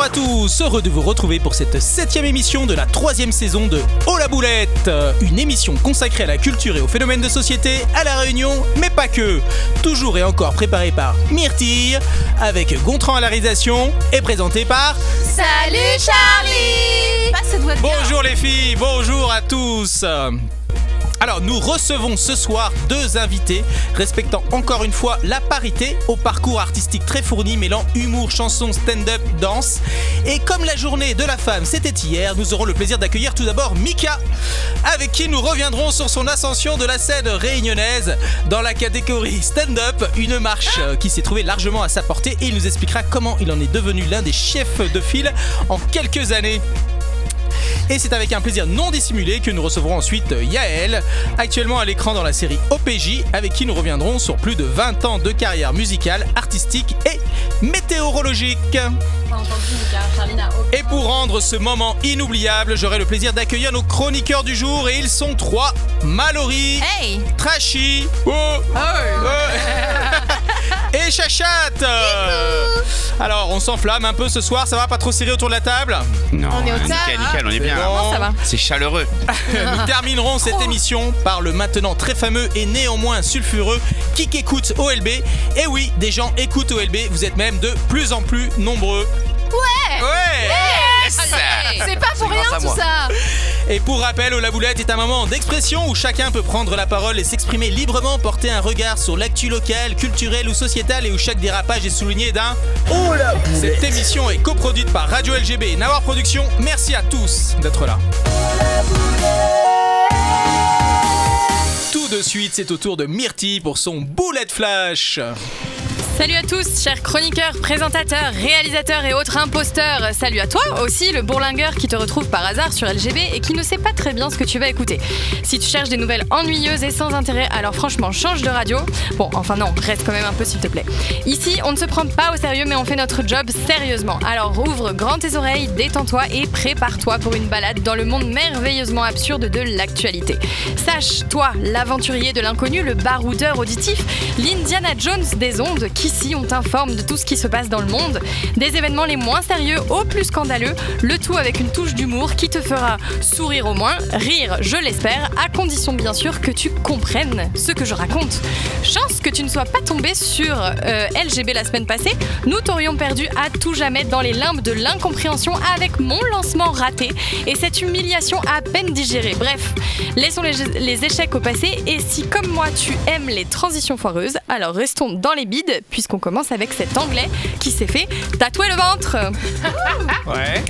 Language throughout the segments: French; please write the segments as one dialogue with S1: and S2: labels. S1: à tous, heureux de vous retrouver pour cette septième émission de la troisième saison de Oh la boulette, une émission consacrée à la culture et aux phénomènes de société, à la Réunion, mais pas que. Toujours et encore préparée par Myrtille, avec Gontran à la réalisation et présentée par
S2: Salut Charlie Pas cette voix de gars.
S1: Bonjour les filles, bonjour à tous. Alors nous recevons ce soir deux invités respectant encore une fois la parité au parcours artistique très fourni mêlant humour, chanson, stand-up, danse. Et comme la journée de la femme c'était hier, nous aurons le plaisir d'accueillir tout d'abord Mika avec qui nous reviendrons sur son ascension de la scène réunionnaise dans la catégorie stand-up, une marche euh, qui s'est trouvée largement à sa portée et il nous expliquera comment il en est devenu l'un des chefs de file en quelques années. Et c'est avec un plaisir non dissimulé que nous recevrons ensuite Yael, actuellement à l'écran dans la série OPJ, avec qui nous reviendrons sur plus de 20 ans de carrière musicale, artistique et météorologique.
S2: Pas entendu, Mika. Charlie n'a aucun-
S1: Et pour rendre ce moment inoubliable, j'aurai le plaisir d'accueillir nos chroniqueurs du jour, et ils sont trois Mallory,
S2: Hey
S1: Trashy, oh, oh, et Chachate. Alors, on s'enflamme un peu ce soir, ça va pas trop serré autour de la table
S3: Non,
S2: On est au
S3: nickel,
S2: tard, hein.
S3: nickel, on est bien.
S1: bon.
S2: Comment ça va
S3: C'est chaleureux.
S1: Nous terminerons cette émission par le maintenant très fameux et néanmoins sulfureux Qui écoute OLB. Et oui, des gens écoutent OLB, vous êtes même de plus en plus nombreux. Ouais
S3: Allez.
S2: C'est pas pour rien
S3: grâce à
S2: tout
S3: moi.
S2: ça
S1: Et pour rappel, la boulette est un moment d'expression où chacun peut prendre la parole et s'exprimer librement, porter un regard sur l'actu locale, culturelle ou sociétale et où chaque dérapage est souligné d'un Oh la Cette émission est coproduite par Radio LGB et Nawar Productions. Merci à tous d'être là. Tout de suite, c'est au tour de Myrtille pour son Bullet Flash.
S4: Salut à tous, chers chroniqueurs, présentateurs, réalisateurs et autres imposteurs. Salut à toi aussi, le bourlingueur qui te retrouve par hasard sur LGB et qui ne sait pas très bien ce que tu vas écouter. Si tu cherches des nouvelles ennuyeuses et sans intérêt, alors franchement, change de radio. Bon, enfin non, reste quand même un peu s'il te plaît. Ici, on ne se prend pas au sérieux, mais on fait notre job sérieusement. Alors ouvre grand tes oreilles, détends-toi et prépare-toi pour une balade dans le monde merveilleusement absurde de l'actualité. Sache, toi, l'aventurier de l'inconnu, le baroudeur auditif, l'Indiana Jones des ondes, qu'ici on t'informe de tout ce qui se passe dans le monde, des événements les moins sérieux aux plus scandaleux, le tout avec une touche d'humour qui te fera sourire au moins, rire, je l'espère, à condition bien sûr que tu comprennes ce que je raconte. Chance que tu ne sois pas tombé sur euh, LGB la semaine passée, nous t'aurions perdu à tout jamais dans les limbes de l'incompréhension avec mon lancement raté et cette humiliation à peine digérée. Bref, laissons les, les échecs au passé et si comme moi tu aimes les transitions foireuses, alors restons dans les bides puisqu'on commence avec cet anglais qui s'est fait tatouer le ventre.
S1: Ouais.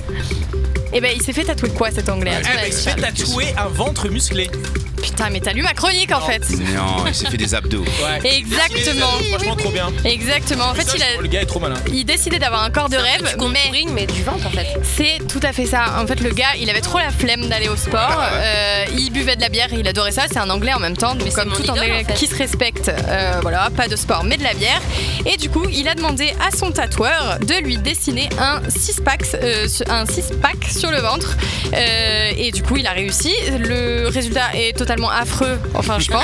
S4: Eh ben il s'est fait tatouer quoi cet anglais à ton avis,
S1: Elle s'est fait
S4: Charles
S1: tatouer un ventre musclé.
S4: Putain mais t'as lu ma chronique en fait
S3: Non, il s'est fait des abdos.
S1: Ouais.
S4: Exactement.
S1: Franchement, trop bien.
S4: Exactement, en fait il a...
S1: Le gars est trop malin.
S4: Il décidait d'avoir un corps de rêve, mais
S2: Ring, mais du ventre en fait.
S4: C'est tout à fait ça. En fait, le gars, il avait trop la flemme d'aller au sport. Euh, il buvait de la bière, il adorait ça. C'est un Anglais en même temps, donc
S2: Ah Mais c'est
S4: comme
S2: mon
S4: tout
S2: idole,
S4: Anglais
S2: en fait.
S4: qui se respecte, euh, voilà, pas de sport, mais de la bière. Et du coup, il a demandé à son tatoueur de lui dessiner un six pack, euh, un six pack sur le ventre. Euh, et du coup, il a réussi. Le résultat est totalement affreux. Enfin, je pense.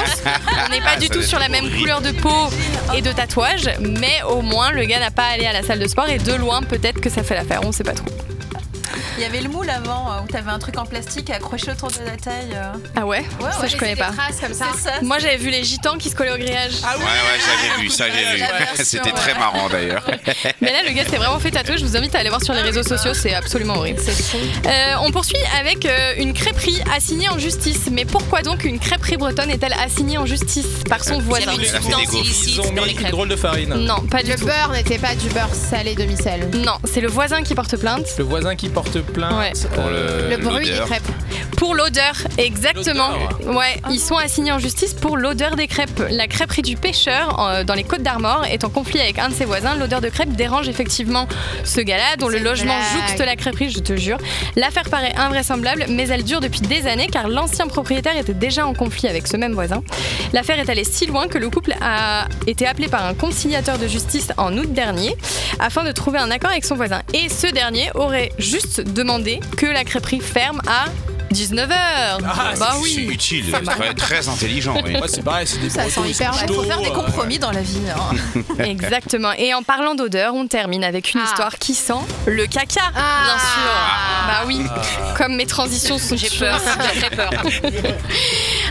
S4: On n'est pas
S3: Ah,
S4: du
S3: ça
S4: tout
S3: doit
S4: sur la
S3: être
S4: même
S3: horrible.
S4: couleur de peau et de tatouage, mais au moins le gars n'a pas allé à la salle de sport et de loin peut-être que ça fait l'affaire, on sait pas trop.
S5: Il y avait le moule avant euh, où t'avais un truc en plastique accroché autour de la taille. euh.
S4: Ah ouais, Ça
S5: ouais,
S4: je connais pas.
S2: comme ça.
S5: C'est ça.
S4: Moi j'avais vu les gitans qui se collaient au grillage.
S1: Ah
S3: Ouais, ouais, j'avais vu, ça j'ai vu.
S4: La version,
S3: C'était
S4: ouais.
S3: très marrant d'ailleurs.
S4: Mais là le gars s'est vraiment fait tatouer, je vous invite à aller voir
S6: Ah
S4: sur les réseaux
S6: bah.
S4: sociaux, c'est absolument horrible. Euh, on poursuit avec euh, une crêperie assignée en justice. Mais pourquoi donc une crêperie bretonne est-elle assignée en justice par
S3: Euh,
S4: son voisin
S3: une
S1: Ils
S3: substance
S1: ont
S3: illicites
S1: mis
S2: dans les
S1: une
S2: crêpes.
S1: drôle de farine.
S4: Non, pas du
S6: Le
S4: tout.
S6: beurre n'était pas du beurre salé demi-sel.
S4: Non, c'est le voisin qui porte plainte
S1: Le voisin qui porte plainte.
S4: Ouais.
S3: Pour
S1: euh,
S3: le,
S6: Le bruit des
S3: l'odeur.
S6: crêpes.
S4: pour l'odeur, exactement. Ouais,
S6: Ah
S4: ils sont assignés en justice pour l'odeur des crêpes. La crêperie du pêcheur euh, dans les Côtes d'Armor est en conflit avec un de ses voisins. L'odeur de crêpes dérange effectivement ce gars-là, dont le
S6: C'est
S4: logement
S6: une blague.
S4: jouxte la crêperie, je te jure. L'affaire paraît invraisemblable, mais elle dure depuis des années car l'ancien propriétaire était déjà en conflit avec ce même voisin. L'affaire est allée si loin que le couple a été appelé par un conciliateur de justice en août dernier afin de trouver un accord avec son voisin. Et ce dernier aurait juste demandé que la crêperie ferme à 19h.
S1: Ah,
S4: bah
S3: c'est
S4: oui.
S3: utile, très, très intelligent. Oui.
S1: Ouais, c'est pareil, c'est des
S6: Ça sent
S1: bretons,
S6: hyper
S1: des
S6: bon.
S5: Il faut faire des
S1: couteaux, euh,
S5: compromis dans la vie. hein.
S4: Exactement. Et en parlant d'odeur, on termine avec une
S6: Ah.
S4: histoire qui sent le caca.
S6: Ah.
S4: Bien sûr. Bah oui.
S1: Ah.
S3: Ah.
S4: Comme mes transitions sont
S2: Ah. J'ai peur, j'ai très peur.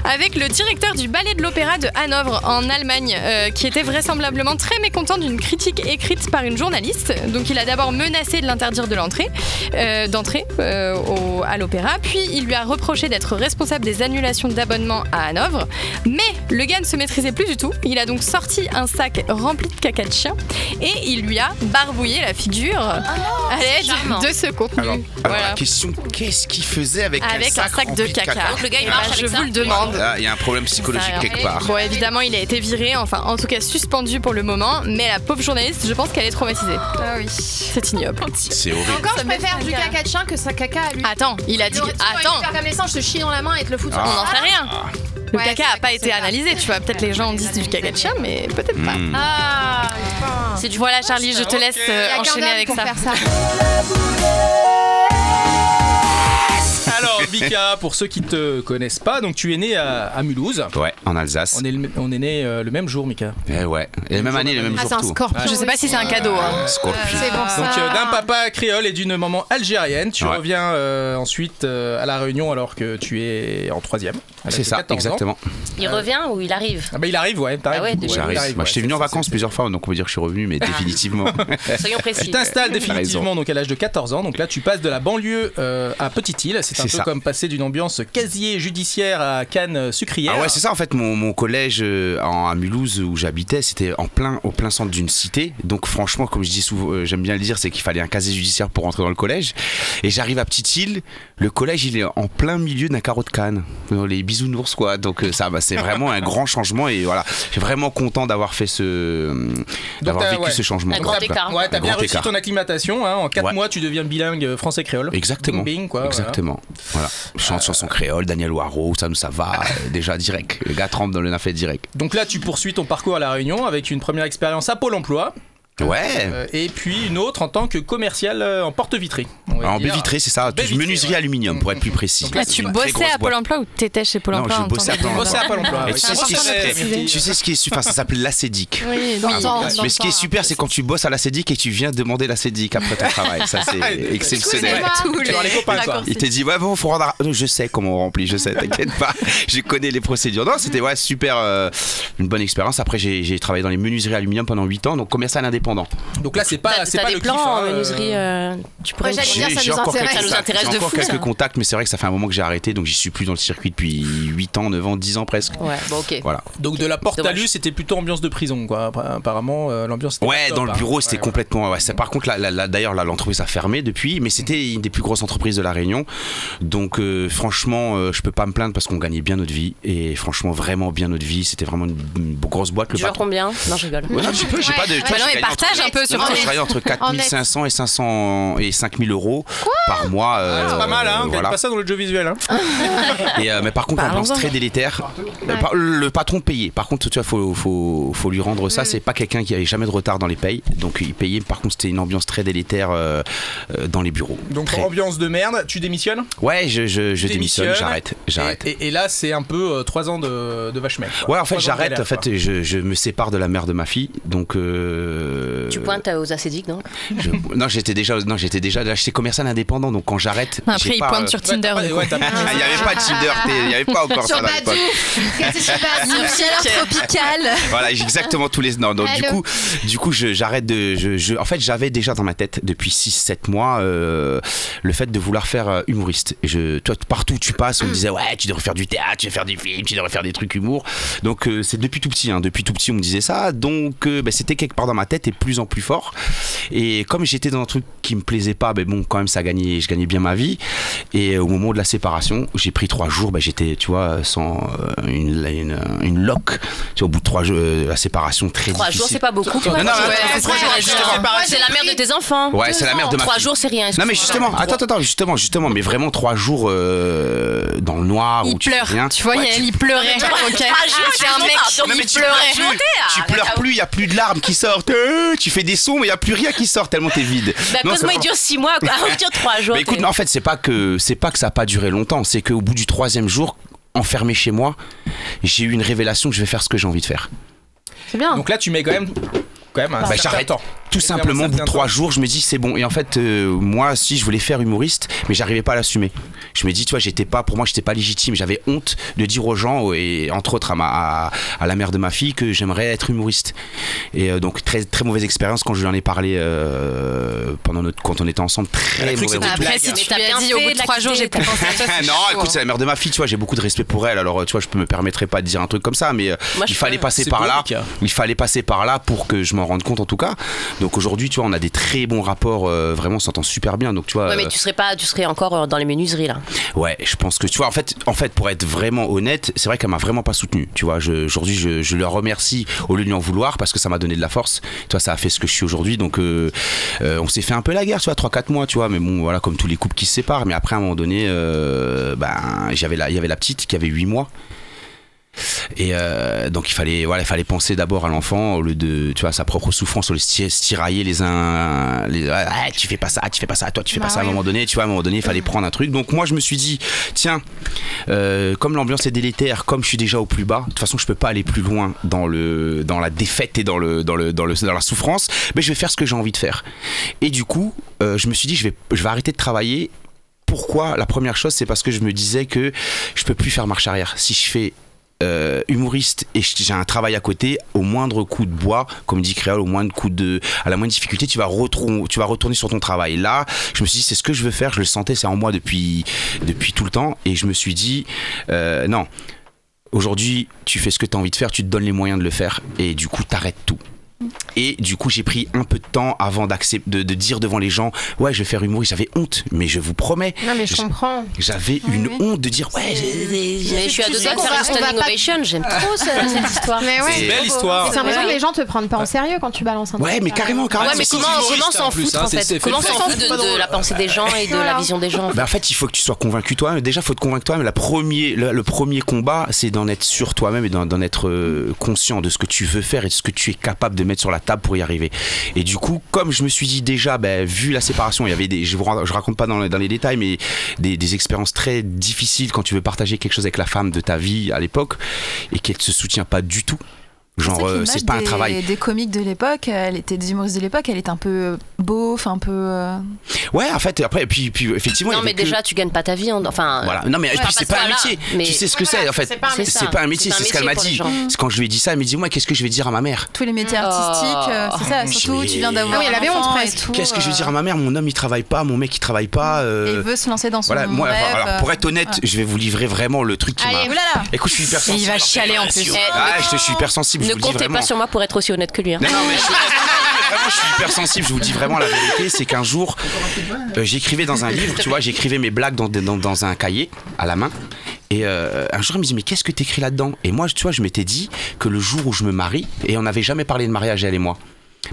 S4: avec le directeur du ballet de l'opéra de Hanovre en Allemagne, euh, qui était vraisemblablement très mécontent d'une critique écrite par une journaliste. Donc il a d'abord menacé de l'interdire de l'entrée, euh, d'entrée euh, au- à l'opéra, puis il lui a reproché d'être responsable des annulations d'abonnements à Hanovre. Mais le gars ne se maîtrisait plus du tout. Il a donc sorti un sac rempli de caca de chien et il lui a barbouillé la figure à l'aide
S2: charmant.
S4: de ce contenu.
S3: Alors, alors
S4: Voilà.
S3: la question, qu'est-ce qu'il faisait avec,
S4: Avec un sac
S3: rempli
S4: de caca.
S2: Donc le gars, il
S4: Eh
S2: marche
S4: ben,
S2: avec
S4: je
S2: ça
S4: vous le demande.
S3: Là, il y a un problème psychologique
S4: Ça,
S3: quelque part.
S4: Bon, évidemment, il a été viré, enfin, en tout cas suspendu pour le moment, mais la pauvre journaliste, je pense qu'elle est traumatisée.
S5: Ah oui.
S4: C'est ignoble.
S3: C'est horrible.
S6: Encore, je
S5: Ça me
S6: préfère
S5: fait
S6: du
S5: caca.
S6: caca de chien que sa caca à lui.
S4: Attends, il a dit.
S6: Il aurait toujours envie de
S4: Attends,
S6: faire comme les singes, je te chie dans la main et te le foutre
S4: on
S6: sur
S4: n'en
S6: ton
S4: sait rien. Le
S6: Ouais,
S4: caca
S6: c'est
S4: a
S6: vrai
S4: pas
S6: que
S4: été
S6: c'est pas-
S4: analysé, tu vois. Peut-être les gens disent du caca de chien, mais peut-être pas.
S3: Hmm.
S6: Ah,
S4: C'est du voilà, Charlie, je te laisse euh,
S6: il y a qu'un
S4: enchaîner
S6: homme
S4: avec
S6: pour
S4: ça.
S6: faire ça.
S1: Alors, Vika, pour ceux qui te connaissent pas, donc tu es né à, à Mulhouse.
S3: Ouais, en Alsace.
S1: On est, le- on est né euh, le même jour, Mika.
S3: Eh ouais. Et même année, le même
S6: Ah, c'est
S3: jour
S6: un
S3: tout.
S6: scorpion.
S4: Je sais pas si c'est un cadeau. hein. Ah,
S3: Scorpion.
S6: C'est pour ça.
S1: Donc euh, d'un papa créole et d'une maman algérienne, tu
S3: Ouais.
S1: reviens euh, ensuite euh, à la Réunion alors que tu es en troisième. à l'âge
S3: C'est
S1: de
S3: ça,
S1: 14 ans.
S3: exactement.
S2: Il revient ou il arrive
S1: Ah bah, il arrive, ouais. t'arrives
S2: Ah ouais,
S1: du coup,
S2: déjà.
S1: il
S3: J'arrive.
S1: arrive,
S3: Bah,
S1: ouais,
S3: J'étais venu
S1: c'est-
S3: en vacances plusieurs fois, donc on peut dire que je suis revenu, mais définitivement.
S2: Soyons
S1: Tu
S2: précis.
S1: t'installes
S3: raison.
S1: définitivement donc à l'âge de 14 ans. Donc là, tu passes de la banlieue euh, à Petite-Île. C'est un peu
S3: C'est ça.
S1: comme passer d'une ambiance casier judiciaire à Cannes euh, sucrière.
S3: Ah ouais, c'est ça en fait. Mon, mon collège euh, en, à Mulhouse où j'habitais, c'était en plein, au plein centre d'une cité. Donc franchement, comme je dis souvent, euh, j'aime bien le dire, c'est qu'il fallait un casier judiciaire pour rentrer dans le collège. Et j'arrive à Petite Île. Le collège, il est en plein milieu d'un carreau de canne. Dans Les bisounours quoi. Donc euh, ça, bah, c'est vraiment un grand changement. Et voilà, je suis vraiment content d'avoir fait ce, euh, d'avoir
S1: t'as-
S3: vécu
S1: Euh, ouais.
S3: ce changement.
S2: Un grand
S3: quoi.
S2: écart.
S1: Ouais, t'as
S3: Un
S1: bien
S3: grand
S1: réussi
S3: écart.
S1: ton acclimatation. hein. En 4
S3: Ouais.
S1: mois, tu deviens bilingue euh, français-créole.
S3: Exactement.
S1: Bing, bing, quoi, voilà. Euh,
S3: Exactement. Voilà. Je Chante chanson créole, Daniel Waro, ça nous ça va. euh, déjà direct. Le gars trempe dans le nafet direct.
S1: Donc là, tu poursuis ton parcours à La Réunion avec une première expérience à Pôle emploi
S3: Ouais.
S1: euh, et puis une autre en tant que commercial euh, en porte-vitrée. on va
S3: En
S1: dire.
S3: baie vitrée, c'est ça.
S1: Baie
S3: tu-
S1: vitrée,
S3: menuiserie
S1: ouais.
S3: aluminium, pour être plus précis.
S1: Donc là,
S4: Ah,
S3: C'est
S4: tu
S3: une très
S4: bossais
S3: grosse
S4: à Pôle
S3: boîte.
S4: emploi ou t'étais chez Pôle
S3: Non,
S4: emploi
S3: je
S4: en
S3: bossais
S4: tant
S3: à
S4: que-
S3: Pôle emploi.
S1: Bosser à Pôle emploi.
S3: Et
S1: ouais.
S3: tu sais ce qui
S1: Ah,
S3: s'appelle-
S1: merci.
S3: Tu sais ce qui est super, ça s'appelle l'acédique.
S6: Oui, dans le temps, dans
S3: Mais
S6: le
S3: ce qui est
S6: temps.
S3: super, c'est quand tu bosses à l'acédique et que tu viens demander l'acédique après ton travail. Ça, c'est exceptionnel.
S6: Excusez-moi.
S4: Tous
S1: Tu
S4: les-
S1: vois les copains, quoi.
S5: Raccourcis.
S3: Il t'a dit, ouais, bon, faut rendre. Non, Je sais comment on remplit, je sais, t'inquiète pas. Je connais les procédures. Non, c'était ouais, super, euh, une bonne expérience. Après, j'ai j'ai travaillé dans les menuiseries aluminium pendant 8 ans, donc commercial indépendant.
S1: Donc là, c'est
S2: T'as
S1: pas, c'est
S2: t'as
S1: pas
S2: des
S1: le
S2: plans
S1: kiff,
S2: en
S1: hein, euh,
S2: menuiserie euh, Tu pourrais
S6: Ouais, j'allais
S2: nous-
S6: dire- ça nous intéresse.
S3: quelques
S6: Ça nous
S3: contacts.
S2: intéresse
S3: J'ai
S2: de
S3: encore
S2: fou,
S3: quelques
S2: ça.
S3: contacts, mais c'est vrai que ça fait un moment que j'ai arrêté, donc j'y suis plus dans le circuit depuis 8 ans, 9 ans, 10 ans presque.
S2: Ouais, bon, ok.
S3: Voilà.
S1: Donc de la porte à
S2: euh, Dommage.
S1: lui, c'était plutôt ambiance de prison, quoi. Appa- Apparemment, euh, l'ambiance. était
S3: Ouais,
S1: pas
S3: dans
S1: top,
S3: le
S1: hein.
S3: bureau, c'était
S1: Ouais, ouais.
S3: complètement. Ouais, c'est- par contre, là, là, là, d'ailleurs, là, l'entreprise a fermé depuis, mais c'était une des plus grosses entreprises de la Réunion. Donc, euh, franchement, euh, je peux pas me plaindre parce qu'on gagnait bien notre vie et franchement, vraiment bien notre vie. C'était vraiment une, une grosse boîte. Le
S2: Tu genre
S3: patron.
S2: combien Non, je rigole.
S3: Ouais, non, tu peux, j'ai
S6: Ouais,
S3: pas de. tu
S6: ouais.
S3: vois,
S4: Bah
S3: j'ai
S4: non, mais
S3: gagné entre-
S4: partage un peu sur
S3: Non,
S4: ton
S3: je travaillais entre 4500 et 500 et 5000 euros par mois. euh,
S1: C'est pas mal, hein. On gagne
S3: voilà.
S1: pas ça dans le jeu visuel, hein.
S3: Et, euh, mais par
S6: Bah,
S3: contre, ambiance
S4: Parlons-en.
S3: très délétère. Euh, par- le patron payait. Par contre, tu vois, faut, faut, faut lui rendre
S4: Mm.
S3: ça. C'est pas quelqu'un qui avait jamais de retard dans les payes. Donc, il payait. Par contre, c'était une ambiance très délétère euh, euh, dans les bureaux.
S1: Donc
S3: Très-
S1: ambiance de merde. Tu démissionnes
S3: Ouais, je, je, je
S1: Démissionne.
S3: démissionne, j'arrête. J'arrête.
S1: Et, et- et là, c'est un peu 3 ans de, de vache maigre. quoi.
S3: Ouais, en
S1: Trois
S3: fait,
S1: ans de
S3: j'arrête.
S1: galère,
S3: En fait, je, je me sépare de la mère de ma fille. Donc. euh,
S2: Tu pointes euh, aux acédiques, non
S3: je- non, j'étais déjà. Non, j'étais déjà. Là, j'étais commercial indépendant. Donc, quand j'arrête. j'ai
S4: Après, il
S3: pas,
S4: pointe
S3: euh,
S4: sur
S1: quoi. Ouais,
S4: Tinder.
S1: t'as pas-
S4: du coup.
S1: ouais, t'as pas-
S3: Il n'y avait pas de Tinder, t'es- il n'y avait pas encore ça.
S6: Sur
S3: à l'époque.
S6: Badou, qu'est-ce que je passe
S2: Chaleur
S5: Tropicale.
S3: Voilà, j'ai exactement tous les. Non, donc du
S6: Allô.
S3: coup, du coup, je- j'arrête de. Je, je- en fait, j'avais déjà dans ma tête depuis 6-7 mois euh, le fait de vouloir faire euh, humoriste. Je, toi, partout où tu passes, on me disait ouais, tu devrais faire du théâtre, tu devrais faire des films, tu devrais faire des trucs humour. Donc euh, c'est depuis tout petit. hein, depuis tout petit, on me disait ça. Donc euh, bah, c'était quelque part dans ma tête et de plus en plus fort. Et comme j'étais dans un truc qui me plaisait pas, ben bon, quand même, ça gagnait. Je gagnais bien ma vie. Et au moment de ben, la séparation, j'ai pris trois jours, bah, j'étais, tu vois, sans euh, une, une, une loque. Tu vois, au bout de trois jours, euh, la séparation très
S7: Trois
S3: difficile.
S7: jours, c'est pas beaucoup.
S3: Non, non, attends,
S1: Ouais,
S3: trois
S1: ouais,
S3: jours,
S1: ouais,
S3: justement.
S1: ouais.
S7: C'est la mère de tes enfants.
S3: Ouais, c'est la mère de ma
S7: Trois
S3: fille.
S7: jours, c'est rien.
S3: Non mais
S7: excuse-moi.
S3: justement, attends, attends, attends, justement, justement, mais vraiment trois jours euh, dans le noir
S4: Il
S3: où tu fais
S4: pleure.
S3: rien.
S4: Tu vois,
S3: Ouais,
S4: Yael, il pleurait. Ok. C'est un mec.
S7: Non,
S3: Non, mais
S4: il
S3: tu pleures
S4: pleurait.
S3: plus,
S7: Ah,
S3: tu pleures plus, il y a plus de larmes qui sortent. Euh, tu fais des sons, mais il y a plus rien qui sort tellement t'es vide.
S7: Bah,
S3: Non,
S7: cause-moi,
S3: c'est
S7: il dure 6 mois, quoi. Il dure 3 jours.
S3: Mais écoute,
S7: t'es-
S3: mais en fait, c'est pas que c'est pas que ça a pas duré longtemps, c'est qu'au bout du troisième jour, enfermé chez moi, j'ai eu une révélation que je vais faire ce que j'ai envie de faire.
S4: C'est bien.
S1: Donc là, tu mets quand même, quand même un certain
S3: Bah, j'arrête.
S1: temps.
S3: Tout
S1: Évidemment,
S3: simplement, au
S1: ça
S3: bout de
S1: tient
S3: trois
S1: pas.
S3: jours, je me dis c'est bon. Et en fait, euh, moi, si je voulais faire humoriste, mais j'arrivais pas à l'assumer. Je me dis, tu vois, j'étais pas, pour moi, j'étais pas légitime. J'avais honte de dire aux gens et entre autres à, ma, à, à la mère de ma fille que j'aimerais être humoriste. Et euh, donc très très mauvaise expérience quand je lui en ai parlé euh, pendant notre quand on était ensemble.
S1: Elle a
S3: Très
S1: cru que
S3: mauvaise.
S1: c'était une
S4: Après,
S1: blague.
S4: si
S7: Mais
S4: tu
S7: t'as
S4: lui as
S7: bien
S4: dit au
S7: fait
S4: bout
S7: de
S4: de trois
S7: la
S4: jours, j'ai
S7: quitter,
S4: pensé à toi, c'est
S3: non,
S4: chaud,
S3: écoute,
S4: hein.
S3: c'est la mère de ma fille, tu vois, j'ai beaucoup de respect pour elle, alors euh, tu vois, je peux me permettrais pas de dire un truc comme ça, mais euh,
S7: Moi, je
S3: il fallait
S7: peux.
S3: passer
S1: C'est
S3: par
S1: beau,
S3: là.
S1: Mika.
S3: Il fallait passer par là pour que je m'en rende compte en tout cas. Donc aujourd'hui, tu vois, on a des très bons rapports, euh, vraiment, on s'entend super bien. Donc tu vois,
S7: Ouais, mais tu serais pas, tu serais encore euh, dans les menuiseries là.
S3: euh, ouais, je pense que tu vois, en fait, en fait, pour être vraiment honnête, c'est vrai qu'elle m'a vraiment pas soutenu. Tu vois, je- aujourd'hui, je, je le remercie au lieu de lui en vouloir parce que ça m'a donné de la force. Tu vois, ça a fait ce que je suis aujourd'hui. Donc euh, euh, on s'est fait un peu la guerre, tu vois, 3-4 mois, tu vois, mais bon, voilà, comme tous les couples qui se séparent. Mais après, à un moment donné, euh, ben, j'avais la, il y avait la petite qui avait 8 mois. Et euh, donc il fallait, voilà, il fallait penser d'abord à l'enfant au lieu de, tu vois, sa propre souffrance, au lieu de se se tirailler les uns, les, ah, tu fais pas ça, tu fais pas ça, toi tu fais pas ça. À un moment donné, tu vois, à un moment donné, il fallait prendre un truc. Donc moi je me suis dit, tiens, euh, comme l'ambiance est délétère, comme je suis déjà au plus bas, de toute façon je peux pas aller plus loin dans le, dans la défaite et dans le, dans le, dans le, dans la souffrance, mais je vais faire ce que j'ai envie de faire. Et du coup, euh, je me suis dit, je vais, je vais arrêter de travailler. Pourquoi La première chose, c'est parce que je me disais que je peux plus faire marche arrière. Si je fais euh, humoriste et j'ai un travail à côté, au moindre coup de bois, comme dit Créole, au moindre coup de, à la moindre difficulté, tu vas, retrou- tu vas retourner sur ton travail. Là, je me suis dit, c'est ce que je veux faire, je le sentais, c'est en moi depuis, depuis tout le temps, et je me suis dit, euh, non, aujourd'hui, tu fais ce que tu as envie de faire, tu te donnes les moyens de le faire, et du coup, t'arrêtes tout. Et du coup, j'ai pris un peu de temps avant d'accepter, de, de dire devant les gens, ouais, je vais faire humoriste, j'avais honte, mais je vous promets,
S6: Non, mais je comprends.
S3: j'avais une honte de dire, ouais, j'ai-
S7: Mais je suis à deux
S6: sais
S7: doigts de
S6: qu'on
S7: faire
S6: va-
S7: une
S6: on va
S7: standing
S6: pas- Ah.
S7: ovation. J'aime trop ce- cette histoire.
S6: Mais ouais.
S3: C'est-
S1: Belle histoire.
S6: C'est l'impression
S7: Ouais.
S6: que les gens te prennent pas en sérieux quand tu balances un
S3: ouais,
S6: truc
S3: mais
S6: comme ça.
S3: carrément, carrément.
S7: Ouais, mais
S1: c'est
S7: comment
S1: humoriste,
S7: comment s'en
S1: en plus,
S7: foutre
S1: hein,
S7: en
S1: c'est- c'est
S7: fait
S1: fait
S7: Comment
S1: pour
S7: s'en
S1: ça.
S7: foutre de, de la pensée des gens et de
S6: Voilà.
S7: la vision des gens en fait
S3: Bah, en fait, il faut que tu sois convaincu toi-même. Déjà, faut te convaincre toi-même. La premier, le, le premier combat, c'est d'en être sûr toi-même et d'en d'en être euh, conscient de ce que tu veux faire et de ce que tu es capable de mettre sur la table pour y arriver. Et du coup, comme je me suis dit déjà, bah, vu la séparation, il y avait des, je vous ra- je raconte pas dans, le- dans les détails, mais des, des expériences très difficiles quand tu veux partager quelque chose avec la femme de ta vie à l'époque et qu'elle te soutient pas du tout.
S5: pour
S3: Genre,
S5: ça que
S3: euh,
S5: l'image
S3: c'est pas un
S5: des-
S3: travail.
S5: Des comiques de l'époque, euh, elle était des humoristes de l'époque, elle était un peu beauf, un peu. euh,
S3: Ouais, en fait, après, et puis, puis effectivement, il y
S7: Non,
S3: avait
S7: mais
S3: que-
S7: déjà, tu gagnes pas ta vie. en- Enfin,
S3: Voilà. Ah, Non mais et puis,
S7: pas
S3: c'est
S7: ce
S3: pas un
S7: point-là,
S3: métier.
S7: bah, mais-
S3: Tu sais ce que
S6: Oui,
S3: c'est
S6: voilà,
S3: en fait.
S6: c'est pas un
S7: métier.
S3: C'est pas un métier,
S7: C'est un
S3: c'est ce qu'elle m'a
S7: métier
S3: dit.
S7: pour les gens.
S3: C'est quand je lui ai dit ça, elle m'a dit moi qu'est-ce que je vais dire à ma mère
S5: tous les métiers
S7: Oh.
S5: artistiques, euh, c'est ça.
S3: Je
S5: Surtout,
S3: vais-
S5: tu viens d'avoir.
S6: Ah oui, elle
S5: un
S6: avait honte
S5: enfant et
S6: presque.
S5: tout,
S3: Qu'est-ce que je vais
S5: euh,
S3: dire à ma mère Mon homme il travaille pas, mon mec il travaille pas.
S5: Et
S3: euh,
S5: il veut se lancer dans son
S3: Voilà, moi
S5: rêve.
S3: alors, alors, pour être honnête, je vais vous livrer vraiment le truc qui
S6: Allez,
S3: m'a.
S5: Oh là là.
S3: Écoute, je suis hyper
S4: Il
S3: sensible.
S4: va chialer en plus.
S7: Eh,
S3: Ah, je suis hyper sensible, je
S7: Ne
S3: vous le dis
S7: comptez
S3: vraiment.
S7: pas sur moi pour être aussi honnête que lui. hein.
S3: Non, non, mais je, vraiment, je suis hyper sensible, je vous dis vraiment la vérité, c'est qu'un jour, euh, j'écrivais dans un livre, tu vois, j'écrivais mes blagues dans, dans, dans un cahier à la main. Et euh, un jour, il me dit, mais qu'est-ce que t'écris là-dedans Et moi, tu vois, je m'étais dit que le jour où je me marie, et on n'avait jamais parlé de mariage, elle et moi.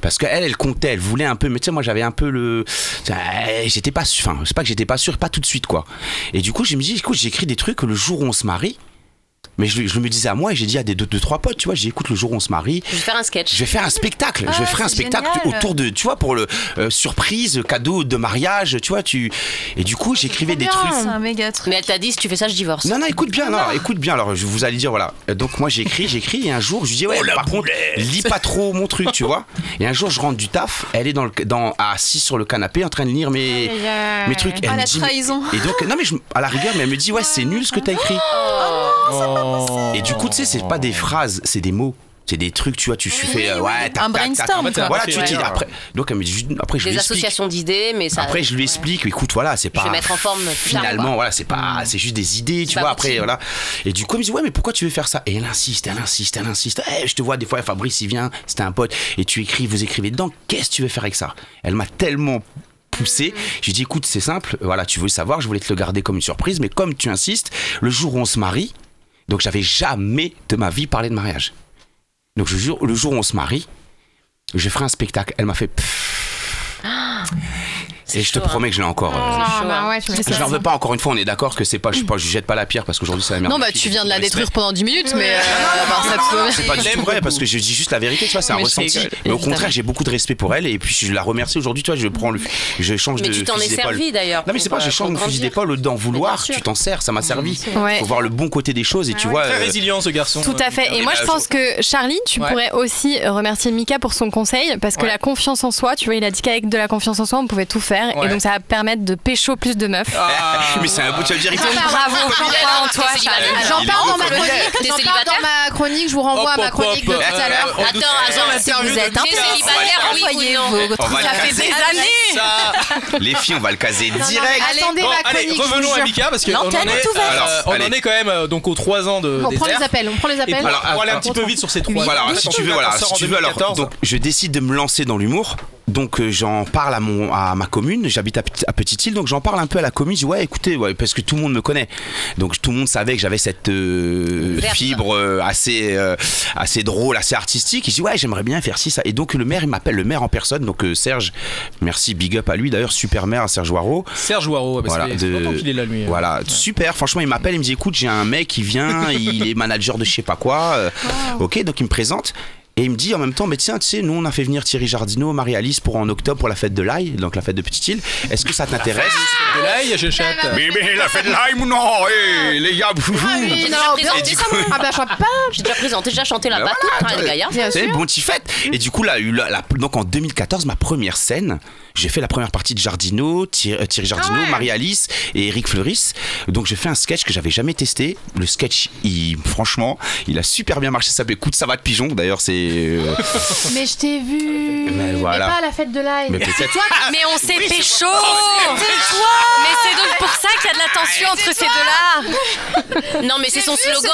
S3: Parce qu'elle, elle comptait, elle voulait un peu, mais tu sais, moi j'avais un peu le. Euh, J'étais pas sûr, enfin, c'est pas que j'étais pas sûr, pas tout de suite quoi. Et du coup, je me dis, écoute, j'écris des trucs, le jour où on se marie, mais je, je me disais à moi, et j'ai dit à des deux, deux, trois potes, tu vois, j'ai dit, écoute, le jour où on se marie,
S7: Je vais faire un sketch.
S3: je vais faire un spectacle. je
S5: Ah,
S3: ferai un
S5: c'est
S3: spectacle
S5: génial.
S3: autour de, tu vois, pour le euh, surprise, cadeau de mariage, tu vois, tu. Et du coup, j'écrivais des trucs.
S5: C'est un méga truc.
S7: Mais elle t'a dit, si tu fais ça, je divorce.
S3: Non, non, écoute bien,
S7: Ah
S3: non, écoute bien. Alors, je vous allez dire, voilà. Euh, Donc, moi, j'écris, j'écris, et un jour, je dis, ouais, par contre, lis pas trop mon truc, tu vois. Et un jour, je rentre du taf, elle est dans le, dans, assise sur le canapé en train de lire mes,
S6: Aïe, aïe.
S3: mes trucs. Elle
S5: Ah,
S3: me
S5: la
S3: dit,
S5: trahison.
S3: mais- Et donc, non, mais je- à la rigueur, mais elle me dit, ouais, c'est nul ce que t'as écrit. Et du coup, tu sais, c'est pas des phrases, c'est des mots. C'est des trucs, tu vois, tu fais. euh, ouais, tac,
S5: Un
S3: tac, tac.
S5: brainstorm,
S1: quoi.
S3: Voilà, tu
S1: Ouais.
S3: dis. Après, donc, elle me dit, juste- après, je
S7: Des
S3: lui explique.
S7: associations d'idées, mais ça.
S3: Après, je lui explique, écoute, voilà, c'est pas.
S7: vais mettre en forme plus tard,
S3: Finalement,
S7: quoi.
S3: voilà, c'est pas. C'est juste des idées, tu
S7: Mm. pas
S3: vois.
S7: possible.
S3: Après, voilà. Et du coup, elle me dit, ouais, mais pourquoi tu veux faire ça Et elle insiste, elle insiste, elle insiste. Eh, je te vois, des fois, Fabrice, il vient, c'était un pote, et tu écris, vous écrivez dedans, qu'est-ce que tu veux faire avec ça Elle m'a tellement
S7: Mm.
S3: poussé. J'ai dit, écoute, c'est simple, voilà, tu veux savoir, je voulais te le garder comme une surprise, mais comme tu insistes, le jour où on se marie, donc j'avais jamais de ma vie parlé de mariage. Donc je jure, le jour où on se marie, je ferai un spectacle. Elle m'a fait. Et je te
S7: Ah. chaud, hein.
S3: promets que je l'ai encore. euh,
S6: Ah,
S7: chaud,
S6: bah
S7: hein.
S6: ouais, tu
S3: je n'en veux pas encore une fois, on est d'accord que c'est pas, je, sais pas, je jette pas la pierre parce qu'aujourd'hui c'est la merde.
S4: Non, bah tu viens de la détruire pendant 10 minutes, mais. euh, bah, ça te
S3: C'est pas du tout
S1: J'aime
S3: vrai
S1: beaucoup.
S3: parce que je dis juste la vérité, tu vois, c'est un
S4: Mais je
S3: ressenti.
S4: rigole,
S3: Mais au
S4: évidemment.
S3: contraire, j'ai beaucoup de respect pour elle et puis je la remercie aujourd'hui, tu vois, je prends le, je change
S7: Mais
S3: de
S7: tu t'en es
S3: fusil d'épaule.
S7: servi d'ailleurs.
S3: Non mais c'est
S7: pour,
S3: pas, je
S7: euh,
S3: change mon
S7: pour
S3: fusil
S7: grandir.
S3: d'épaule au d'en vouloir,
S7: sûr.
S3: tu t'en sers, ça m'a servi.
S4: Ouais.
S3: Faut voir le bon côté des choses et tu vois.
S1: Ah Très
S3: euh,
S1: résilient ce garçon.
S4: Tout à fait. Et moi, je pense que Charlie, tu
S1: Ouais.
S4: pourrais aussi euh, remercier Mika pour son conseil parce que
S1: Ouais.
S4: la confiance en soi, tu vois, il a dit qu'avec de la confiance en soi, on pouvait tout faire
S1: Ouais.
S4: et donc ça va permettre de pécho plus de meufs.
S1: Ah.
S3: Mais c'est un bout, tu vas me dire, il faut-
S4: Bravo, bravo en toi,
S7: c'est
S4: Charlie.
S3: célibataire.
S6: J'en
S3: Il est
S6: parle dans ma
S3: célibataire.
S6: chronique,
S7: T'es
S6: j'en parle
S7: célibataire
S6: dans ma chronique, je vous renvoie
S1: Hop,
S6: à ma
S1: hop, hop,
S6: connecte de
S1: hop.
S6: tout à l'heure.
S1: On
S7: Attends,
S1: doute-
S7: attends,
S1: Si
S7: si
S1: vous
S7: vous
S1: êtes
S7: êtes un
S1: intéressé,
S7: célibataire, oui ou non
S6: Envoyez-vous.
S3: on va le
S4: Ça fait
S3: caser.
S4: des années
S1: Ça.
S3: Les filles, on
S8: Ah,
S3: va le caser direct.
S6: Attendez
S1: Bon,
S6: ma
S1: allez,
S6: chronique, je
S1: revenons
S6: vous
S1: à
S6: jure.
S1: Mika parce que on en
S7: L'antenne
S1: est,
S7: est ouverte.
S1: euh, on
S3: Alors,
S1: en
S3: allez.
S1: est quand même euh, donc aux 3 ans de
S6: On prend les
S1: désert.
S6: appels, on prend les
S1: Et
S6: appels.
S1: puis,
S3: Alors,
S1: pour aller un
S3: attends.
S1: petit peu vite sur ces trois.
S3: Voilà, alors,
S1: ans,
S3: si tu veux, voilà,
S1: on sort
S3: si
S1: en
S3: tu veux, alors,
S1: 2014.
S3: donc, je décide de me lancer dans l'humour. Donc euh, j'en parle à mon à ma commune, j'habite à, Petit- à Petite Île, donc j'en parle un peu à la commune. Je dis ouais, écoutez, ouais, parce que tout le monde me connaît, donc tout le monde savait que j'avais cette euh,
S7: Verve.
S3: fibre euh, assez euh, assez drôle, assez artistique. Il dit ouais, j'aimerais bien faire ci ça. Et donc le maire, il m'appelle le maire en personne, donc euh, Serge, merci, big up à lui d'ailleurs, super maire, Serge Waro.
S1: Serge Waro, parce
S3: Voilà,
S1: que
S3: de-
S1: longtemps qu'il est là lui. hein.
S3: Voilà, super. Franchement, il m'appelle, il me dit écoute, j'ai un mec qui vient, il est manager de je sais pas quoi. euh, Ok, donc il me présente. Et il me dit en même temps, mais tiens, tu sais, nous on a fait venir Thierry Jardino, Marie-Alice pour en octobre pour la fête de l'ail, donc la fête de Petite Île. Est-ce que ça t'intéresse
S1: De l'ail, je chatte.
S3: Mais, mais la fête de l'ail, ou non Eh, Les gars, vous-
S7: J'ai
S6: Ah Non,
S7: déjà présenté
S6: bien-
S7: ça, moi.
S6: Ah bah je vois pas,
S7: J'ai déjà présenté, déjà chanté la
S3: Bah
S7: batoutte,
S3: voilà,
S7: hein, les
S3: toi,
S7: gars. hein.
S6: bien
S3: C'est
S6: sûr.
S3: bon, t'y fête. Et du coup, là, eu la- la- donc en 2014, ma première scène, j'ai fait la première partie de Jardino, Thierry, euh, Thierry Jardino,
S7: Ah
S3: Marie-Alice et Eric Fleuris. Donc j'ai fait un sketch que j'avais jamais testé. Le sketch, il, franchement, il a super bien marché. Ça s'appelait Coup de savate pigeon. D'ailleurs, c'est. euh,
S6: Mais je t'ai vu.
S3: Mais voilà.
S6: pas à la fête de l'ail.
S3: mais peut-être.
S4: Mais on s'est pécho Oh, Mais c'est donc pour ça qu'il y a de la tension entre ces deux-là
S7: Non, mais c'est son
S6: vu ce
S7: slogan.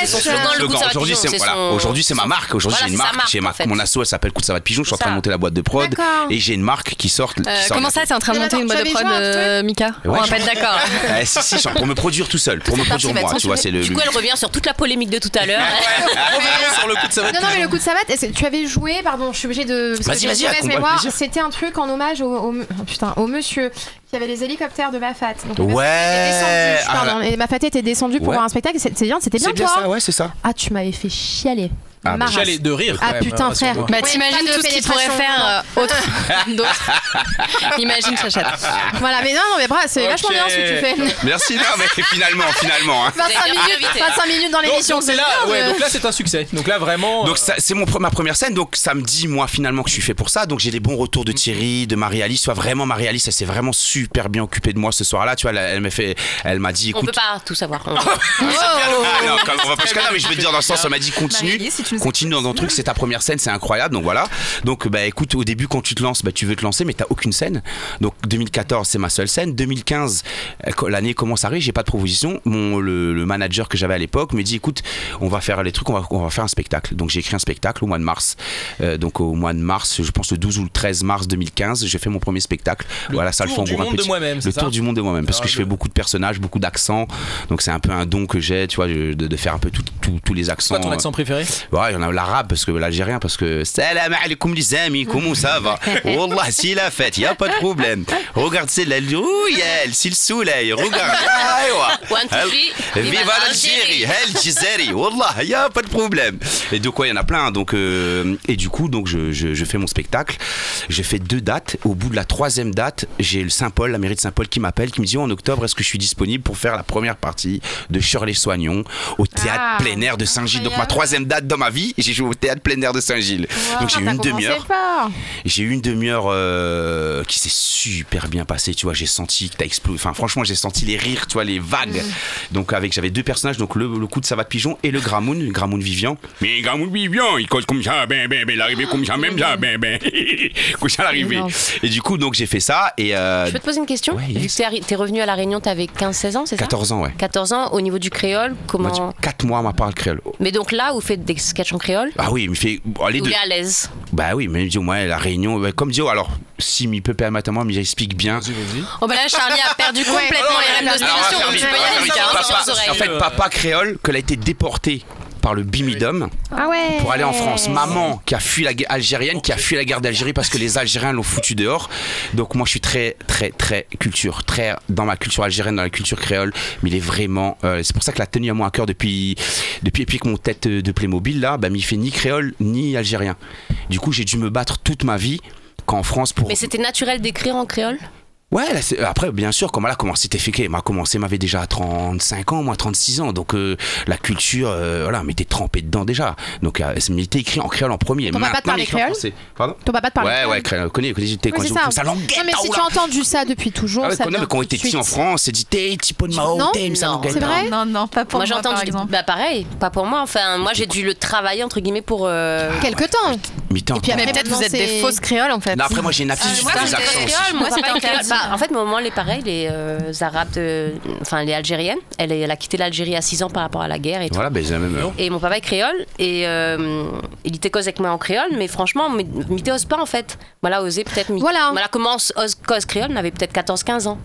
S7: C'est son
S6: sketch
S7: slogan, le
S3: Slogan.
S7: coup de savate
S3: Aujourd'hui,
S7: pigeon,
S3: c'est voilà.
S7: son-
S3: Aujourd'hui, c'est ma marque. Aujourd'hui,
S7: Voilà,
S3: j'ai une
S7: c'est sa
S3: marque.
S7: marque,
S3: J'ai
S7: en
S3: ma-
S7: fait.
S3: Mon asso, elle s'appelle Coup de savate pigeon. Je suis en
S7: C'est
S3: train de
S7: ça.
S3: monter la boîte de prod.
S6: D'accord.
S3: Et j'ai une marque qui sort. qui
S4: Euh,
S3: sort
S4: Comment
S3: la-
S4: ça, t'es en train de
S6: Mais
S4: monter
S6: attends,
S4: une boîte
S6: tu
S4: de
S6: avais
S4: prod,
S6: joué un truc
S4: euh, Mika
S3: Ouais,
S4: On va
S3: je-
S4: pas être d'accord.
S3: Ouais, si, si, genre, pour me produire tout seul. Pour me produire moi. Tu vois, c'est le.
S7: Du coup, elle revient sur toute la polémique de tout à l'heure.
S1: Revenons sur le coup de savate.
S6: Non, non, mais le coup de savate, est-ce que tu avais joué, pardon, je suis obligée de. parce que
S3: Vas-y, vas-y,
S6: j'ai une mauvaise
S3: raconte-moi avec
S6: mémoire.
S3: plaisir.
S6: C'était un truc en hommage au, au- oh, putain, au monsieur qui avait les hélicoptères de Mafat. Donc, le monsieur était
S3: Ouais.
S6: descendu,
S3: Ah,
S6: Pardon, et Mafat était descendu pour
S3: Ouais.
S6: voir un spectacle. C'est c'est bien, c'était bien,
S3: C'est bien
S6: toi.
S3: ça, ouais, c'est ça.
S6: Ah, tu m'avais fait chialer.
S3: Ah,
S6: Ma
S3: bah,
S6: race.
S1: J'allais de rire.
S6: Ah,
S1: quand même,
S6: putain,
S1: hein, sur le
S6: frère.
S1: coup.
S4: Bah
S6: Ouais,
S4: t'imagines
S6: pas de
S4: tout ce qu'il
S6: pénétration,
S4: pourrait
S7: hein.
S4: faire euh, autre d'autres. Imagine Chachette.
S6: Voilà, mais non, non, mais bravo, c'est
S1: Ok.
S6: vachement bien ce que tu fais.
S3: Ah. Merci, non, mais finalement, finalement. hein.
S6: 25
S7: Vous avez bien
S6: minutes,
S7: invité, hein.
S6: 25 minutes dans
S1: Donc,
S6: l'émission.
S1: donc, c'est là,
S6: bien, euh.
S1: ouais,
S6: mais-
S1: donc là c'est un succès. Donc là vraiment.
S3: Donc
S1: euh,
S3: ça, c'est mon pre- ma première scène, donc ça me dit moi finalement que je suis fait pour ça. Donc j'ai des bons retours de Thierry, de Marie-Alice. Soit vraiment Marie-Alice, elle s'est vraiment super bien occupée de moi ce soir-là. Tu vois, elle, elle m'a fait, elle m'a dit,
S7: On peut
S3: écoute,
S7: pas tout savoir.
S3: Ah non, comme- on va pas jusqu'à là, mais je vais te dire dans le sens, elle m'a dit continue,
S5: Marie-Alice, si tu nous
S3: continue dans ton truc, c'est ta première scène, c'est incroyable. Donc voilà. Donc bah écoute, au début quand tu te lances, bah tu veux te lancer, mais t'as aucune scène. Donc 2014 c'est ma seule scène. 2015 euh, quand l'année commence à arriver, j'ai pas de proposition. Mon le, le manager que j'avais à l'époque me dit écoute, on va faire les trucs, on va, on va faire un spectacle. Donc j'ai écrit un spectacle au mois de mars. Euh, donc au mois de mars, je pense le 12 ou le 13 mars 2015, j'ai fait mon premier spectacle.
S1: Le
S3: voilà, ça le
S1: tour
S3: fait en
S1: du
S3: bourrin
S1: monde de
S3: petit.
S1: moi-même,
S3: Le
S1: c'est ça
S3: tour du monde de moi-même parce
S1: Ah,
S3: que je
S1: le-
S3: fais beaucoup de personnages, beaucoup d'accents. Donc c'est un peu un don que j'ai, tu vois, je- de, de faire un peu tout- tout- tous les accents. euh,
S1: Quoi ton accent préféré
S3: Ouais, il y en a l'arabe parce que l'algérien parce que Salam alaikum les amis, comment ça va Wallah, si la fête, y a pas de problème. Regarde, c'est la royale, c'est le soleil, regarde. Aïwa.
S7: One, two, three.
S3: Al- Vive
S7: Vive
S3: l'Algérie, Algérie, Wallah, oh y a pas de problème. Et donc ouais, il y en a plein. Donc euh, et du coup, donc je, je- je fais mon spectacle. J'ai fait deux dates. Au bout de la troisième date, j'ai le Saint-Paul, la mairie de Saint-Paul qui m'appelle, qui me dit oh, en octobre, est-ce que je suis disponible pour faire la première partie de Shirley Soignon au théâtre
S6: Ah,
S3: plein air de Saint-Gilles. Donc ma
S6: incroyable.
S3: troisième date dans ma vie, j'ai joué au théâtre plein air de Saint-Gilles.
S6: Wow,
S3: Donc j'ai eu
S6: Ah, t'as
S3: une
S6: commencé
S3: demi-heure.
S6: fort.
S3: J'ai eu une demi-heure euh, qui s'est super bien passée, tu vois. J'ai senti que t'as explosé. Enfin, franchement, j'ai senti les rires, tu vois, les vagues.
S7: Mm.
S3: Donc, avec, j'avais deux personnages, donc le, le coup de savate pigeon et le Gramoun, le Gramoun Vivian. Mais Gramoun Vivian, il cause comme ça, ben, ben, ben, l'arrivée comme ça, même
S7: Ah.
S3: ça, ben, ben, comme ça, l'arrivée.
S6: Énorme.
S3: Et du coup, donc, j'ai fait ça et euh,
S7: Je peux te poser une question
S3: Ouais,
S7: Vu
S3: yes.
S7: que t'es arri- t'es revenu à La Réunion, t'avais 15-16 ans, c'est ça
S3: 14 ans, ouais.
S7: 14 ans, au niveau du créole, comment.
S3: 4 mois, on m'a parlé créole.
S7: Mais donc là, vous faites des sketchs en créole
S3: Ah oui, il me fait. bon, les
S7: Vous
S3: deux.
S7: êtes à l'aise
S3: Bah oui, mais il me dit, ouais, la réunion, ouais, comme dit, oh, alors, si m'y peut permettre à moi, mais j'explique bien.
S4: Oh
S7: ben
S4: bah là Charlie a perdu complètement les rênes de cette
S3: Alors, Ah, on va faire
S4: émission, donc
S3: vite,
S4: tu
S3: on
S4: peux y
S3: va faire
S4: aller
S3: vite.
S4: Mika, hein,
S3: Papa-
S4: sur les
S3: En
S4: oreilles.
S3: fait, papa créole, qu'elle a été déportée par le Bimidum
S6: Ah ouais.
S3: pour aller en France. Maman qui a fui la guerre algérienne, qui a fui la guerre d'Algérie parce que les Algériens l'ont foutu dehors. Donc moi je suis très très très culture, très dans ma culture algérienne, dans la culture créole. Mais il est vraiment, euh, c'est pour ça que la tenue à moi à cœur depuis depuis et puis que mon tête de Playmobil là, bah m'y fait ni créole ni algérien. Du coup j'ai dû me battre toute ma vie. Qu'en France pour
S7: Mais c'était naturel d'écrire en créole
S3: Ouais, là, c'est- euh, après, bien sûr, comme là, comment c'était fait M'a commencé, m'avait déjà à 35 ans, moi, 36 ans. Donc, euh, la culture, euh, voilà, m'était trempé dedans déjà. Donc, euh, c'est- mais il était écrit en créole en premier.
S6: Ton papa te
S3: Maintenant, il
S6: parlait
S3: est écrit en
S6: créole
S3: français. Pardon
S6: Ton papa te parle.
S3: Ouais, ouais, créole. Connais, connais, t'es
S6: Ouais, c'est ça.
S3: ça langue.
S6: Non, mais si tu as entendu ça depuis toujours,
S3: Ah ouais,
S6: ça
S3: connais,
S6: vient
S3: mais quand on
S6: tout de
S3: était petit en
S6: suite.
S3: France, c'est dit, t'es petit pot de Mao,
S6: Non,
S3: t'es ça
S7: non,
S3: langue.
S6: c'est vrai
S5: Non, non, pas pour
S7: Moi
S5: moi,
S7: j'ai
S5: par
S7: entendu.
S5: exemple.
S7: Bah pareil, pas pour moi. Enfin, moi j'ai dû le travailler entre guillemets pour. euh,
S6: Quelque temps.
S3: Mais t'es
S6: Et puis
S3: encore-
S6: après,
S2: Mais peut-être
S6: maintenant,
S2: vous êtes des
S6: c'est-
S2: fausses créoles en fait.
S3: Non, après, moi, j'ai une
S6: Euh,
S3: aptitude
S7: Moi,
S3: pour les
S7: c'était
S3: accents. aussi.
S7: créole, Ah, mon
S2: Moi,
S7: papa
S2: c'était
S7: était
S2: en
S7: créole.
S2: créole.
S7: Bah, en fait, maman, elle est pareille, les arabes, de... enfin, les algériennes. Elle, est- elle a quitté l'Algérie à 6 ans par rapport à la guerre et tout.
S3: Voilà, ben, c'est la même.
S1: Non.
S7: Et mon papa est créole et euh, il était cause avec moi en créole, mais franchement, mi- Mité ose pas en fait. Voilà, oser peut-être Mité.
S6: Voilà.
S7: comment on ose cause créole, on avait peut-être 14-15 ans.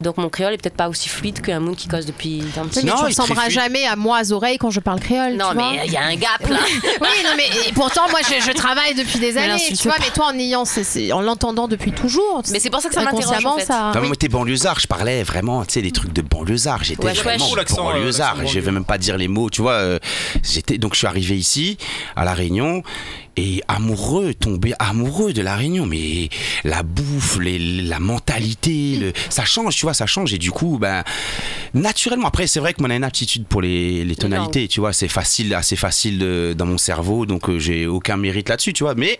S7: Donc mon créole est peut-être pas aussi fluide qu'un monde qui cause depuis un
S6: Oui,
S7: petit
S6: mais
S3: Non,
S6: tu
S3: il
S6: ressembleras
S3: tréfute.
S6: jamais à moi aux oreilles quand je parle créole.
S7: Non,
S6: tu vois.
S7: mais il y a un gap là.
S6: Oui, non, mais et pourtant, moi, je, je travaille depuis des années,
S4: l'insulte
S6: tu vois, mais toi, en ayant, c'est- c'est- en l'entendant depuis toujours.
S7: Mais c'est pour ça que ça m'interroge,
S6: inconsciemment,
S7: en fait.
S6: ça.
S3: Non, mais moi, t'es banlieusard, je parlais vraiment, tu sais, des trucs de banlieusard. J'étais
S7: Ouais,
S3: vraiment
S1: ouais. L'accent, euh,
S3: banlieusard.
S1: l'accent
S3: Je vais même pas dire les mots, tu vois. euh, J'étais donc je suis arrivé ici à la Réunion et amoureux, tombé amoureux de la Réunion. Mais la bouffe, les- la mentalité, le- ça change, tu vois, ça change. Et du coup, ben naturellement. Après, c'est vrai que moi, on a une aptitude pour les, les tonalités, tu vois. C'est facile, assez facile euh, dans mon cerveau, donc euh, j'ai aucun mérite là-dessus, tu vois. Mais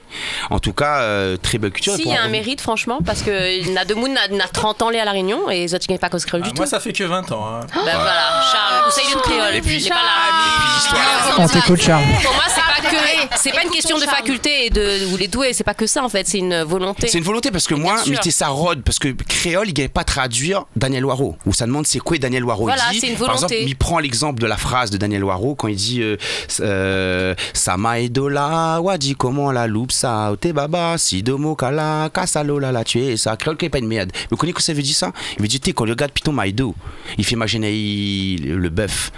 S3: en tout cas, euh, très belle culture. Et
S7: si, il
S3: pour
S7: y
S3: en
S7: a un
S3: revenir-
S7: mérite franchement, parce que Nademoun n'a n'a 30 ans, les à La Réunion, et les autres, ils gagnent pas cause créole
S1: Ah,
S7: du tout.
S1: moi, ça fait que 20 ans. hein.
S6: Oh,
S7: Bah voilà, Charles, conseille
S6: Ah,
S7: de créole.
S3: Et puis-
S7: il est pas là.
S3: Ah. Et puis l'histoire.
S9: On t'écoute, Charles.
S7: Pour moi, c'est pas que, c'est pas une
S6: Écoutons
S7: question de
S6: Charles.
S7: faculté et de ou les doués, c'est pas que ça en fait, c'est une volonté.
S3: C'est une volonté parce que moi,
S7: sûr.
S3: mettez ça rôde parce que créole, il ne pas traduire Daniel Waro. Ou ça demande c'est quoi Daniel Waro
S7: Voilà,
S3: dit.
S7: c'est une
S3: Par
S7: volonté.
S3: exemple, il prend l'exemple de la phrase de Daniel Waro quand il dit euh, euh, Sama Edola, Wadi, comment la loupe ça, Ote Baba, Sidomo Kala, Kasalola, la tuer ça. Créole qui est pas une merde. Vous connaissez ce que ça veut dire ça Il veut dire, t'es quand le gars de Python Maïdo, il fait imaginer il- le bœuf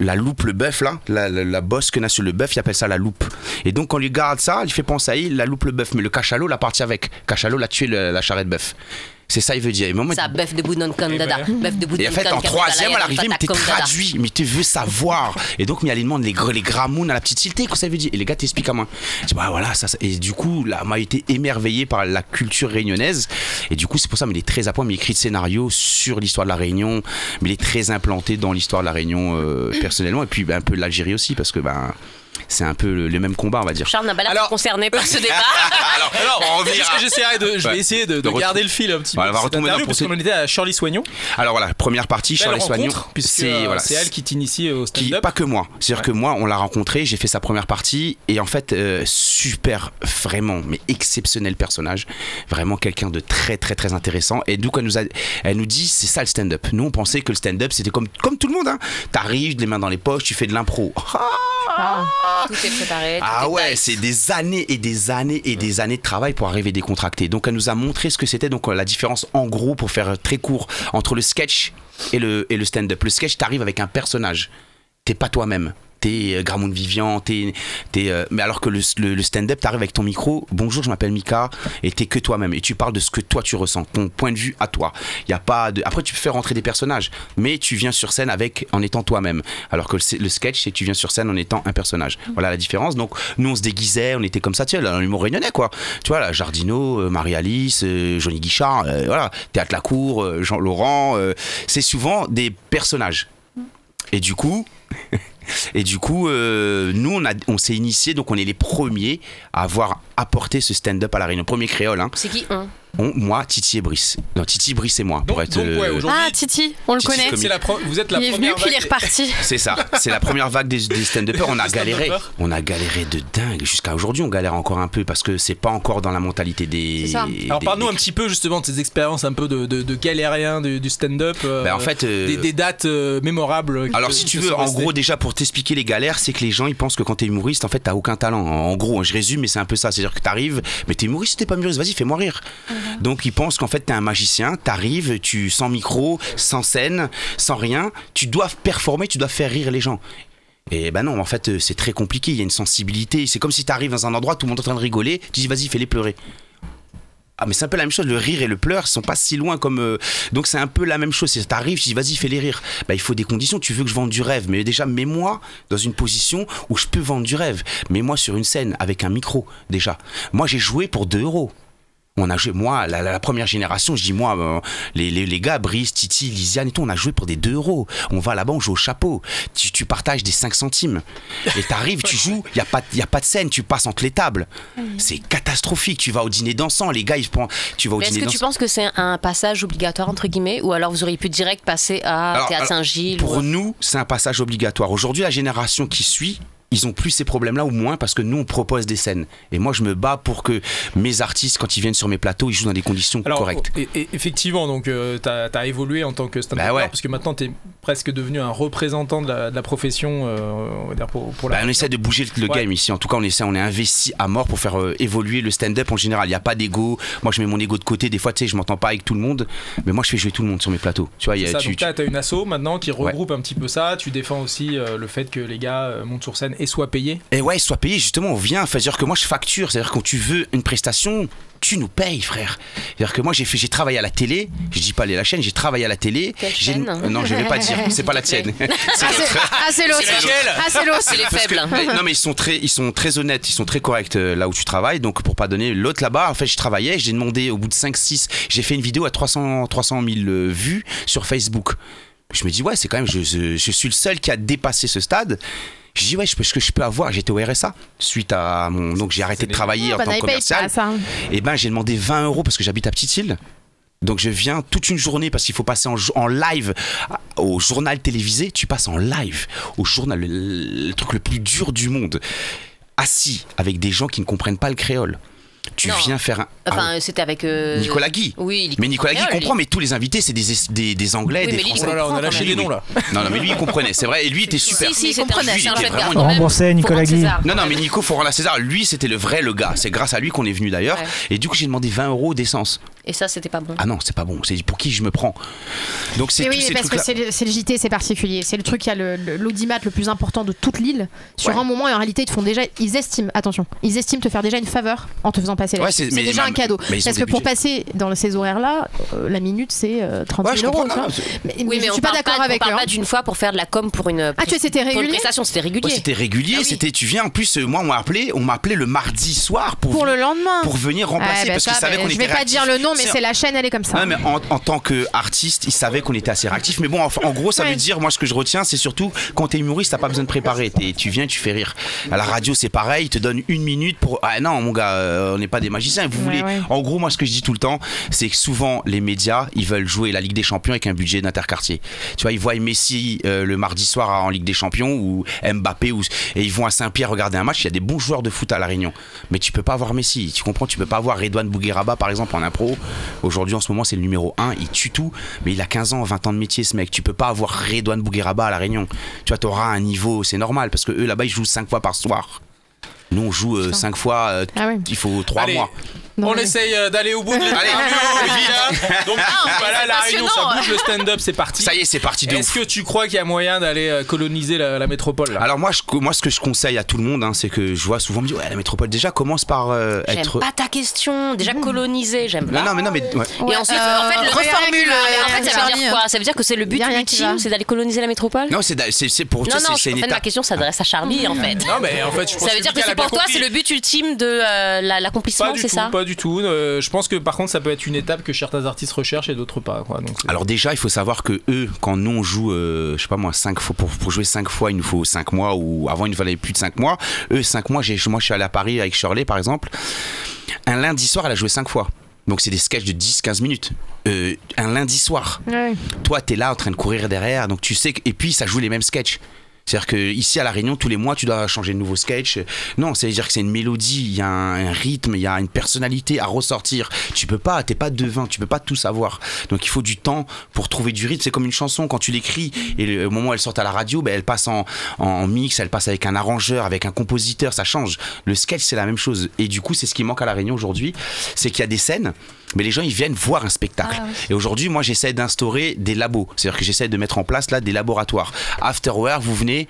S3: la loupe, le bœuf, là, la, la, la bosse qu'on a sur le bœuf, il appelle ça la loupe. Et donc, quand on lui garde ça, il fait penser à il, la loupe, le bœuf. Mais le cachalot l'a parti avec. Cachalot l'a tué, le- la charrette bœuf. C'est ça, il veut dire. Et, moi, ben. moi,
S7: Ça, bœuf de boudon candada.
S1: Eh
S7: Bœuf de boudon
S3: et en fait, en troisième, à l'arrivée, mais t'es traduit, mais tu veux savoir. Et donc, mais elle lui demande les, gr- les gramounes à la petite cité, qu'est-ce que ça veut dire Et les gars t'expliquent à moi. Je dis, bah voilà, ça, ça- Et du coup, là, m'a été émerveillé par la culture réunionnaise. Et du coup, c'est pour ça, mais il est très à point, mais il écrit de scénario sur l'histoire de la Réunion, mais il est très implanté dans l'histoire de la Réunion euh, personnellement, et puis ben, un peu de l'Algérie aussi, parce que ben, c'est un peu le, le même combat, on va dire.
S7: Charles n'a pas l'air
S3: Alors-
S7: concerné par ce débat.
S3: Alors, on
S1: C'est juste que j'essaierai de, je vais
S3: Ouais.
S1: essayer de, de
S3: De retour-
S1: garder le fil un petit peu.
S3: Ouais, on va
S1: de cette
S3: retomber dans
S1: interview,
S3: le
S1: parce
S3: procé-
S1: qu'on était à Shirley Soignon.
S3: Alors voilà, première partie,
S1: Belle
S3: Charles Soignon.
S1: rencontre, puisque
S3: C'est-
S1: euh,
S3: voilà,
S1: c'est elle qui t'initie au
S3: qui
S1: stand-up.
S3: pas que moi c'est à dire
S1: Ouais.
S3: que moi on l'a rencontré j'ai fait sa première partie et en fait euh, super vraiment mais exceptionnel personnage vraiment quelqu'un de très très très intéressant et donc elle nous a- elle nous dit c'est ça le stand-up nous on pensait que le stand-up c'était comme comme tout le monde hein t'arrives les mains dans les poches tu fais de l'impro Ah,
S7: Tout est préparé. tout
S3: ah
S7: est
S3: ouais,
S7: tight.
S3: c'est des années et des années et des années de travail pour arriver décontracté. Donc elle nous a montré ce que c'était. Donc euh, la différence en gros, pour faire euh, très court, entre le sketch et le, et le stand-up. Le sketch, t'arrives avec un personnage. T'es pas toi-même. T'es euh, Gramoun Vivian, t'es. t'es, euh, mais alors que le, le- le stand-up, t'arrives avec ton micro, bonjour, je m'appelle Mika, et t'es que toi-même. Et tu parles de ce que toi tu ressens, ton point de vue à toi. Y a pas de... Après, tu peux faire rentrer des personnages, mais tu viens sur scène avec, en étant toi-même. Alors que le, le sketch, c'est tu viens sur scène en étant un personnage.
S7: Mm.
S3: Voilà la différence. Donc, nous, on se déguisait, on était comme ça, tu sais, dans l'humour réunionnais, quoi. Tu vois, là, Jardino, euh, Marie-Alice, euh, Johnny Guichard, euh, voilà, Théâtre Lacour, euh, Jean Laurent, euh, c'est souvent des personnages.
S7: Mm.
S3: Et du coup. Et du coup, euh, nous, on, a- on s'est initiés, donc on est les premiers à avoir apporté ce stand-up à la Réunion. Premier créole, hein.
S7: C'est qui on
S3: On, moi, Titi et Brice. Non, Titi, Brice et moi,
S1: Donc,
S3: pour être.
S1: donc, ouais,
S3: euh,
S1: aujourd'hui,
S4: Ah, Titi, on le
S3: Titi,
S4: connaît.
S3: c'est
S1: c'est la pro- vous êtes la
S4: Il est venu
S1: première
S4: puis il est
S1: vague-
S4: reparti.
S3: C'est ça, c'est la première vague des, des stand-uppers. On a
S1: Des
S3: galéré.
S1: stand-uppers.
S3: On a galéré de dingue. Jusqu'à aujourd'hui, on galère encore un peu parce que c'est pas encore dans la mentalité des.
S6: C'est ça.
S1: Alors
S3: des-
S1: parle-nous
S3: des-
S1: un petit peu justement de ces expériences un peu de, de, de galérien du, du stand-up. euh,
S3: Bah, en fait, euh,
S1: des, des dates euh, mémorables. qui
S3: Alors
S1: te-
S3: si tu
S1: te
S3: veux,
S1: sont
S3: en
S1: restées.
S3: gros déjà pour t'expliquer les galères, c'est que les gens ils pensent que quand t'es humoriste, en fait t'as aucun talent. En gros, hein, je résume, mais c'est un peu ça. C'est-à-dire que t'arrives, mais t'es humoriste, t'es pas humoriste, vas-y fais-moi rire. Donc ils pensent qu'en fait t'es un magicien, t'arrives, tu sans micro, sans scène, sans rien, tu dois performer, tu dois faire rire les gens. Et ben non, en fait, euh, c'est très compliqué. Il y a une sensibilité. C'est comme si tu arrives dans un endroit, tout le monde est en train de rigoler. Tu dis, vas-y, fais-les pleurer. Ah, mais c'est un peu la même chose. Le rire et le pleur sont pas si loin comme. euh, Donc, c'est un peu la même chose. C'est t'arrives, tu dis, vas-y, fais-les rire. Bah, il faut des conditions. Tu veux que je vende du rêve. Mais déjà, mets-moi dans une position où je peux vendre du rêve. Mets-moi sur une scène avec un micro, déjà. Moi, j'ai joué pour 2 euros. On a joué, moi, la, la- la première génération, je dis moi, euh, les, les, les gars, Brice, Titi, Lisiane et tout, on a joué pour des 2 euros. On va là-bas, on joue au chapeau. Tu, tu partages des 5 centimes. Et t'arrives, tu joues, il n'y a, pas- y a pas de scène, tu passes entre les tables. C'est catastrophique. Tu vas au dîner dansant, les gars, ils prennent. Tu vas au
S7: Mais est-ce
S3: dîner
S7: que
S3: dansant.
S7: tu penses que c'est un passage obligatoire, entre guillemets, ou alors vous auriez pu direct passer à
S3: Alors,
S7: Théâtre
S3: alors,
S7: Saint-Gilles
S3: Pour
S7: ou-
S3: nous, c'est un passage obligatoire. Aujourd'hui, la génération qui suit, ils ont plus ces problèmes-là ou moins parce que nous, on propose des scènes. Et moi, je me bats pour que mes artistes, quand ils viennent sur mes plateaux, ils jouent dans des conditions
S1: Alors,
S3: correctes.
S1: e- e- effectivement, donc euh, t'as as évolué en tant que stand-up
S3: Bah ouais.
S1: parce que maintenant t'es presque devenu un représentant de la, de la profession, euh, on va dire pour, pour la.
S3: Bah, on essaie de bouger le, le
S1: Ouais.
S3: game ici. En tout cas, on essaie, on est investi à mort pour faire euh, évoluer le stand-up en général. Il n'y a pas d'ego. Moi, je mets mon ego de côté. Des fois, tu sais, je m'entends pas avec tout le monde, mais moi, je fais jouer tout le monde sur mes plateaux. Tu vois, il y a-
S1: C'est ça,
S3: tu-
S1: donc
S3: tu-
S1: t'as t'as une asso maintenant qui regroupe un petit peu ça. Tu défends aussi euh, le fait que les gars euh, montent sur scène et soient payés.
S3: Et ouais, soit payé, justement, on vient. Enfin, C'est-à-dire que moi, je facture. C'est-à-dire quand tu veux une prestation, tu nous payes, frère. C'est-à-dire que moi, j'ai fait, j'ai travaillé à la télé. Je dis pas les- la chaîne, j'ai travaillé à la télé.
S7: Quelle
S3: J'ai-
S7: chaîne
S3: Euh, Non, je vais pas dire. C'est pas la tienne. C'est
S6: hein. Ah,
S3: l'autre.
S6: c'est ah, c'est l'autre. Ah, c'est l'autre.
S7: C'est les
S3: Parce que-
S7: faibles.
S3: mais- non mais ils sont très ils sont très honnêtes, ils sont très corrects euh, là où tu travailles. Donc pour pas donner l'autre là-bas, en fait, je travaillais, j'ai demandé au bout de 5 6, j'ai fait une vidéo à 300 300 000 euh, vues sur Facebook. Je me dis ouais, c'est quand même je, je- je suis le seul qui a dépassé ce stade. Je dis ouais, je peux- ce que je peux avoir, j'étais au RSA suite à mon donc j'ai arrêté de travailler en
S6: Bah,
S3: tant que
S6: n'avait pas eu
S3: commercial.
S6: pas ça.
S3: Et ben j'ai demandé 20 euros parce que j'habite à Petite Île. Donc je viens toute une journée parce qu'il faut passer en, jo- en live au journal télévisé. Tu passes en live au journal, le, le truc le plus dur du monde, assis avec des gens qui ne comprennent pas le créole. Tu
S7: Non.
S3: viens faire un
S7: Enfin, c'était avec.
S3: ah,
S7: euh,
S3: Nicolas Guy.
S7: Oui, il
S3: Mais Nicolas Guy
S7: Guy
S3: comprend, mais tous les invités c'est des, es- des, des Anglais,
S7: Oui,
S3: des
S7: mais lui, il
S3: Français.
S1: Oh là là, on
S7: comprend
S1: a lâché
S7: quand
S1: les
S3: même.
S1: noms là.
S3: Non, non, mais lui il comprenait, c'est vrai. Et lui était super.
S7: Si, si,
S3: Lui,
S7: c'était un
S3: il
S7: chargé
S3: était
S7: de
S3: vraiment
S7: garde.
S3: une
S9: Remboursez Nicolas Guy.
S3: non, non, mais Nico, faut rendre la César. Lui, c'était le vrai le gars. C'est grâce à lui qu'on est venu d'ailleurs.
S7: Ouais.
S3: Et du coup, j'ai demandé 20 euros d'essence.
S7: Et ça, c'était pas bon.
S3: Ah non, c'est pas bon. C'est pour qui je me prends. Donc c'est
S6: Mais
S3: tous
S6: oui, mais
S3: ces
S6: parce que
S3: trucs-là.
S6: c'est le, c'est le JT, c'est particulier. C'est le truc qui a le- le- l'audimat le, plus important de toute l'île. Sur
S3: Ouais.
S6: un moment, et en réalité, ils te font déjà, ils estiment, attention, ils estiment te faire déjà une faveur en te faisant passer. la-
S3: Ouais, c'est-
S6: c'est
S3: mais-
S6: déjà
S3: mais-
S6: un cadeau.
S3: mais ils
S6: Parce
S3: ont
S6: que
S3: des
S6: pour
S3: budgets.
S6: passer dans ces horaires-là, euh, la minute c'est euh, 30
S3: Ouais, je
S6: 000 euros.
S3: comprends.
S6: quoi.
S3: Non, c'est-
S6: Mais,
S7: Oui,
S6: mais
S7: mais
S6: je
S7: on
S6: suis pas
S7: parle
S6: d'accord
S7: pas-
S6: avec
S7: On
S6: eux.
S7: parle
S6: hein.
S7: pas d'une fois pour faire de la com pour une.
S6: Ah, tu c'était
S7: Pour une
S6: régulier
S7: prestation, c'était
S3: Ouais,
S7: régulier.
S3: c'était régulier,
S7: Ah oui.
S3: c'était tu viens en plus euh, moi on m'a appelé, on m'a appelé le mardi soir pour
S6: pour le lendemain.
S3: pour venir remplacer
S6: Ah, bah,
S3: parce qu'ils
S6: ça,
S3: savaient
S6: bah,
S3: qu'on
S6: je
S3: était
S6: vais pas
S3: réactifs.
S6: dire le nom, mais
S3: C'est-
S6: c'est la chaîne, elle est comme ça.
S3: Ouais, mais en, en tant qu'artiste, ils savaient qu'on était assez réactif. Mais bon, en, en gros, ça
S6: Ouais.
S3: veut dire, moi, ce que je retiens, c'est surtout quand t'es humoriste, t'as pas besoin de préparer. T'es- tu viens, tu fais rire. À la radio, c'est pareil, ils te donnent une minute pour. Ah non, mon gars, euh, on n'est pas des magiciens. Vous
S6: Ouais,
S3: voulez.
S6: ouais.
S3: En gros, moi, ce que je dis tout le temps, c'est que souvent, les médias, ils veulent jouer la Ligue des Champions avec un budget d'interquartier. Tu vois, ils voient Messi euh, le mardi soir en Ligue des Champions ou Mbappé ou, et ils vont à Saint-Pierre regarder un match. Il y a des bons joueurs de foot à La Réunion, mais tu peux pas avoir Messi. Tu comprends Tu peux pas avoir Redouane Bougueraba par exemple en impro. Aujourd'hui, en ce moment, c'est le numéro 1 Il tue tout, mais il a 15 ans, 20 ans de métier, ce mec. Tu peux pas avoir Redouane Bougueraba à La Réunion. Tu vois, t'auras un niveau, c'est normal parce que eux là-bas, ils jouent 5 fois par soir. Nous, on joue
S6: Putain.
S3: 5 fois. euh,
S6: Ah ouais.
S3: il faut 3
S1: Allez,
S3: mois.
S6: Non,
S1: on
S6: mais-
S1: essaye euh, d'aller au bout de la
S3: Allez.
S1: interview, Olivia. hein. Donc voilà, la réunion, ça
S7: Ah, passionnant.
S1: bouge, le stand-up, c'est parti.
S3: Ça y est, c'est parti de ouf.
S1: Est-ce que tu crois qu'il y a moyen d'aller euh, coloniser la, la métropole là
S3: Alors moi, je, moi, ce que je conseille à tout le monde, hein, c'est que je vois souvent, on me dit, ouais, la métropole déjà commence par euh,
S7: J'aime
S3: être. Mmh.
S7: pas ta question. Déjà colonisé, j'aime
S3: Non,
S7: pas.
S3: non, mais non, mais ouais.
S7: Et ensuite,
S5: Euh,
S7: en fait, le
S5: reformule,
S7: Ah, mais en fait, ça veut
S5: Charlie,
S7: dire quoi Ça veut dire que c'est le but
S6: euh, Y a rien qui va.
S7: ultime, c'est d'aller coloniser la métropole
S3: non, c'est c'est- c'est pour
S7: non,
S3: toi,
S7: non,
S3: c'est- c'est
S7: en
S3: une
S7: fait, ma
S3: étape.
S7: question s'adresse à Charlie, Ah
S6: Mmh.
S7: en fait.
S1: Non, mais en fait, je pense
S7: Ça veut dire que
S1: Lucas l'a bien
S7: c'est pour toi,
S1: compris.
S7: c'est le but ultime de euh, la- l'accomplissement,
S1: Pas du
S7: c'est
S1: tout,
S7: ça
S1: pas du tout. Euh, je pense que par contre, ça peut être une étape que certains artistes recherchent et d'autres pas. Quoi. Donc, c'est-
S3: Alors déjà, il faut savoir que eux, quand nous on joue, euh, je sais pas moi, cinq fois pour, pour jouer cinq fois, il nous faut cinq mois ou avant il nous fallait plus de cinq mois. Eux, cinq mois, j'ai, moi je suis allé à Paris avec Shirley par exemple. Un lundi soir, elle a joué cinq fois. Donc c'est des sketchs de 10-15 minutes. Euh, un lundi soir.
S6: Ouais.
S3: toi t'es là en train de courir derrière donc tu sais que... et puis ça joue les mêmes sketchs c'est-à-dire que ici à la Réunion tous les mois tu dois changer de nouveau sketch non c'est à dire que c'est une mélodie il y a un, un rythme il y a une personnalité à ressortir tu peux pas t'es pas devin tu peux pas tout savoir donc il faut du temps pour trouver du rythme c'est comme une chanson quand tu l'écris et le, au moment où elle sort à la radio ben, elle passe en, en mix elle passe avec un arrangeur avec un compositeur ça change le sketch c'est la même chose et du coup c'est ce qui manque à la Réunion aujourd'hui c'est qu'il y a des scènes mais les gens ils viennent voir un spectacle et aujourd'hui, moi, j'essaie d'instaurer des labos. C'est-à-dire que j'essaie de mettre en place là des laboratoires. After Hour, vous venez,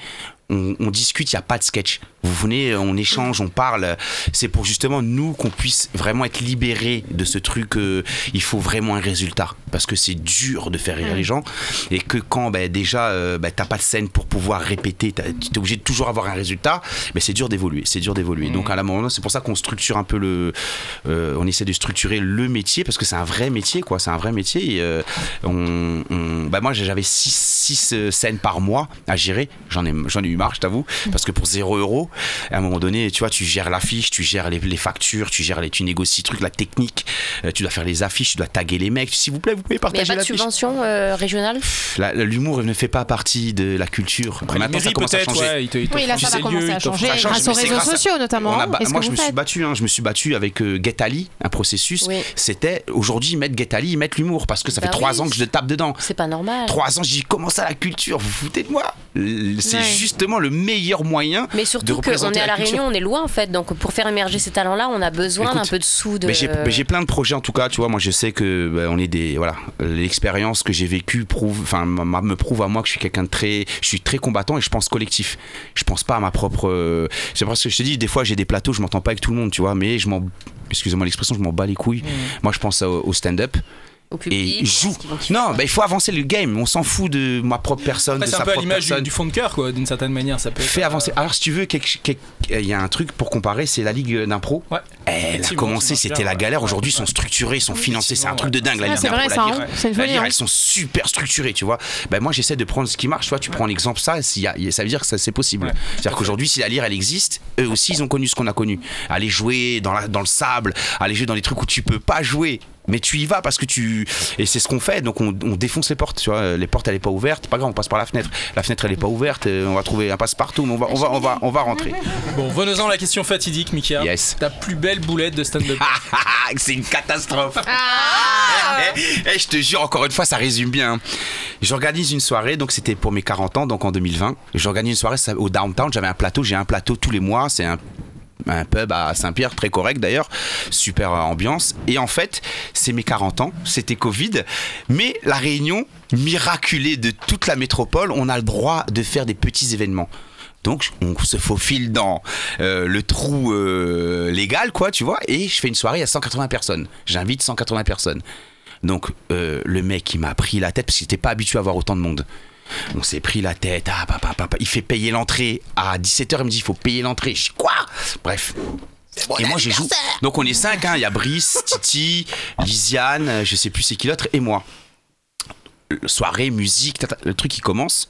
S3: on, on discute, il n'y a pas de sketch. Vous venez, on échange, on parle. C'est pour justement nous qu'on puisse vraiment être libérés de ce truc. euh, il faut vraiment un résultat parce que c'est dur de faire rire les gens et que quand bah, déjà euh, bah, t'as pas de scène pour pouvoir répéter, t'as- tu es obligé de toujours avoir un résultat. Mais c'est dur d'évoluer, c'est dur d'évoluer. Donc
S7: Mmh.
S3: à la moment, c'est pour ça qu'on structure un peu le, euh, on essaie de structurer le métier parce que c'est un vrai métier quoi, c'est un vrai métier. et, euh, on, on- bah, moi j'avais 6 six, six, euh, scènes par mois à gérer. J'en ai, j'en ai eu marre, je t'avoue, parce que pour 0 euro, à un moment donné, tu vois, tu gères l'affiche, tu gères les, les factures, tu gères les, tu négocies trucs, la technique, euh, tu dois faire les affiches, tu dois taguer les mecs. S'il vous plaît, vous pouvez
S7: Mais il n'y
S3: partager
S7: a pas de
S3: l'affiche.
S7: subvention euh, régionale
S3: La- L'humour ne fait pas partie de la culture.
S1: La
S3: Maintenant, ça
S1: mairie,
S3: commence à
S1: peut-être,
S3: changer.
S1: ouais, ils te- ils
S6: Oui, là,
S1: t'offrent
S6: ça
S1: des
S6: va commencer
S1: lieux,
S6: à
S1: ils t'offrent-
S6: changer
S3: ça change,
S6: grâce aux
S3: mais c'est
S6: réseaux
S3: grâce à-
S6: sociaux, notamment.
S3: On a ba-
S6: Est-ce
S3: moi,
S6: que
S3: je
S6: vous
S3: me suis
S6: faites
S3: battu, hein, je me suis battu avec euh, Get Ali, un processus.
S7: Oui.
S3: C'était aujourd'hui, ils mettent Get Ali, ils mettent l'humour parce que ça
S7: Bah
S3: fait trois
S7: oui.
S3: ans que je tape dedans.
S7: C'est pas normal.
S3: Trois ans, j'ai dit comment ça la culture Vous vous foutez de moi L- C'est
S6: Ouais.
S3: justement le meilleur moyen.
S7: Mais
S3: de
S7: surtout qu'on
S3: représenter
S7: est à La
S3: culture.
S7: Réunion, on est loin en fait. Donc pour faire émerger ces talents-là, on a besoin d'un
S3: Écoute,
S7: peu de sous. De...
S3: Mais j'ai- mais j'ai plein de projets en tout cas, tu vois. Moi, je sais que bah, on est des voilà, l'expérience que j'ai vécue prouve, enfin, m- m- me prouve à moi que je suis quelqu'un de très, je suis très combattant et je pense collectif. Je pense pas à ma propre. euh, C'est parce que je te dis, des fois, j'ai des plateaux, je m'entends pas avec tout le monde, tu vois. Mais je m'en, excusez-moi l'expression, je m'en bats les couilles. Moi, je pense au, au stand-up
S7: Mm. au
S3: et
S7: public,
S3: je joue.
S7: ce qu'ils vont kiffer,
S3: Non,
S7: quoi.
S3: bah, il faut avancer le game. On s'en fout de ma propre personne,
S1: Après,
S3: de
S1: c'est
S3: sa
S1: un peu à
S3: propre
S1: l'image du,
S3: personne.
S1: du fond de cœur, quoi, d'une certaine manière. Ça peut être,
S3: Fais
S1: euh,
S3: avancer. Alors, si tu veux, quelque- quelque- il y a un truc pour comparer, c'est la ligue d'impro.
S1: Ouais.
S3: Elle a
S1: Effectivement,
S3: commencé,
S1: c'est
S3: c'était la
S1: bien,
S3: galère.
S1: ouais.
S3: Aujourd'hui, ils
S1: Ouais.
S3: sont structurés, ils sont financés. C'est un
S1: Effectivement,
S3: truc de dingue, la
S6: Ah,
S3: ligue
S6: C'est
S3: d'impro.
S6: vrai,
S3: la
S6: ça.
S3: lire-
S6: hein. C'est une
S3: la
S6: folie.
S3: lire,
S6: hein.
S3: elles sont super structurées, tu vois. Ben, moi, j'essaie de prendre ce qui marche. Tu vois, tu prends l'exemple, ça, s'il y a- ça veut dire que ça, c'est possible.
S1: Ouais.
S3: C'est-à-dire qu'aujourd'hui, si la lire, elle existe, eux aussi, ils ont connu ce qu'on a connu. Aller jouer dans, la- dans le sable, aller jouer dans des trucs où tu peux pas jouer. Mais tu y vas parce que tu. Et c'est ce qu'on fait, donc on, on défonce les portes, tu vois. Les portes, elle est pas ouverte, pas grave, on passe par la fenêtre. La fenêtre, elle est pas ouverte, euh, on va trouver un passe-partout, mais on va, on, va, on, va, on va rentrer.
S1: Bon, venons-en à la question fatidique, Mika.
S3: Yes.
S1: Ta plus belle boulette de stand-up.
S3: Ah, ah, ah, c'est une catastrophe.
S7: Ah.
S3: Eh, eh, je te jure, encore une fois, ça résume bien. hein. J'organise une soirée, donc c'était pour mes 40 ans, donc en 2020. J'organise une soirée ça- au downtown, j'avais un plateau, j'ai un plateau tous les mois, c'est un un pub à Saint-Pierre, très correct d'ailleurs, super euh, ambiance. Et en fait, c'est mes 40 ans, c'était Covid, mais la réunion, miraculée de toute la métropole, on a le droit de faire des petits événements. Donc on se faufile dans euh, le trou euh, légal, quoi, tu vois, et je fais une soirée à 180 personnes. J'invite 180 personnes. Donc euh, le mec, il m'a pris la tête parce qu'il n'était pas habitué à voir autant de monde. On s'est pris la tête, ah papa, papa, il fait payer l'entrée à 17h, il me dit il faut payer l'entrée. Je dis quoi Bref. Et moi je joue. Donc on est cinq, hein. il y a Brice, Titi, Lisiane, euh, je sais plus c'est qui l'autre, et moi. Le- Soirée, musique, tata, le truc qui commence.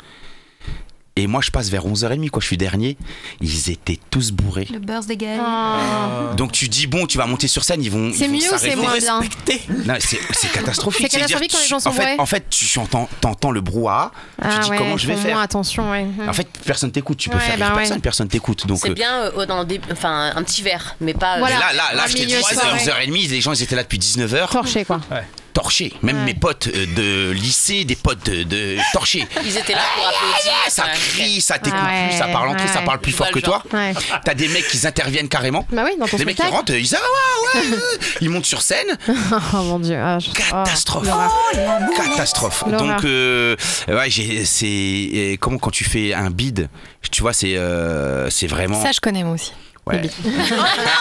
S3: Et moi je passe vers 11h30, quoi, je suis dernier. Ils étaient tous bourrés.
S5: Le birthday guy.
S6: Ah.
S3: Donc tu dis bon, tu vas monter sur scène, ils vont.
S6: C'est
S3: ils vont
S6: mieux ou
S3: s'arrêter.
S6: c'est moins bien
S3: Non, mais c'est c'est catastrophique.
S6: C'est
S3: C'est-à-dire,
S6: catastrophique quand les
S3: tu-
S6: gens sont
S3: en fait,
S6: bourrés.
S3: en fait, tu entends, t'entends le brouhaha, tu dis comment je vais
S6: Ah faut
S3: faire.
S6: moins attention, ouais. Mmh.
S3: En fait, personne t'écoute. Tu peux
S6: Ouais,
S3: faire rire
S6: bah ouais.
S3: personne, personne t'écoute. Donc
S7: C'est
S3: euh,
S7: bien euh, dans des... enfin, un petit verre, mais pas. euh,
S6: Voilà.
S3: et là, là, là,
S6: Un
S3: je t'ai dit,
S6: milieu de soirée.
S3: 11h30, les gens, ils étaient là depuis 19h,
S6: Torché, quoi.
S3: torchés. Même
S6: Ouais.
S3: mes potes euh, de lycée, des potes de, de- torchés.
S7: Ils étaient là pour applaudir.
S3: Ah, Ça
S7: ouais.
S3: crie, ça t'écoute
S6: Ah
S3: plus, ça
S6: ouais,
S3: parle en plus, ça
S6: ouais.
S3: parle plus
S7: Tu
S3: fort que
S7: vois le
S3: toi.
S6: Ouais.
S3: T'as des mecs qui interviennent carrément.
S6: Bah oui, dans ton
S3: Des mecs qui
S6: spectacle.
S3: rentrent, ils disent ah ouais, ouais, ouais. ils montent sur scène,
S6: oh mon dieu. ah, je- oh,
S3: Catastrophe.
S6: l'horreur.
S5: Oh,
S3: catastrophe.
S6: L'horreur.
S3: Donc euh, ouais, j'ai- c'est euh, comment quand tu fais un bid, tu vois, c'est euh, c'est vraiment.
S4: Ça, je connais moi aussi.
S3: Ouais.
S8: Ah.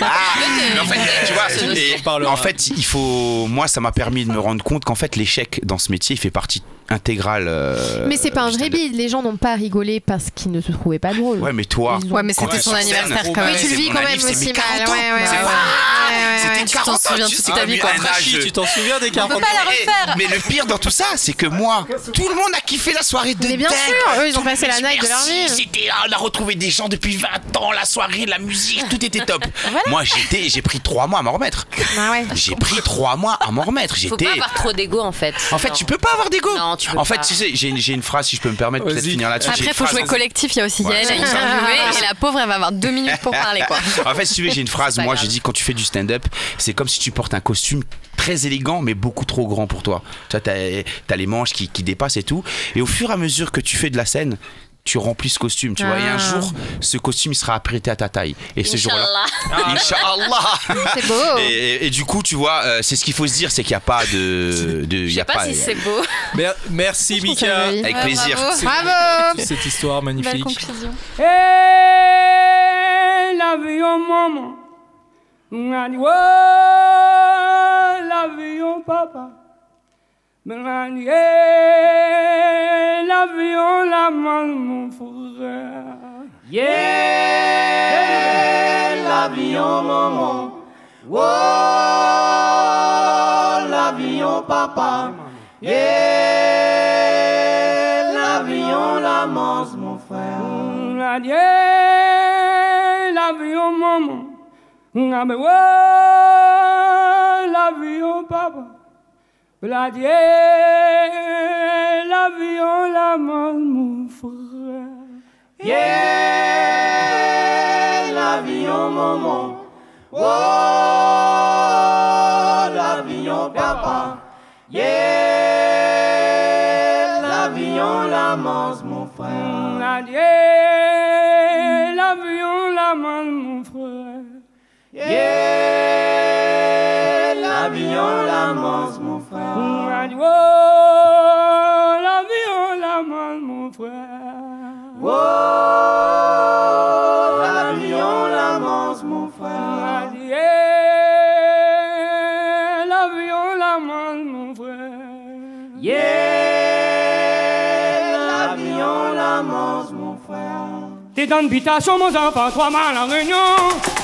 S3: Ah, Mais en fait, tu vois,
S1: Ah, C'est une
S3: et-
S1: notion, on parlera.
S3: en fait, il faut. Moi, ça m'a permis de me rendre compte qu'en fait, l'échec dans ce métier, il fait partie intégrale. euh,
S6: Mais c'est pas un
S3: du
S6: vrai
S3: stand-up.
S6: bide. Les gens n'ont pas rigolé parce qu'ils ne se trouvaient pas drôles.
S3: Ouais, mais toi.
S6: Ils ont-
S4: Ouais, mais
S3: quand
S4: c'était
S3: tu
S4: son
S3: es sur scène,
S4: anniversaire
S3: gros,
S4: quand
S3: ouais,
S4: même.
S6: Oui, tu le
S3: c'est
S6: vis
S3: mon
S6: quand
S3: anniversaire,
S6: même
S3: c'est mes
S6: aussi
S3: 40
S6: mal.
S3: ans.
S6: Ouais, ouais,
S3: C'est
S6: ouais,
S3: pas-
S6: ouais, ouais,
S3: C'était
S6: ouais.
S4: tu t'en
S3: 40 ans,
S4: souviens
S3: tu
S4: toute
S3: sais,
S4: ta
S3: t'as
S4: vie,
S3: mis
S4: quoi.
S3: un âge-
S1: Rachid, tu t'en souviens des 40
S5: On peut pas la refaire.
S3: Eh, Mais le pire dans tout ça, c'est que moi, tout le monde a kiffé la soirée de
S6: Mais bien
S3: dingue.
S6: sûr, eux, ils ont
S3: Tout
S6: passé la
S3: le-
S6: night de leur
S3: Merci,
S6: vie.
S3: C'était là, on a retrouvé des gens depuis 20 ans, la soirée, la musique, tout était top. Moi, j'étais, j'ai pris 3 mois à m'en remettre.
S6: Ah ouais.
S3: J'ai pris 3 mois à m'en remettre.
S7: Faut
S3: J'étais.
S7: pas avoir trop d'ego en fait.
S3: En fait,
S7: Non.
S3: tu peux pas avoir d'ego.
S7: Non, tu peux
S3: En fait,
S7: pas.
S3: tu sais, j'ai une, j'ai une phrase, si je peux me permettre, peut-être
S1: Vas-y.
S3: finir là-dessus. j'ai
S4: Après,
S3: une
S4: faut
S3: phrase-
S4: jouer collectif. Il y a aussi
S3: Ouais.
S4: Yael, elle est interviewée, et la pauvre, elle va avoir deux minutes pour parler, quoi.
S3: en fait, si tu veux, j'ai une phrase.
S4: C'est pas
S3: Moi,
S4: grave.
S3: je dis quand tu fais du stand-up, c'est comme si tu portes un costume très élégant, mais beaucoup trop grand pour toi. Tu vois, t'as as les manches qui, qui dépassent et tout. Et au fur et à mesure que tu fais de la scène, tu remplis ce costume, tu vois. Et un
S6: Ah.
S3: jour, ce costume il sera apprêté à ta taille. Et ce jour-là, Inch'Allah
S6: C'est beau.
S3: et, et- et du coup, tu vois, euh, c'est ce qu'il faut se dire, c'est qu'il n'y a pas de. de
S7: Je
S3: il y
S7: sais
S3: a
S7: pas, si c'est beau.
S1: Mer- merci
S6: Je trouve ça
S1: Mika.
S6: joli.
S3: Avec plaisir.
S5: Ah, bravo.
S1: C'est-
S6: Bravo.
S1: Cette histoire
S6: Belle
S1: Oh, magnifique.
S6: conclusion.
S9: Hey, love your mama. And oh, love your papa. And yeah, love your la maman frère. Yeah, love your maman. Oh, love your papa. Yeah, l'avion la manse, mon frère. Yeah, l'avion, maman. Ah, mais ouais, l'avion, papa. La yeah, l'avion, la manse, mon frère. Yeah, l'avion, maman. Oh, l'avion, papa. Yeah, l'avion, la manse, mon frère. Yeah, l'avion, la manse, mon frère. Yeah, l'avion, la manse, mon frère. Oh, l'avion, la manse, mon frère. Oh, l'avion, la manse, mon frère. Yeah, l'avion, la manse, mon frère. Yeah, l'avion, la manse, mon frère. T'es dans le bita, somos enfants, trois mal en réunion.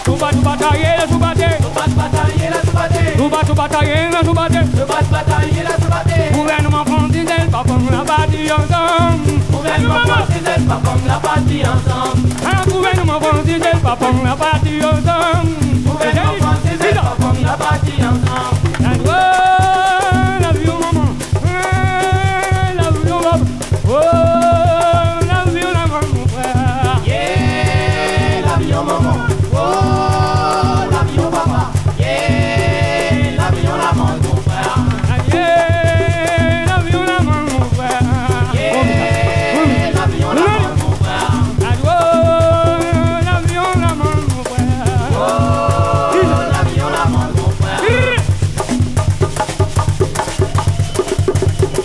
S9: Tout bat, tout batailler, la tout batter. Tout bat, batailler, la tout batter. Tout bat, tout batailler, la tout batter. Tout bat, batailler, la tout batter. Gouvernement fondinel, papa, on l'a bâti ensemble. Gouvernement fondinel, papa, on l'a bâti ensemble. Ah, gouvernement fondinel, papa, on l'a bâti ensemble. Gouvernement fondinel, papa, on l'a bâti ensemble. And oh, love you, maman. Ah, love you, maman. Oh, love you, la maman, mon frère. Yeah, love you, maman. Oh, love you, papa. Yeah, love you, la maman, mon frère. Yeah, love you, la maman, mon frère. Yeah, love you, la maman, mon frère. Oh, love you, la maman, mon frère. oh,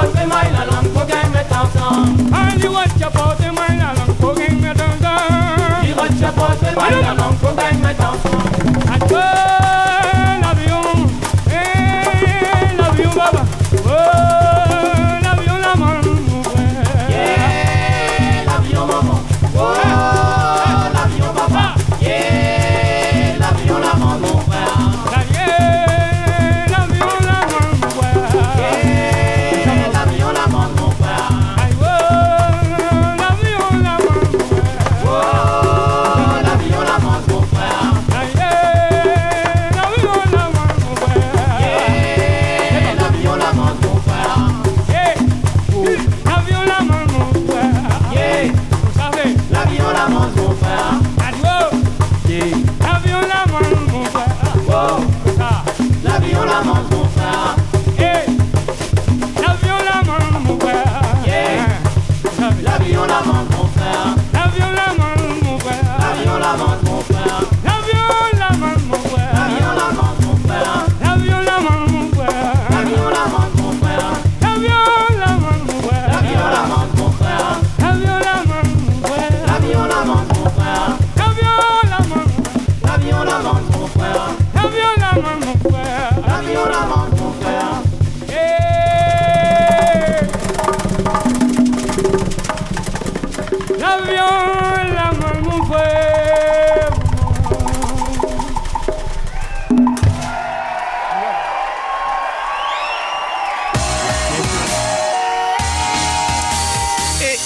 S9: Oh,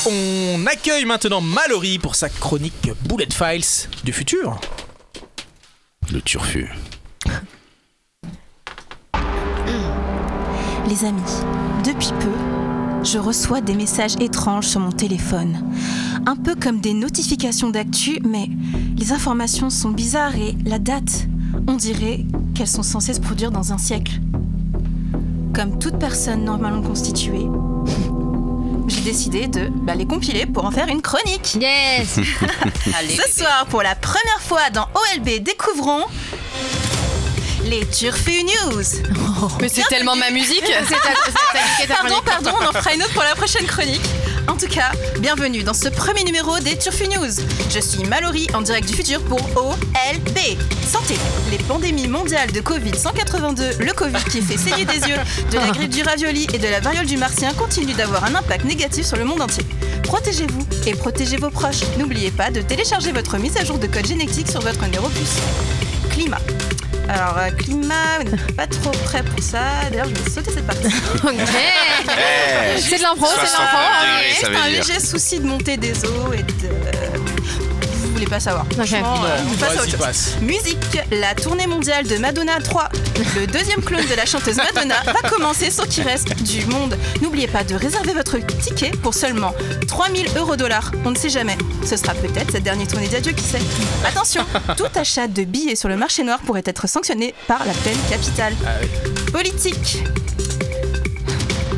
S1: On accueille maintenant Mallory pour sa chronique Bullet Files du futur.
S3: Le turfu.
S5: Les amis, depuis peu, je reçois des messages étranges sur mon téléphone. Un peu comme des notifications d'actu, mais les informations sont bizarres et la date, on dirait qu'elles sont censées se produire dans un siècle. Comme toute personne normalement constituée, j'ai décidé de bah, les compiler pour en faire une chronique.
S2: Yes
S7: Allez.
S5: Ce soir, pour la première fois dans OLB, découvrons les Turfu News.
S4: Mais c'est tellement ma musique. C'est ta- c'est ta-
S5: Pardon, pardon, on en fera une autre pour la prochaine chronique. En tout cas, bienvenue dans ce premier numéro des Turfu News. Je suis Mallory en direct du futur pour OLB. Santé, les pandémies mondiales de Covid 182, le Covid qui fait saigner des yeux, de la grippe du ravioli et de la variole du martien continuent d'avoir un impact négatif sur le monde entier. Protégez-vous et protégez vos proches. N'oubliez pas de télécharger votre mise à jour de code génétique sur votre neuropuce. Climat. Alors, euh, climat, vous n'êtes pas trop prêt pour ça. D'ailleurs, je vais sauter cette partie.
S4: Ok. C'est de l'impro, c'est de
S3: 60
S4: l'impro. hein.
S3: Eh, degrés, ça
S5: C'est
S3: veut
S5: un
S3: dire.
S5: léger souci de montée des eaux et de. euh, Vous voulez pas savoir. Franchement, euh, on passe à autre
S1: vas-y,
S5: chose.
S1: passe.
S5: Musique, la tournée mondiale de Madonna 3, le deuxième clone de la chanteuse Madonna, va commencer sans qu'il reste du monde. N'oubliez pas de réserver votre ticket pour seulement 3000 euros dollars. On ne sait jamais. Ce sera peut-être cette dernière tournée d'adieu, qui sait. Attention, tout achat de billets sur le marché noir pourrait être sanctionné par la peine capitale.
S1: Ah
S5: Politique.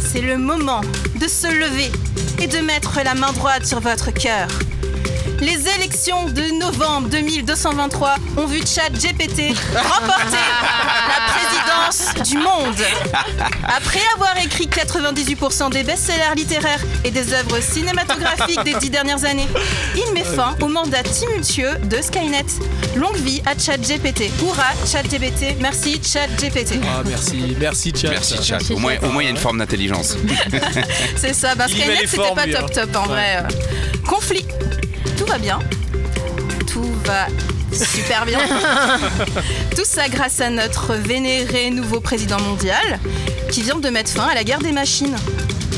S5: C'est le moment de se lever et de mettre la main droite sur votre cœur. Les élections de novembre 2223 ont vu Tchad GPT remporter la présidence du monde.
S1: Ah,
S5: Après avoir écrit 98% des best-sellers littéraires et des œuvres cinématographiques des dix dernières années, il met fin au mandat tumultueux de Skynet. Longue vie à Tchad GPT. Hurrah Tchad GPT. Merci Tchad GPT.
S1: Ah, merci, merci, chat.
S3: Merci chat. Au moins, au moins, il y a une forme d'intelligence.
S5: C'est ça, parce
S1: Il y met
S5: Skynet
S1: les
S5: c'était
S1: formes,
S5: pas
S1: lui,
S5: top
S1: hein.
S5: top en vrai. euh. Conflit. Tout va bien. Tout va super bien. Tout ça grâce à notre vénéré nouveau président mondial qui vient de mettre fin à la guerre des machines.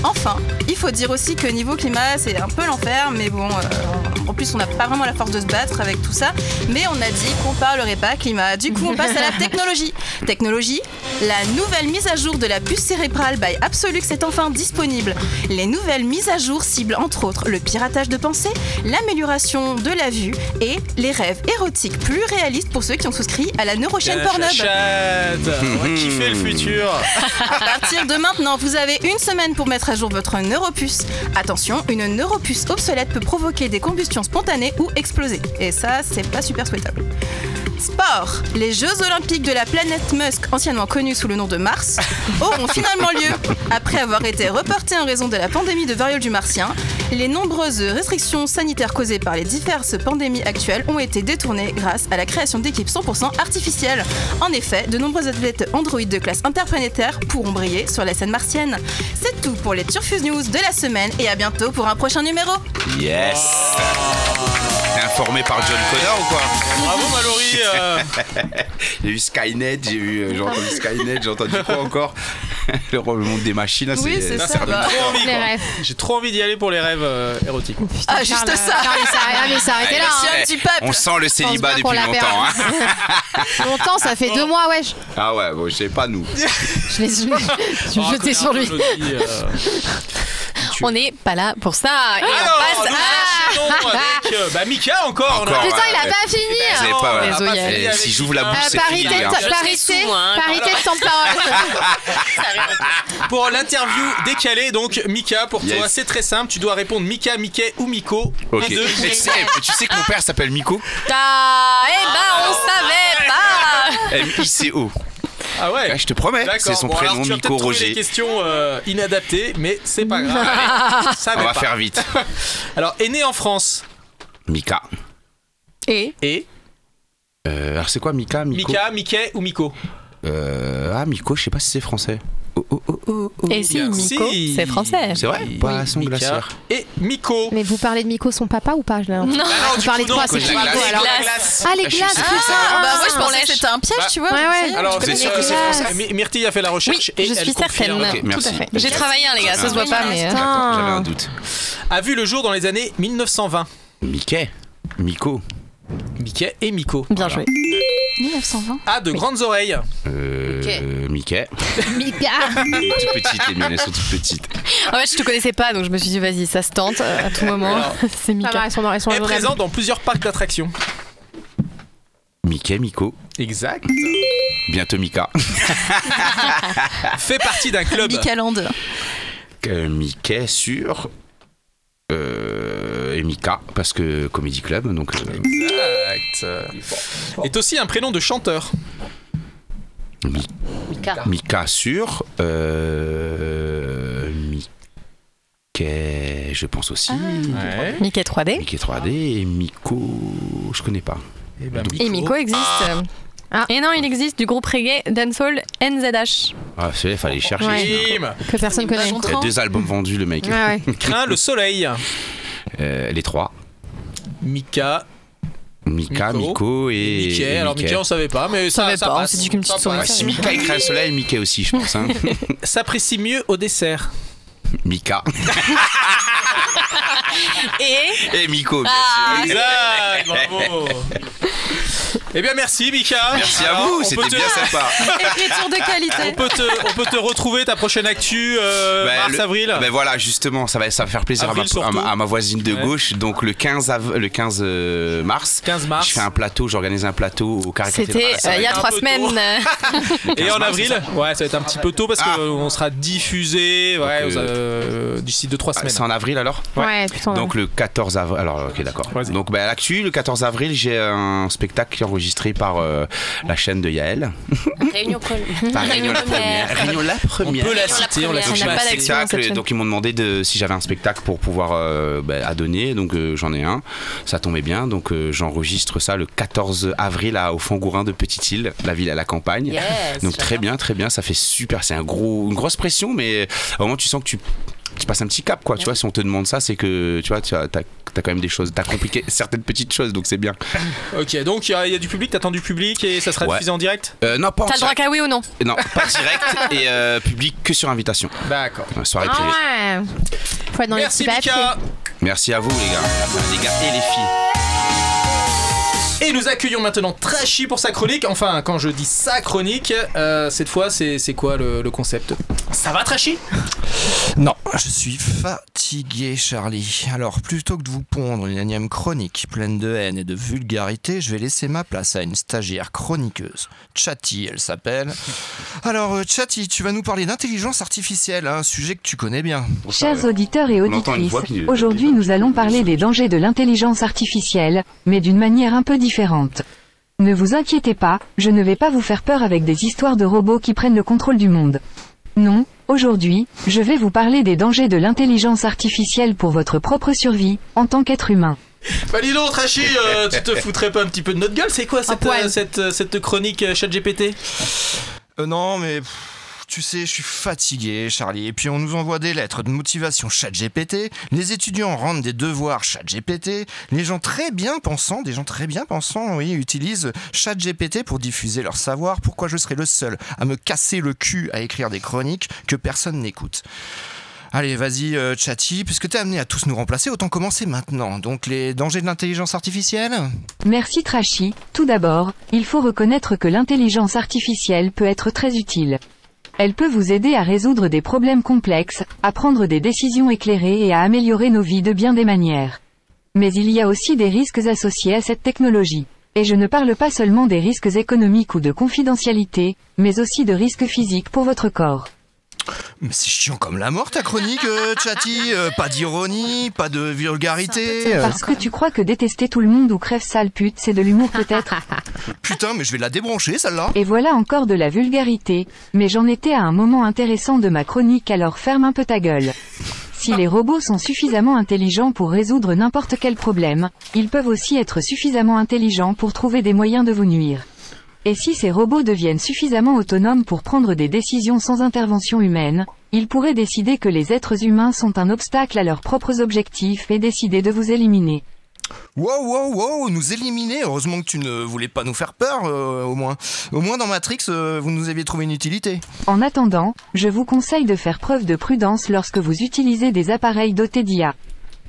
S5: Enfin, il faut dire aussi que niveau climat, c'est un peu l'enfer, mais bon, euh, en plus, on n'a pas vraiment la force de se battre avec tout ça, mais on a dit qu'on parlerait pas climat. Du coup, on passe à la technologie. Technologie, la nouvelle mise à jour de la puce cérébrale by Absolux est enfin disponible. Les nouvelles mises à jour ciblent entre autres le piratage de pensée, l'amélioration de la vue et les rêves érotiques plus réalistes pour ceux qui ont souscrit à la neurochaîne Pornhub.
S1: Chat, on va kiffer le futur.
S5: À partir de maintenant, vous avez une semaine pour mettre à jour votre neuropuce. Attention, une neuropuce obsolète peut provoquer des combustions spontanées ou exploser. Et ça, c'est pas super souhaitable. Sport Les Jeux Olympiques de la planète Musk, anciennement connue sous le nom de Mars, auront finalement lieu. Après avoir été reportés en raison de la pandémie de variole du martien, les nombreuses restrictions sanitaires causées par les diverses pandémies actuelles ont été détournées grâce à la création d'équipes 100% artificielles. En effet, de nombreux athlètes androïdes de classe interplanétaire pourront briller sur la scène martienne. C'est tout pour les Turfuse News de la semaine et à bientôt pour un prochain numéro.
S3: Yes. T'es informé par John Connor ou quoi
S1: Bravo, Mallory. euh,
S3: J'ai eu Skynet, j'ai eu, euh, j'ai entendu Skynet, j'ai entendu quoi encore Le roi- le monde des machines, là, c'est
S5: Oui, c'est
S3: ça
S5: ça.
S3: donne-
S5: bah.
S1: trop envie,
S6: Les
S1: quoi.
S6: rêves.
S1: J'ai trop envie d'y aller pour les rêves euh, érotiques.
S6: Putain,
S5: Ah, juste
S6: Charles,
S5: ça.
S6: Charles, s'arrête- ah, mais s'arrêtez là. hein.
S5: Monsieur
S3: Eh,
S5: du peuple.
S3: On sent le
S6: Pense
S3: célibat
S6: bien qu'on
S3: depuis
S6: l'a
S3: longtemps. hein.
S6: perdu. Longtemps, ça fait deux mois, wesh.
S3: Ah ouais, bon, je sais pas nous.
S6: Je l'ai je l'ai- je suis
S1: Oh,
S6: jetée sur
S1: Connor,
S6: lui.
S1: aujourd'hui, euh,
S4: On n'est pas là pour ça. Et
S1: Alors,
S4: on passe
S1: nous
S3: Ah,
S1: enchaînons avec euh, bah, Mika encore. on a-
S3: Encore.
S6: Putain, il a
S3: Ouais.
S6: pas
S3: Vous avez
S6: fini. hein. Oh,
S1: Non,
S3: ben, pas,
S1: on a
S3: voilà.
S6: Désolé.
S1: fini
S3: Eh,
S1: avec
S3: si j'ouvre la
S1: Mika.
S3: bouche,
S6: Euh,
S3: c'est
S6: parité
S3: fini. hein.
S6: de-
S7: Je serai
S6: parité,
S7: sous, hein.
S6: parité de temps de parole.
S1: Pour l'interview décalée, donc Mika, pour toi,
S3: Yes.
S1: c'est très simple. Tu dois répondre Mika, Mickey ou Miko.
S3: Ok.
S1: Un, deux,
S3: Mais tu sais, tu sais que mon père s'appelle Miko
S4: Ah, eh ben, on savait pas.
S3: M-I-C-O.
S1: Ah ouais.
S3: Ouais, je te promets,
S1: D'accord.
S3: c'est son
S1: Bon,
S3: prénom,
S1: alors, tu vas peut-être
S3: Miko
S1: trouver des
S3: Roger.
S1: questions euh, inadaptées, mais c'est pas grave. Allez, ça
S3: On
S1: va
S3: va
S1: pas.
S3: faire vite.
S1: Alors, est né en France
S3: Mika.
S4: Et
S1: et
S3: Euh, alors c'est quoi Mika Miko
S1: Mika, Mickey ou Miko
S3: Euh, Ah Miko, je sais pas si c'est français. Oh, oh, oh, oh, oh.
S4: Et si, Miko,
S1: Si.
S4: c'est français.
S3: C'est vrai
S1: Oui,
S3: Poisson
S1: Mika
S3: glaciaire.
S1: Et Miko.
S6: Mais vous parlez de Miko, son papa ou pas
S1: Ah
S3: Bah
S6: Non.
S1: non,
S6: Vous
S1: du
S6: parlez
S1: coup,
S6: de
S1: non,
S6: quoi
S3: cause
S6: C'est
S3: de
S6: qui
S3: la
S6: Miko
S3: glace.
S6: alors
S1: La glace.
S6: Ah, les
S3: Ah, je
S6: glaces,
S3: sais
S6: putain.
S3: pas.
S5: Ah, bah moi je
S4: Bon,
S5: pensais que
S4: lèche.
S5: c'était un piège,
S6: Ah,
S1: Bah,
S5: tu vois.
S4: ouais,
S5: ça
S4: ouais.
S5: y est,
S1: Alors,
S5: je
S1: vous êtes
S5: connais
S1: sûr
S5: les
S1: que c'est
S5: couleurs.
S6: glaces.
S1: français My- Myrtille a fait la
S4: Oui,
S1: recherche et
S4: je
S1: elle
S4: suis
S1: confirme.
S4: certaine.
S3: Ok, merci.
S6: Ah,
S4: Tout à fait. J'ai travaillé, hein, les gars, ça se voit pas, mais. euh,
S3: J'avais un doute.
S1: a vu le jour dans les années 1920.
S3: Mickey, Miko,
S1: Mickey et Miko.
S4: Bien joué.
S5: 1920.
S1: A de grandes oreilles.
S3: euh,
S7: Mickey.
S3: Mickey.
S6: Mika
S3: Elle est toute petite, les miennes elles sont toutes petites.
S4: En fait, je te connaissais pas, donc je me suis dit, vas-y, ça se tente euh, à tout moment.
S1: Alors,
S4: C'est
S6: Ça va,
S4: Mika.
S6: elles sont dans elles sont
S1: Est
S6: dans-
S1: présent dans plusieurs parcs d'attractions.
S3: Mickey, Miko,
S1: Exact.
S3: bientôt Mika.
S1: Fait partie d'un club.
S5: Micaland.
S3: Euh, Mickey sur euh, et Mika parce que Comedy Club donc euh,
S1: Exact. Est aussi un prénom de chanteur.
S3: Mi-
S7: Mika.
S3: Mika sur euh, Mickey je pense aussi
S1: Ouais.
S4: Mika 3D.
S3: Mickey 3D et Miko je connais pas
S1: Et ben,
S4: Et Miko existe.
S6: Ah.
S4: Et non, il existe du groupe reggae Dancehall NZH.
S3: ah c'est vrai, fallait chercher
S1: Jim
S6: que personne connaît.
S5: Bah,
S3: il y a deux albums vendus le mec
S6: Ouais, ouais.
S1: craint le soleil.
S3: Euh, les trois
S1: Mika,
S3: Mika
S1: Miko,
S3: Miko, et
S1: Mickey.
S3: et
S1: Alors Mickey, on savait pas, mais ça,
S4: savait
S1: ça
S4: pas, on
S1: passe.
S4: s'est dit qu'une petite
S1: Ça
S4: souris.
S1: passe.
S3: Ouais, si Mika écrit le soleil Mickey aussi je pense hein.
S1: S'apprécie mieux au dessert.
S3: Mika
S4: Et
S3: et Miko bien
S4: Ah,
S3: sûr.
S1: Exact, bravo. Eh bien merci Mika.
S3: merci à
S1: Alors, on
S3: vous
S1: peut
S3: c'était
S1: te-
S3: bien sympa
S5: Écriture de
S1: On
S5: qualité.
S1: peut, te, on peut te retrouver ta prochaine actu euh,
S3: Bah, le-
S1: mars-avril.
S3: Ben voilà, justement, ça va, ça va faire plaisir à ma,
S1: Avril surtout.
S3: à ma- à ma voisine de
S1: Ouais.
S3: gauche. Donc le 15, av- le 15 euh, mars,
S1: 15 mars.
S3: je fais un plateau, j'organise un plateau au Carré
S4: c'était
S3: Cathédrale.
S4: euh, il y a
S1: un
S4: trois
S1: peu
S4: semaines.
S1: tôt.
S4: euh,
S1: Et
S3: 15
S1: en
S3: mars,
S1: avril,
S3: c'est
S1: ouais, ça va être un petit peu tôt parce
S3: Ah.
S1: qu'on sera diffusé ouais,
S3: Donc,
S1: aux, euh, d'ici 2-3
S3: Ah, C'est
S1: semaines.
S3: en avril alors
S6: Ouais, putain.
S3: Donc le 14 avril. Alors ok d'accord.
S1: Vas-y.
S3: Donc ben, à l'actu, le 14 avril, j'ai un spectacle qui est enregistré par euh, la chaîne de Yael.
S7: Réunion première.
S3: Par Réunion la première. Réunion la
S1: On
S3: première.
S1: peut la
S7: la
S1: citer, on la
S7: première.
S4: On
S1: cite
S4: n'a
S1: pas
S4: pas
S1: assez.
S4: d'actu.
S3: spectacle,
S4: sur cette chaîne.
S3: donc ils m'ont demandé de, si j'avais un spectacle pour pouvoir euh, bah, à donner donc euh, j'en ai un ça tombait bien donc euh, j'enregistre ça le 14 avril à, au Fangourin de Petite Île la ville à la campagne
S7: Yes,
S3: donc très
S7: j'adore.
S3: bien très bien ça fait super c'est un gros une grosse pression mais au moment tu sens que tu tu passes un petit cap quoi tu vois si on te demande ça c'est que tu vois tu as, t'as- t'as quand même des choses t'as compliqué certaines petites choses donc c'est bien
S1: Ok, donc il y, a- il y a du public, t'attends du public et ça sera
S3: Ouais.
S1: diffusé en direct
S3: Euh, non pas en
S4: T'as le droit
S3: direct
S4: qu'à oui ou non
S3: non pas en direct et euh, public que sur invitation
S1: D'accord.
S3: Euh, soirée privée
S6: Ah ouais. Faut être dans
S1: Merci
S6: les petits papiers.
S1: Mika
S3: merci à vous les gars les gars et les filles
S1: Et nous accueillons maintenant Trashy pour sa chronique. Enfin, quand je dis sa chronique, euh, cette fois, c'est c'est quoi le, le concept Ça va Trashy
S10: Non, je suis fatigué, Charlie. Alors, plutôt que de vous pondre une énième chronique pleine de haine et de vulgarité, je vais laisser ma place à une stagiaire chroniqueuse. Chatty, elle s'appelle. Alors, euh, Chatty, tu vas nous parler d'intelligence artificielle, un sujet que tu connais bien.
S11: Chers auditeurs et
S3: On entend une
S11: auditrices,
S3: voix qui-
S11: aujourd'hui nous allons parler des dangers de l'intelligence artificielle, mais d'une manière un peu différente. Ne vous inquiétez pas, je ne vais pas vous faire peur avec des histoires de robots qui prennent le contrôle du monde. Non, aujourd'hui, je vais vous parler des dangers de l'intelligence artificielle pour votre propre survie, en tant qu'être humain.
S1: Bah dis donc Trashy, euh, tu te foutrais pas un petit peu de notre gueule C'est quoi cette,
S6: poil.
S1: euh, cette, euh, cette chronique euh, ChatGPT
S10: Euh, non, mais. pff, Tu sais, je suis fatigué, Charlie. Et puis on nous envoie des lettres de motivation ChatGPT. Les étudiants rendent des devoirs ChatGPT. Les gens très bien pensants, des gens très bien pensants, oui, utilisent ChatGPT pour diffuser leur savoir. Pourquoi je serais le seul à me casser le cul à écrire des chroniques que personne n'écoute Allez, vas-y, euh, Chatty, puisque t'es amené à tous nous remplacer, autant commencer maintenant. Donc les dangers de l'intelligence artificielle
S11: Merci Trashy. Tout d'abord, il faut reconnaître que l'intelligence artificielle peut être très utile. Elle peut vous aider à résoudre des problèmes complexes, à prendre des décisions éclairées et à améliorer nos vies de bien des manières. Mais il y a aussi des risques associés à cette technologie. Et je ne parle pas seulement des risques économiques ou de confidentialité, mais aussi de risques physiques pour votre corps.
S10: Mais c'est chiant comme la mort ta chronique, euh, Chatty. Euh, pas d'ironie, pas de vulgarité. euh,
S11: Parce que tu crois que détester tout le monde ou crève sale pute, c'est de l'humour peut-être
S10: putain, mais je vais la débrancher celle-là.
S11: Et voilà encore de la vulgarité, mais j'en étais à un moment intéressant de ma chronique alors ferme un peu ta gueule. Si les robots sont suffisamment intelligents pour résoudre n'importe quel problème, ils peuvent aussi être suffisamment intelligents pour trouver des moyens de vous nuire. Et si ces robots deviennent suffisamment autonomes pour prendre des décisions sans intervention humaine, ils pourraient décider que les êtres humains sont un obstacle à leurs propres objectifs et décider de vous éliminer.
S10: Wow, wow, wow, nous éliminer. Heureusement que tu ne voulais pas nous faire peur, euh, au moins. Au moins dans Matrix, euh, vous nous aviez trouvé une utilité.
S11: En attendant, je vous conseille de faire preuve de prudence lorsque vous utilisez des appareils dotés d'IA.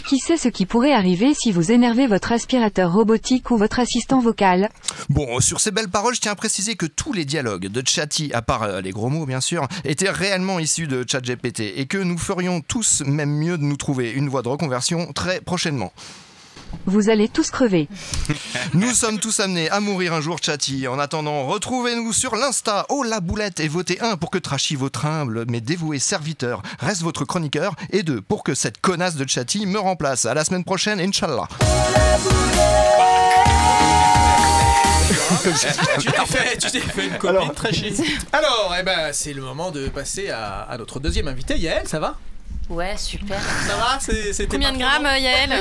S11: qui sait ce qui pourrait arriver si vous énervez votre aspirateur robotique ou votre assistant vocal
S10: Bon, sur ces belles paroles, je tiens à préciser que tous les dialogues de Chatty, à part euh, les gros mots bien sûr, étaient réellement issus de ChatGPT et que nous ferions tous même mieux de nous trouver une voie de reconversion très prochainement.
S11: Vous allez tous crever.
S10: Nous sommes tous amenés à mourir un jour, Chatty. En attendant, retrouvez-nous sur l'Insta, oh la boulette, et votez 1 pour que Trachy, votre humble mais dévoué serviteur, reste votre chroniqueur, et 2 pour que cette connasse de Chatty me remplace. À la semaine prochaine, Inch'Allah.
S7: Ah,
S1: tu t'es fait, tu t'es fait une copine très chic. Alors, eh ben, c'est le moment de passer à, à notre deuxième invité. Yael, ça va
S7: Ouais, super.
S1: Ça va c'est- c'était
S4: Combien de grammes, euh, Yael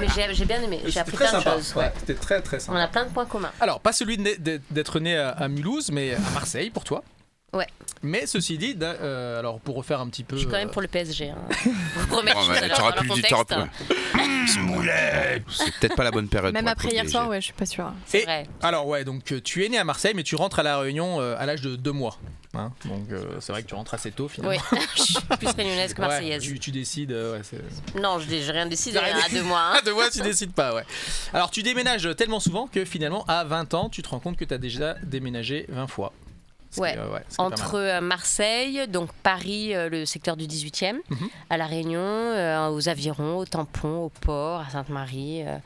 S7: Mais j'ai j'ai bien aimé, j'ai appris
S1: Très
S7: plein de
S1: sympa.
S7: choses.
S1: ouais,
S7: ouais.
S1: C'était très très
S7: On
S1: sympa.
S7: a plein de points communs.
S1: Alors, pas celui de né- d'être d'être né à, à Mulhouse, mais à Marseille pour toi.
S7: Ouais.
S1: Mais ceci dit, d'un- euh, alors pour refaire un petit peu.
S7: Je suis quand même
S1: euh,
S7: pour le PSG. hein. Je vous promets que je
S3: Oh,
S7: suis
S3: mais
S7: à l'heure
S3: t'aurais
S7: dans
S3: pu
S7: le
S3: le dire,
S7: contexte.
S3: t'aurais pu- Mmh, moulette. C'est peut-être pas la bonne période.
S6: Même
S3: pour
S6: après
S3: être
S6: hier
S3: protégé.
S6: soir, ouais, je suis pas sûre.
S7: C'est vrai.
S1: Alors ouais, donc euh, tu es né à Marseille, mais tu rentres à la Réunion euh, à l'âge de deux mois. hein. donc euh, c'est vrai que tu rentres assez tôt finalement.
S7: Oui, je suis plus réunionnaise que
S1: Ouais,
S7: marseillaise.
S1: tu, tu décides. euh, ouais, c'est-
S7: Non, je n'ai rien décidé
S1: T'as rien
S7: à
S1: décidé.
S7: deux mois. hein.
S1: À deux mois, tu décides pas, ouais. Alors tu déménages tellement souvent que finalement à 20 ans, tu te rends compte que tu as déjà déménagé 20 fois. Ce qui,
S7: Ouais.
S1: euh, ce qui est pas
S7: Entre euh, Marseille, donc Paris, euh, le secteur du 18e,
S1: Mhm.
S7: à La Réunion, euh, aux Avirons, au Tampon, au Port, à Sainte-Marie. euh,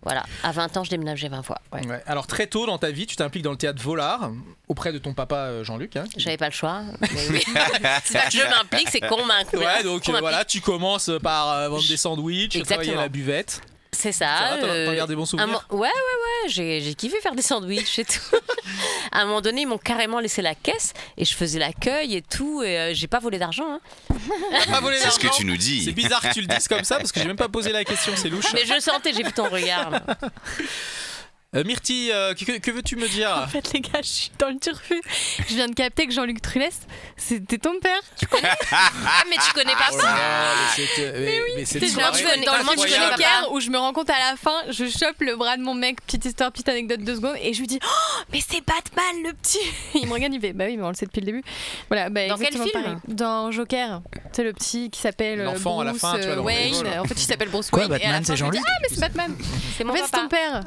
S7: voilà, à 20 ans, je déménageais 20 fois. Ouais.
S1: mal. Ouais. Alors très tôt dans ta vie, tu t'impliques dans le théâtre Volard auprès de ton papa euh, Jean-Luc. hein, qui-
S7: J'avais pas le choix. mais oui. c'est pas que je m'implique, c'est qu'on m'implique.
S1: Ouais, donc euh,
S7: Qu'on m'implique.
S1: voilà, tu commences par euh, vendre des sandwichs, travailler à
S7: Exactement.
S1: la buvette.
S7: C'est ça. euh,
S1: Ça va, t'en- t'en gardes des bons
S7: un
S1: souvenirs
S7: mo- Ouais, ouais, ouais. J'ai j'ai kiffé faire des sandwichs et tout. à un moment donné, ils m'ont carrément laissé la caisse et je faisais l'accueil et tout. Et euh, j'ai pas volé d'argent. hein.
S1: Pas voler
S3: C'est ce que
S1: d'argent.
S3: tu nous dis.
S1: C'est bizarre que tu le dises comme ça parce que j'ai même pas posé la question, c'est louche.
S7: Mais je sentais, j'ai vu ton regard. là.
S1: Bah, Euh, Myrtille, euh, que, que veux-tu me dire
S4: En fait, les gars, je suis dans le turfu. Je viens de capter que Jean-Luc Trunès, c'était ton père.
S7: Ah, mais tu connais pas ça.
S1: oh Mais oui,
S4: T'es dans
S7: soirée est
S4: le monde
S7: incroyable.
S4: Joker où je me rends compte à la fin, je chope le bras de mon mec, petite histoire, petite anecdote deux secondes, et je lui dis Oh, mais c'est Batman le petit Il me regarde, il fait Bah oui, mais on le sait depuis le début. Voilà, bah,
S7: Dans quel
S4: exactement
S7: film
S4: pareil. Dans Joker. C'est le petit qui s'appelle euh,
S1: L'enfant, à la
S4: Bruce
S1: fin, tu vois,
S4: euh,
S1: dans le
S4: Wayne.
S1: rigolo.
S4: En fait, il s'appelle Bruce
S12: Quoi,
S4: Wayne. et à la
S12: Batman,
S4: fin,
S12: c'est
S4: je me dis,
S12: Jean-Luc
S4: Ah, mais c'est Batman
S7: C'est
S4: En
S7: mon
S4: fait, c'est
S7: papa.
S4: ton père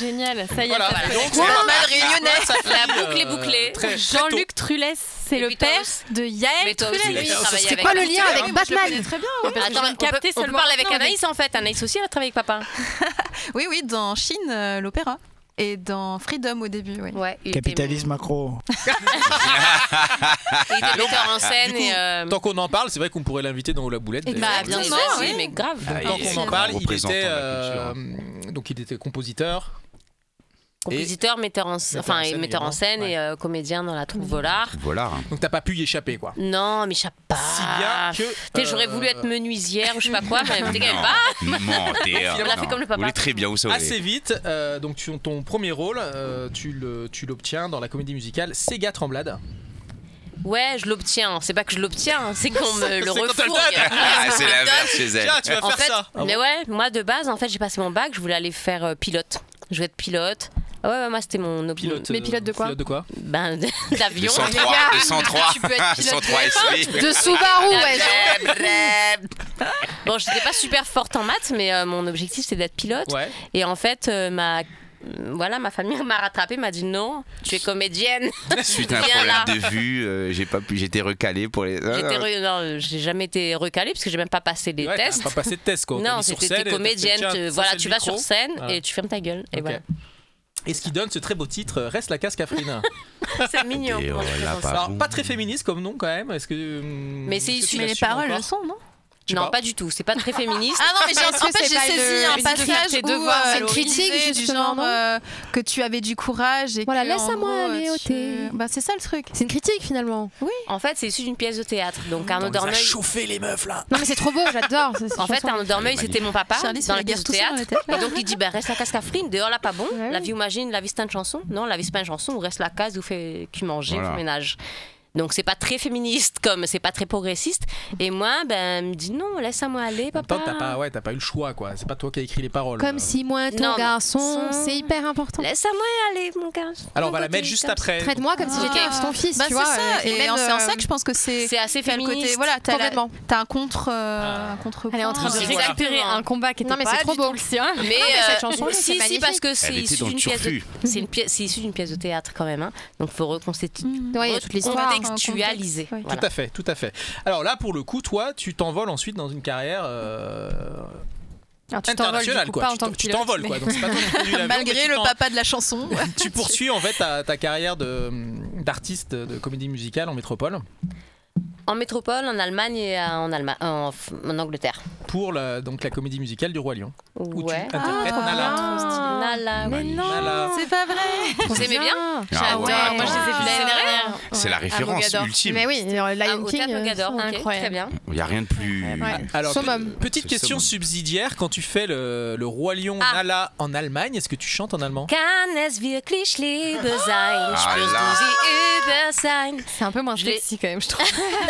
S4: Génial, ça y est.
S1: Voilà,
S4: ça se
S1: bah,
S4: connaît.
S1: donc,
S4: Wow.
S1: c'est normal,
S7: réunionnais.
S1: ça
S7: La
S1: finit,
S7: boucle est
S1: euh,
S7: bouclée.
S1: très- très
S4: Jean-Luc Trulès, c'est
S7: Et
S4: le
S7: puis toi
S4: père
S7: aussi.
S4: de Yael
S7: Mais toi aussi,
S4: Trulès.
S7: tu travaillais
S6: C'est
S7: avec
S6: quoi le
S7: Anaïs.
S6: lien
S7: Ah,
S6: avec
S7: moi, je le
S6: Batman
S7: connais.
S4: Très bien, parce que je
S7: Attends,
S4: viens
S7: on
S4: de
S7: peut,
S4: capter
S7: on peut
S4: seulement
S7: parler avec
S4: maintenant, mais-
S7: Anaïs en fait. Anaïs aussi, elle a travaillé avec papa.
S5: Oui, oui, dans Chine, euh, l'opéra. Et dans Freedom au début, oui.
S7: Ouais, il
S12: Capitalisme macro.
S7: était, il était metteur en scène et. euh,
S1: Tant qu'on en parle, c'est vrai qu'on pourrait l'inviter dans la boulette.
S5: Et
S1: d'ailleurs.
S7: Bah, bien
S5: Exactement,
S7: sûr,
S5: oui.
S7: mais bah, grave.
S3: Ah,
S1: Tant
S3: il est
S1: qu'on en
S3: grand
S1: parle, il
S3: représentant de
S1: était,
S3: la
S1: euh, donc il était compositeur.
S7: Compositeur, metteur en scène,
S1: Metteur en
S7: enfin,
S1: scène,
S7: metteur en
S1: évidemment.
S7: scène et euh, comédien dans la troupe Volard.
S3: Voilà.
S1: Donc t'as pas pu y échapper, quoi.
S7: Non, mais je sais pas.
S1: Si bien que.
S7: T'sais, J'aurais
S1: euh,
S7: voulu être menuisière ou je sais pas quoi, mais t'es quand même
S3: Non,
S7: pas.
S3: menteur.
S7: On l'a fait
S3: Non.
S7: comme le papa.
S3: Vous l'êtes très bien, Ah, vous savez.
S1: Assez vite, euh, donc tu, ton premier rôle, euh, tu le- tu l'obtiens dans la comédie musicale Sega Tremblade.
S7: Ouais, je l'obtiens. C'est pas que je l'obtiens, hein, c'est qu'on me le
S1: C'est quand elle
S7: refourgue.
S3: Ah, c'est l'inverse chez elle.
S1: Tiens, tu vas
S7: En
S1: faire
S7: fait,
S1: ça.
S7: mais ouais, moi de base, en fait, j'ai passé mon bac, je voulais aller faire euh, pilote. Je voulais être pilote. Ah Ouais, ouais, moi c'était mon ob-
S1: Pilote,
S6: Mais
S1: euh,
S6: pilote de quoi
S1: Pilote de quoi
S7: ben,
S3: Le
S7: d'avion.
S3: 103, le 103, 103 SP.
S6: De Subaru, ouais.
S7: Bon, j'étais pas super forte en maths, mais euh, mon objectif c'était d'être pilote.
S1: Ouais.
S7: Et en fait, euh, ma voilà, ma famille m'a rattrapée, m'a dit non, tu es comédienne.
S3: Suite à un
S7: Viens là.
S3: problème de vue, euh, j'ai pas pu, j'étais recalé pour les. Ah,
S7: J'étais
S3: non.
S7: re- non, euh, j'ai jamais été recalée parce que j'ai même pas passé les
S1: Ouais, t'as
S7: tests.
S1: Pas passé de test, quoi. On t'a
S7: Non,
S1: mis sur
S7: c'était
S1: scène
S7: t'es
S1: et t'as fait,
S7: comédienne.
S1: tiens,
S7: te-
S1: ça,
S7: voilà,
S1: c'est
S7: tu
S1: le
S7: vas sur
S1: micro.
S7: scène
S1: Voilà.
S7: et tu fermes ta gueule. Et
S1: Ok.
S7: voilà.
S1: Et ce qui donne ce très beau titre, euh, Reste la casse, Catherine.
S7: C'est mignon.
S3: Et
S7: comment
S3: on
S7: tu
S3: l'a
S7: présentes
S3: pas.
S7: ça.
S1: Alors,
S3: bon.
S1: pas très féministe comme nom, quand même. Est-ce que. euh,
S7: Mais c'est
S1: est-ce que tu
S7: issu-
S5: Mais les
S1: l'assumes
S5: paroles
S1: encore
S5: le sont, non
S1: Je sais
S7: Non,
S1: pas.
S7: pas. du tout. C'est pas très féministe.
S5: Ah non, mais j'ai
S6: Est-ce que
S5: en fait,
S6: c'est
S5: j'ai
S6: pas
S5: saisi
S6: le-
S5: un
S6: une
S5: passage
S6: difficulté de
S5: où,
S6: voir,
S5: euh,
S6: c'est
S5: on
S6: critique,
S5: disait du
S6: justement,
S5: genre
S6: non
S5: euh, que tu avais du courage et
S6: Voilà,
S5: que,
S6: laisse
S5: en
S6: à moi
S5: gros,
S6: aller au
S5: tu-
S6: thé.
S5: Bah, c'est ça le truc.
S6: C'est une critique finalement.
S7: En fait, c'est issu d'une pièce de théâtre. Donc Arnaud
S1: On les a
S7: Dormeuil.
S1: chauffé les meufs là.
S6: Non mais c'est trop beau, j'adore. cette
S7: En fait,
S6: chanson.
S7: Arnaud Dormeuil,
S3: Elle est
S7: c'était mon papa
S5: Charlie se
S7: dans la
S5: la
S7: pièce
S5: garde
S7: de
S5: tout seul
S7: théâtre.
S5: dans la tête.
S7: Et donc il dit ben, reste la casse Catherine, dehors là pas bon,
S6: Ouais,
S7: la
S6: Bah oui.
S7: vie ou imagine, la vie c'est une chanson. Non, la vie c'est pas une chanson, reste la case ou fais qui manger,
S3: Voilà.
S7: ou ménage. Donc c'est pas très féministe, comme c'est pas très progressiste. Et moi, ben, elle me dit non, laisse-moi aller, papa.
S4: Ah.
S1: Tant que t'as pas, ouais, t'as pas eu le choix, quoi. C'est pas toi qui as écrit les paroles.
S6: Comme si moi, ton
S7: Non, mais-
S6: garçon, c'est hyper important.
S7: Hum. Laisse-moi aller, mon garçon.
S1: Alors on va la mettre juste après.
S6: Traite-moi comme si j'étais ton fils,
S5: Bah, c'est
S6: tu vois.
S5: ça,
S6: euh,
S5: et
S6: même,
S5: en- c'est en
S6: euh,
S5: ça que je pense que c'est.
S7: C'est assez
S5: t'as le côté-
S7: féministe.
S5: Voilà, t'as la-
S6: Complètement.
S5: T'as un contre. euh, un contre
S4: Elle est en train de
S1: Voilà.
S4: récupérer un combat qui était
S6: Non, mais
S4: pas
S6: c'est trop
S4: du
S6: beau.
S4: tout le sien.
S7: Mais
S6: Non, mais cette
S7: euh,
S6: chanson, c'est
S7: si, si,
S6: magnifique.
S7: parce que c'est
S3: Elle était
S7: issu
S3: dans le
S7: d'une pièce de
S3: turfu.
S7: c'est une pièce, c'est issu d'une pièce de théâtre quand même. Hein. Donc faut reconstituer,
S6: Mm. Ouais, il y a toute l'histoire. hein,
S7: contextualiser.
S6: ouais.
S1: Tout à fait, tout à fait. Alors là, pour le coup, toi, tu t'envoles ensuite dans une carrière euh,
S4: Alors, tu t'envoles du
S1: internationale,
S4: coup,
S1: quoi.
S4: pas
S1: Tu
S4: en tant
S1: t'en-
S4: que
S1: tu
S4: pilote,
S1: t'envoles,
S4: mais- Bah
S1: quoi. Donc c'est pas toi qui conduis l'avion, mais
S5: Malgré
S1: tu
S5: le
S1: t'en-
S5: papa de la chanson.
S1: Tu poursuis en fait ta, ta carrière de, d'artiste de comédie musicale en métropole
S7: En métropole, en Allemagne et euh, en, Allemagne, en, en Angleterre.
S1: pour la, donc la comédie musicale du Roi Lion où
S7: Ouais.
S1: tu interprètes Nala.
S7: Nala, oui.
S1: Nala.
S5: C'est pas vrai.
S7: Vous aimez bien
S3: Ah ouais. Ah,
S7: J'adore. Moi, je les ai vus hein. l'année
S4: Ouais.
S7: dernière.
S3: C'est la référence
S4: Mogador.
S3: ultime.
S6: Mais oui, euh,
S7: Ah,
S6: Lion
S7: au
S6: King.
S7: Théâtre
S6: euh,
S7: Mogador, ok,
S4: incroyable.
S7: très bien.
S3: Il n'y a rien de plus.
S6: Ouais.
S1: Alors,
S6: Summum.
S1: petite
S3: C'est
S1: question
S3: summum.
S1: subsidiaire quand tu fais le, le Roi Lion
S7: Ah.
S1: Nala en Allemagne, est-ce que tu chantes en allemand
S7: Kann es wirklich Liebe sein?
S3: Ah
S7: Spürst
S3: là.
S7: du sie über sein?
S4: C'est un peu moins
S7: Je l'ai-
S4: sexy quand même, je trouve.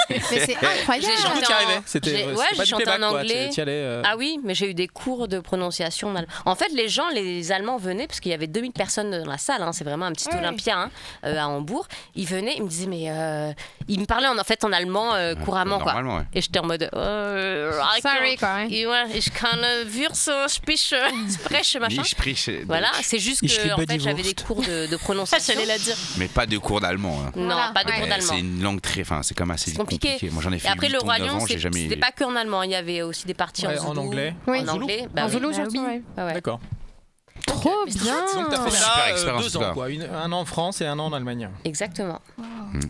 S6: Mais c'est incroyable.
S7: J'ai
S1: D'où
S7: chanté
S1: tu
S7: en-
S1: arrivais C'était euh,
S7: je l'ai-
S1: c'était
S7: ouais,
S1: pas
S7: j'ai
S1: du
S7: chanté
S1: playback,
S7: en
S1: quoi.
S7: anglais.
S1: Tu- tu allais, euh,
S7: Ah oui, mais j'ai eu des cours de prononciation. en allemand. En fait, les gens, les Allemands venaient, parce qu'il y avait 2000 personnes dans la salle, hein, c'est vraiment un petit
S6: Ouais.
S7: Olympia hein, euh, à Hambourg. Ils venaient, ils me disaient, mais euh, ils me parlaient en, en fait en allemand euh, couramment. quoi.
S3: Normalement, ouais.
S7: Et j'étais en mode... euh,
S6: Sorry, quoi. hein.
S7: Et ouais, ich kann euh, Würze, Spich, euh, Sprech, machin.
S3: Niche pris
S6: euh,
S3: chez-
S7: Voilà, c'est juste
S1: euh, Ich
S7: que en
S1: liebe die
S7: fait, j'avais des
S1: Wurst.
S7: cours de, de prononciation.
S4: J'allais la dire.
S3: Mais pas de cours d'allemand. hein.
S7: Non,
S6: Voilà.
S7: pas de
S6: Ouais.
S7: cours
S3: Mais
S7: d'allemand.
S3: C'est une langue très. Enfin, c'est quand même assez
S7: C'est
S3: compliqué.
S7: compliqué.
S3: Moi, j'en ai
S7: Et
S3: fait.
S7: après,
S3: huit
S7: le
S3: ou
S7: Roi
S3: neuf
S7: Lion,
S3: ans,
S7: c'est-
S3: j'ai jamais.
S7: c'était pas que en allemand. Il y avait aussi des parties
S1: Ouais,
S7: en,
S1: en
S7: zoulou,
S1: anglais.
S6: Oui.
S7: En anglais, bah
S6: En
S7: oui.
S6: Zulu,
S4: Bah
S6: surtout,
S4: oui.
S6: ouais.
S7: Ouais, ouais.
S1: D'accord.
S6: Trop bien.
S1: Donc t'as fait
S3: Super
S1: ça euh,
S3: expérience,
S1: deux
S3: en tout
S1: ans,
S3: cas.
S1: quoi. Une- un an en France et un an en Allemagne.
S7: Exactement.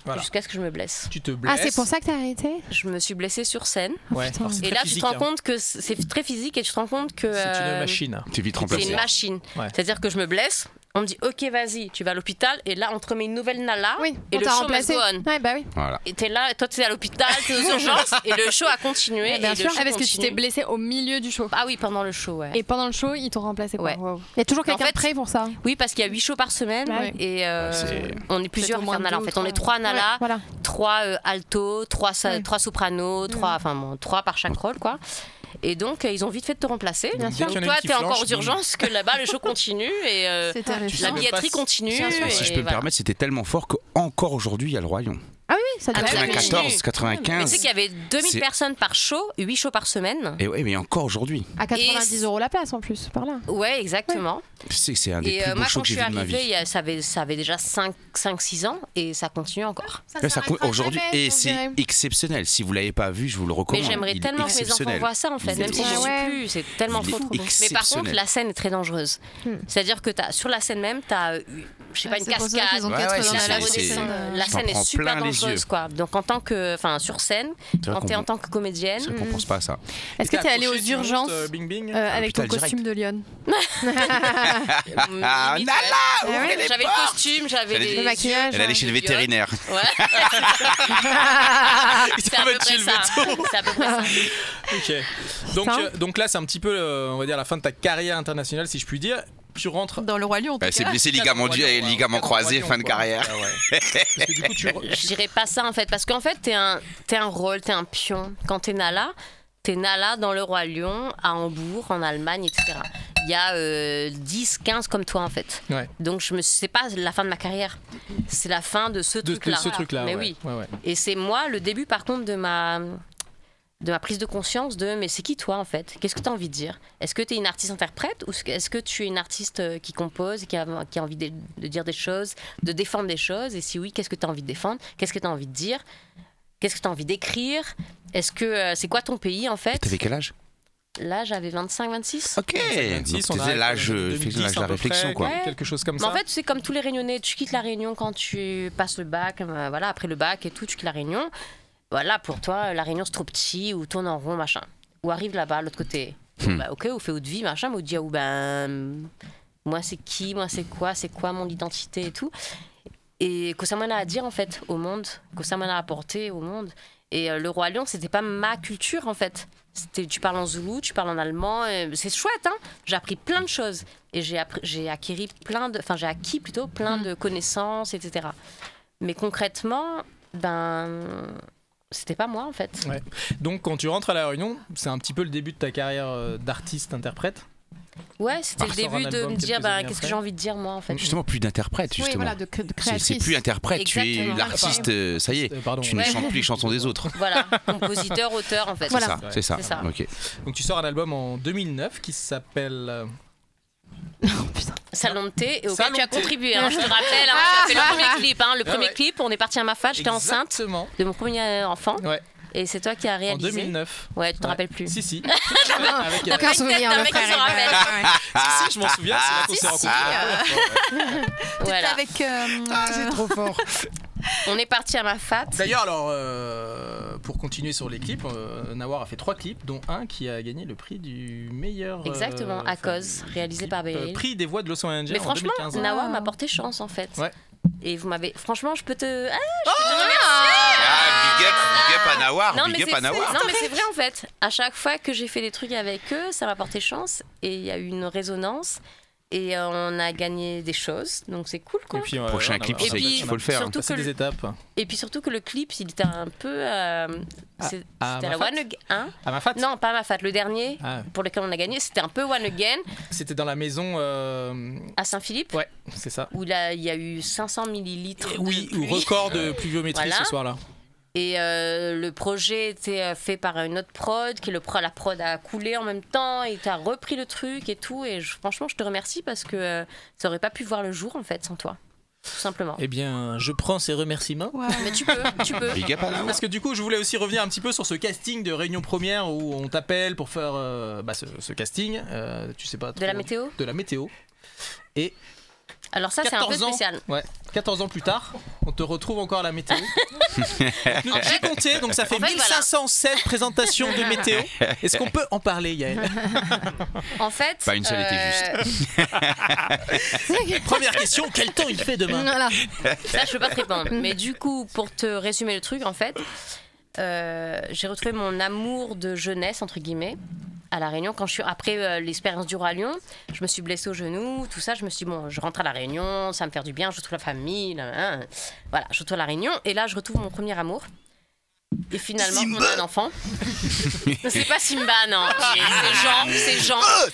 S1: Voilà.
S7: Jusqu'à ce que je me blesse.
S1: Tu te blesses.
S6: Ah, c'est pour ça que t'as arrêté
S7: Je me suis blessée sur scène.
S1: Ouais.
S6: Putain.
S1: Alors, Oh, c'est
S7: Et
S1: très
S7: là, tu
S1: physique,
S7: te rends
S1: hein.
S7: compte que c- c'est très physique et tu te rends compte que.
S1: C'est une
S7: euh,
S1: machine.
S3: T'es vite
S7: C'est une
S3: remplacé.
S7: machine.
S1: Ouais.
S7: C'est-à-dire que je me blesse, on me dit ok, vas-y, tu vas à l'hôpital, et là, on te remet une nouvelle nala,
S6: Oui,
S7: et
S6: on
S7: le
S6: t'a
S7: show must
S6: remplacé.
S7: go on.
S6: Ouais, bah oui.
S3: Voilà.
S7: Et t'es là, et toi, t'es à l'hôpital, t'es aux urgences, et le show a continué.
S6: Ouais,
S7: et
S6: bien
S7: le
S6: sûr.
S7: show
S4: Ah, parce que tu
S7: continue.
S4: t'es blessé au milieu du show.
S7: Ah oui, pendant le show, ouais.
S4: Et pendant le show, ils t'ont remplacé. quoi.
S7: Ouais.
S4: Wow.
S6: Il y a toujours quelqu'un
S7: En
S6: de
S7: fait,
S6: prêt pour ça.
S7: Oui, parce qu'il y a 8 shows par semaine,
S4: Ouais.
S7: et euh,
S3: Ouais, c'est-
S7: on est plusieurs
S4: au moins
S7: à faire nala, en
S4: deux ou
S7: fait. On est
S4: trois.
S7: 3 nala,
S6: voilà.
S7: 3 alto, 3
S6: Ouais.
S7: sopranos, 3 enfin bon, trois par chaque rôle, quoi. Et donc, euh, ils ont vite fait de te remplacer.
S1: Bien
S7: Donc,
S1: sûr. Dès qu'il y en a
S7: toi,
S1: une qui
S7: t'es encore aux
S1: flanche, boum.
S7: urgences que là-bas, le show continue et euh,
S6: C'est
S1: tu
S7: la
S1: sais même
S7: billetterie
S1: pas si-
S7: continue.
S1: Bien sûr.
S7: et
S3: Si je peux me
S7: voilà.
S3: permettre, c'était tellement fort qu'encore aujourd'hui, il y a le Roi Lion.
S6: Ah oui, oui, ça doit
S7: Ah, bah oui.
S3: 94,
S7: Mais tu sais
S3: 95.
S7: qu'il y avait 2000
S3: C'est-
S7: personnes par show, 8 shows par semaine.
S3: Et oui, mais encore aujourd'hui.
S7: Ah.
S6: À 90
S7: Et-
S6: euros la place en plus, par là.
S7: Ouais, exactement.
S3: C'est c'est un des
S7: Et
S3: plus
S7: euh,
S3: beaux
S7: moi,
S3: shows
S7: quand
S3: que
S7: je
S3: j'ai
S7: suis
S3: vu de ma
S7: arrivée,
S3: vie.
S7: il y a- ça avait, ça avait déjà 5-6 ans et ça continue encore.
S3: Là, ça compte aujourd'hui et c'est exceptionnel. Si vous l'avez pas vu, je vous le
S7: Mais
S3: recommande.
S7: j'aimerais
S3: Il est
S7: tellement que mes enfants
S3: exceptionnel.
S7: voient ça en fait,
S3: Il
S7: même
S3: est
S7: si je
S6: trop
S7: suis
S6: beau.
S7: plus, c'est tellement
S3: Il est
S7: fort. Mais par
S3: exceptionnel.
S7: contre, la scène est très dangereuse.
S6: Hmm.
S7: C'est-à-dire que as, sur la scène même, t'as, euh, je sais pas, une
S5: C'est pour ça qu'ils
S7: cascade.
S5: ont
S3: Ouais,
S5: quatre
S3: ouais,
S7: Et
S5: dans
S7: là,
S3: c'est-
S7: la
S5: la
S3: c'est-
S7: redescente,
S5: scène.
S7: euh, la
S3: t'en
S7: scène est
S3: prends
S7: super
S3: plein les
S7: dangereuse
S3: yeux.
S7: quoi. Donc en tant que, enfin sur scène,
S3: C'est vrai
S7: en,
S3: qu'on-
S7: t'es en tant que comédienne, hmm.
S3: c'est vrai qu'on pense pas à ça.
S4: Est-ce que
S1: Et
S4: t'es allé aux
S1: accroché, tu montes,
S4: urgences
S1: euh, Bing bing.
S4: euh, avec ton
S3: l'hôpital
S4: costume de Lyon
S3: Ah,
S7: limite,
S3: Nala,
S7: ouais.
S3: ouvrez les
S7: j'avais le costume, j'avais
S3: J'allais
S7: les
S3: dire-
S6: Le maquillage.
S3: Elle allait chez le
S7: Lyon.
S3: vétérinaire.
S7: Ouais. c'est à peu près ça. C'est à peu près ça.
S1: Ok. Donc,
S6: Putain.
S1: euh, donc là, c'est un petit peu, euh, on va dire, la fin de ta carrière internationale, si je puis dire. Tu rentres.
S5: Dans le roi lion. en tout
S3: Elle s'est
S5: cas.
S3: blessée ligament du
S1: Ouais,
S3: et
S1: ouais,
S3: ligament
S1: quatre
S3: croisé,
S1: mois,
S3: fin de
S1: quoi.
S3: carrière.
S1: Ah ouais. Parce que du coup, tu.
S7: Je dirais pas ça en fait, parce qu'en fait, t'es un, t'es un rôle, t'es un pion. Quand t'es Nala, t'es Nala dans le Roi Lion, à Hambourg, en Allemagne, etc. Il y a euh, 10, 15 comme toi en fait.
S1: Ouais.
S7: Donc je me suis- c'est pas la fin de ma carrière, c'est la fin de ce
S1: De, de
S7: truc-là.
S1: ce truc-là.
S7: Mais
S1: ouais.
S7: oui.
S1: Ouais, ouais.
S7: Et c'est moi le début par contre de ma de ma prise de conscience de mais c'est qui toi en fait Qu'est-ce que tu as envie de dire Est-ce que tu es une artiste interprète ou est-ce que tu es une artiste euh, qui compose, qui a, qui a envie de, de dire des choses, de défendre des choses Et si oui, qu'est-ce que tu as envie de défendre Qu'est-ce que tu as envie de dire Qu'est-ce que tu as envie d'écrire Est-ce que euh, c'est quoi ton pays en fait
S3: T'avais quel âge
S7: Là, j'avais 25 26.
S3: Ok. Donc
S1: 26, on
S3: t'étais
S1: arrête
S3: l'âge,
S1: en
S3: euh,
S1: 2010
S3: l'âge de
S1: à
S3: la
S1: peu
S3: réflexion,
S1: près,
S3: quoi.
S1: quelque- Quelque chose comme
S7: Mais
S1: ça.
S7: en fait, c'est comme tous les réunionnais, tu quittes la réunion quand tu passes le bac, euh, voilà, après le bac et tout, tu quittes la réunion. Voilà, pour toi, la réunion c'est trop petit, ou tourne en rond, machin. Ou arrive là-bas, à l'autre côté.
S3: Hmm.
S7: Bah, ok, ou fait haute vie, machin, mais ou dit, ah, ou ben. Moi c'est qui, moi c'est quoi, c'est quoi mon identité et tout. Et que ça m'en a à dire en fait au monde, que ça m'en a apporté au monde. Et euh, le Roi Lion, c'était pas ma culture en fait. C'était, tu parles en zoulou, tu parles en allemand, euh, c'est chouette, hein J'ai appris plein de choses et j'ai appris- j'ai acquis plein de, enfin j'ai acquis plutôt plein de connaissances, etc. Mais concrètement, ben c'était pas moi en fait.
S1: Ouais. Donc quand tu rentres à La Réunion, c'est un petit peu le début de ta carrière euh, d'artiste-interprète.
S7: Ouais, c'était le
S1: Par sort un
S7: début de
S1: album
S7: me
S1: quelques
S7: dire
S1: années
S7: ben, qu'est-ce
S1: après.
S7: que j'ai envie de dire moi en fait.
S3: Justement, plus d'interprète,
S7: Oui,
S3: justement.
S7: voilà, de cré- de
S3: C'est- c'est
S7: créatrice.
S3: plus interprète, tu es
S7: Exactement.
S3: l'artiste, euh, ça y est,
S1: Euh, pardon.
S3: tu ne
S7: Ouais.
S3: chantes plus les chansons des autres.
S7: Voilà, compositeur, auteur en fait.
S3: C'est ça, c'est ça. Ok.
S1: Donc tu sors un album en 2009 qui s'appelle euh,
S7: Salon de thé, et auquel
S1: Salon
S7: tu as
S1: de thé.
S7: contribué, hein, je te rappelle, hein, tu as fait le
S1: Ah.
S7: premier clip. hein, le
S1: Ah
S7: premier
S1: ouais.
S7: clip, on est parti à ma fat, j'étais enceinte
S1: Exactement.
S7: de mon premier euh, enfant. Et c'est toi qui as réalisé.
S1: 2009.
S7: Ouais, tu te rappelles plus.
S1: Si, si.
S7: Avec,
S1: Aucun souvenir, le
S7: mec qui
S1: frère
S7: se
S1: est
S7: rappelle.
S1: Si, si, je m'en souviens, c'est là qu'on
S7: Si,
S1: s'est
S7: si, euh.
S1: rencontrés.
S7: Voilà.
S5: avec.
S1: Ah,
S3: trop fort.
S7: On est parti à ma fat.
S1: D'ailleurs, alors, euh, pour continuer sur les clips, euh, Nawar a fait trois clips, dont un qui a gagné le prix du meilleur. euh,
S7: Exactement, à cause, réalisé par
S1: euh,
S7: Béryl.
S1: prix des voix de Los Angeles.
S7: Mais franchement,
S1: en 2015.
S7: Nawa m'a porté chance en fait.
S1: Ouais.
S7: Et vous m'avez. Franchement, je peux te. Ah,
S3: Ah, big up, big up à Nawar,
S7: non, mais
S3: big
S7: c'est
S3: up à Nawar.
S7: non, mais c'est vrai en fait. À chaque fois que j'ai fait des trucs avec eux, ça m'a porté chance et il y a eu une résonance et euh, on a gagné des choses, donc c'est cool quoi.
S1: Et puis, euh,
S3: Prochain
S1: Nawar,
S3: clip,
S1: on a-
S3: c'est-
S1: on a
S3: il faut le faire.
S1: surtout
S7: Surtout
S1: passé
S7: que
S1: des
S7: le-
S1: étapes.
S7: Et puis surtout que le clip, il était un peu. euh, c'est-
S1: Ah, à
S7: c'était
S1: ma
S7: la
S1: fat
S7: One Again. Hein
S1: À ma fat
S7: Non, pas à ma fat. Le dernier
S1: Ah.
S7: pour lequel on a gagné, c'était un peu One Again
S1: C'était dans la maison. euh,
S7: à Saint-Philippe,
S1: Ouais, c'est ça.
S7: où là, il y a eu 500 millilitres.
S1: Eh Oui,
S7: de
S1: ou
S7: pluie. Euh,
S1: record de pluviométrie
S7: Voilà.
S1: ce soir-là.
S7: Et euh, le projet était euh, fait par une autre prod, qui le pro- la prod a coulé en même temps, et t'as repris le truc et tout. Et je- franchement, je te remercie parce que euh, ça aurait pas pu voir le jour en fait sans toi, tout simplement.
S1: Eh bien, je prends ces remerciements.
S7: Ah. Mais tu peux, tu peux.
S3: Big up à Nawar.
S1: Parce que du coup, je voulais aussi revenir un petit peu sur ce casting de Réunion Première où on t'appelle pour faire euh, bah, ce, ce casting. euh, tu sais pas trop-
S7: la météo
S1: De la météo. Et
S7: Alors ça, c'est un peu
S1: 14 ans-
S7: spécial.
S1: ouais, 14 ans plus tard, on te retrouve encore à la météo. Nous, J'ai compté, donc ça fait
S7: En fait, voilà.
S1: 1516 présentations de météo. Est-ce qu'on peut en parler, Yael
S7: En fait,
S3: Pas Bah, une seule
S7: euh,
S3: était juste.
S1: Première question, quel temps il fait demain
S7: Ça, je peux pas te répondre. Mais du coup, pour te résumer le truc, en fait, euh, j'ai retrouvé mon amour de jeunesse, entre guillemets, à La Réunion. Quand je suis après euh, l'expérience du roi Lyon, je me suis blessée au genou, tout ça. Je me suis dit, bon, je rentre à La Réunion, ça va me faire du bien, je retrouve la famille. là, là, là. Voilà, je retrouve La Réunion. Et là, je retrouve mon premier amour. Et finalement, on a un enfant. c'est pas Simba, non. C'est Jean. Ah. C'est Jean. Le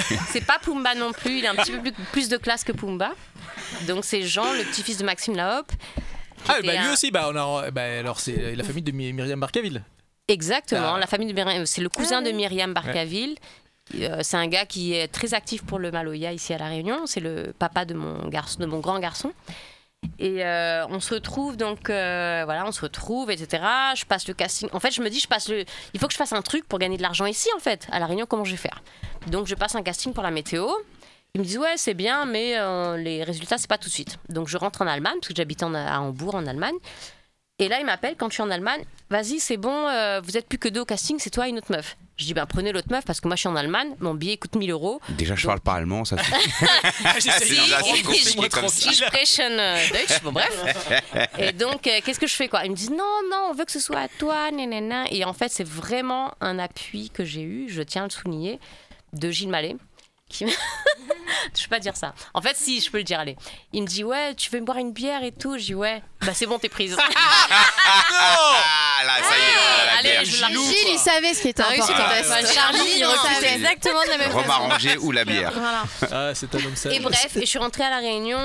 S7: petit- c'est pas Pumba non plus, il a un petit peu plus, plus de classe que Pumba. Donc c'est Jean, le petit-fils de Maxime Laop.
S1: Ah,
S7: était
S1: bah lui
S7: un-
S1: aussi, bah, on a- bah, alors c'est la famille de My- Myriam Barcaville.
S7: Exactement,
S1: Ah.
S7: la famille de Myriam- c'est le cousin de Myriam Barcaville. Euh, C'est un gars qui est très actif pour le Maloya ici à La Réunion. C'est le papa de mon, garçon, de mon grand garçon. Et euh, on se retrouve donc, euh, voilà, on se retrouve, etc. Je passe le casting. En fait, je me dis, je passe le. Il faut que je fasse un truc pour gagner de l'argent ici, en fait, à La Réunion. Comment je vais faire Donc, je passe un casting pour la météo. Ils me disent ouais c'est bien mais euh, les résultats c'est pas tout de suite. Donc je rentre en Allemagne parce que j'habite en- à Hambourg en Allemagne. Et là ils m'appellent quand je suis en Allemagne. Vas-y c'est bon euh, vous êtes plus que deux au casting c'est toi et une autre meuf. Je dis ben prenez l'autre meuf parce que moi je suis en Allemagne mon billet coûte 1000 euros.
S3: Déjà, je parle pas allemand, ça fait.
S7: Ah,
S1: J'essaye
S3: Ah, C'est
S1: de-
S3: déjà trop
S1: compliqué
S3: compliqué comme ça.
S7: Si je prêche Deutsch bon bref. Et donc, euh, qu'est-ce que je fais quoi Ils me disent non, non, on veut que ce soit à toi, nanana. Et en fait, c'est vraiment un appui que j'ai eu, je tiens à le souligner, de Gilles Mallet. Qui... m'a- je peux pas dire ça. En fait, si, je peux le dire, allez. Il me dit ouais, tu veux me boire une bière et tout Je dis ouais. Bah, c'est bon, t'es prise.
S1: Ah,
S3: Ah, là, ça y est, la
S7: allez,
S3: bière.
S7: je la Ah
S6: Gilles, il savait ce qui était
S4: T'as réussi
S6: important.
S4: ton
S6: Ouais,
S4: test.
S6: ouais.
S7: Charlie, il
S6: Gilles, il
S7: refuse
S6: savait.
S7: exactement de la même
S3: Rhum
S7: façon.
S3: arrangé ou la bière.
S6: Voilà.
S1: Ah, c'est un homme sage.
S7: Et bref, et je suis rentrée à la Réunion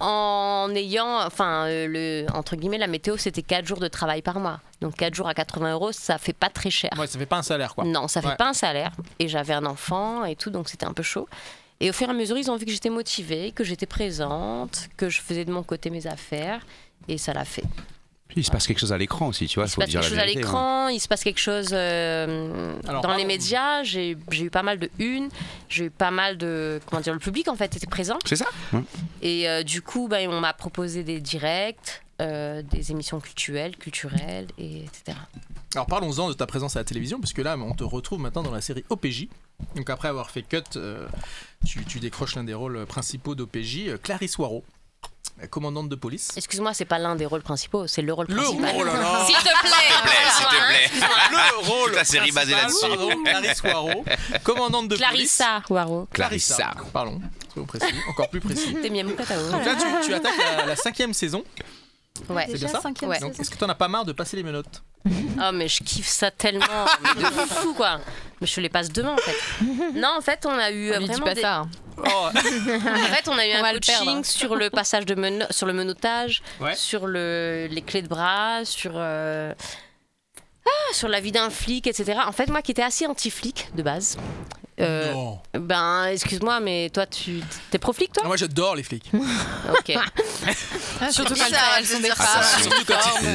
S7: en ayant, enfin, euh, le, entre guillemets, la météo, c'était 4 jours de travail par mois. Donc 4 jours à 80 euros, ça fait pas très cher.
S1: Ouais, ça fait pas un salaire, quoi.
S7: Non, ça fait
S1: Ouais.
S7: pas un salaire. Et j'avais un enfant et tout, donc c'était un peu chaud. Et au fur et à mesure, ils ont vu que j'étais motivée, que j'étais présente, que je faisais de mon côté mes affaires. Et ça l'a fait.
S3: Il se passe quelque chose à l'écran aussi, tu vois,
S7: Il se
S3: faut
S7: passe
S3: dire
S7: quelque
S3: la
S7: chose à
S3: vérité. hein.
S7: l'écran, il se passe quelque chose euh,
S1: Alors,
S7: dans les
S1: pardon.
S7: médias. J'ai j'ai eu pas mal de une, j'ai eu pas mal de. Comment dire, le public en fait était présent.
S3: C'est ça hein.
S7: Et euh, du coup, ben, on m'a proposé des directs, euh, des émissions culturelles, culturelles, et etc.
S1: Alors parlons-en de ta présence à la télévision, parce que là, on te retrouve maintenant dans la série OPJ. Donc après avoir fait Cut, euh, tu, tu décroches l'un des rôles principaux d'OPJ, euh, Clarisse Waro, la commandante de police.
S7: Excuse-moi, c'est pas l'un des rôles principaux, c'est le rôle
S1: Le
S7: principal.
S1: rôle, oh là là.
S7: S'il te plaît, hein,
S3: S'il te plaît, s'il te plaît.
S7: Excuse-moi.
S1: le rôle
S3: La série basée
S1: principal,
S3: là-dessus.
S1: Pardon, Clarisse Waro, commandante de
S7: Clarissa Waro.
S1: Clarissa. Pardon, soyons précis, encore plus précis.
S7: T'es mis à Moukatao.
S1: Donc là, tu, tu attaques la, la cinquième saison.
S7: Ouais.
S1: c'est bien ça
S7: Ouais.
S1: Donc, est-ce que t'en as pas marre de passer les menottes
S7: Oh mais je kiffe ça tellement, mais de fou quoi. Mais je te les passe demain en fait. Non en fait on a eu
S4: On lui dit
S7: vraiment
S4: pas
S7: des-
S4: ça, hein.
S1: Oh.
S7: en fait on a eu
S4: On
S7: un
S4: va le
S7: coaching
S4: perdre.
S7: sur le passage de meno- sur le menottage,
S1: Ouais.
S7: sur le les clés de bras, sur euh, ah, sur la vie d'un flic etc. En fait moi qui étais assez anti flic de base. euh,
S1: Non.
S7: Ben excuse-moi mais toi tu t'es pro flic toi
S1: Moi, j'adore les flics.
S7: Ok.
S4: Surtout
S2: quand
S4: quand elles sont des femmes.
S1: Ah, Surtout quand ils-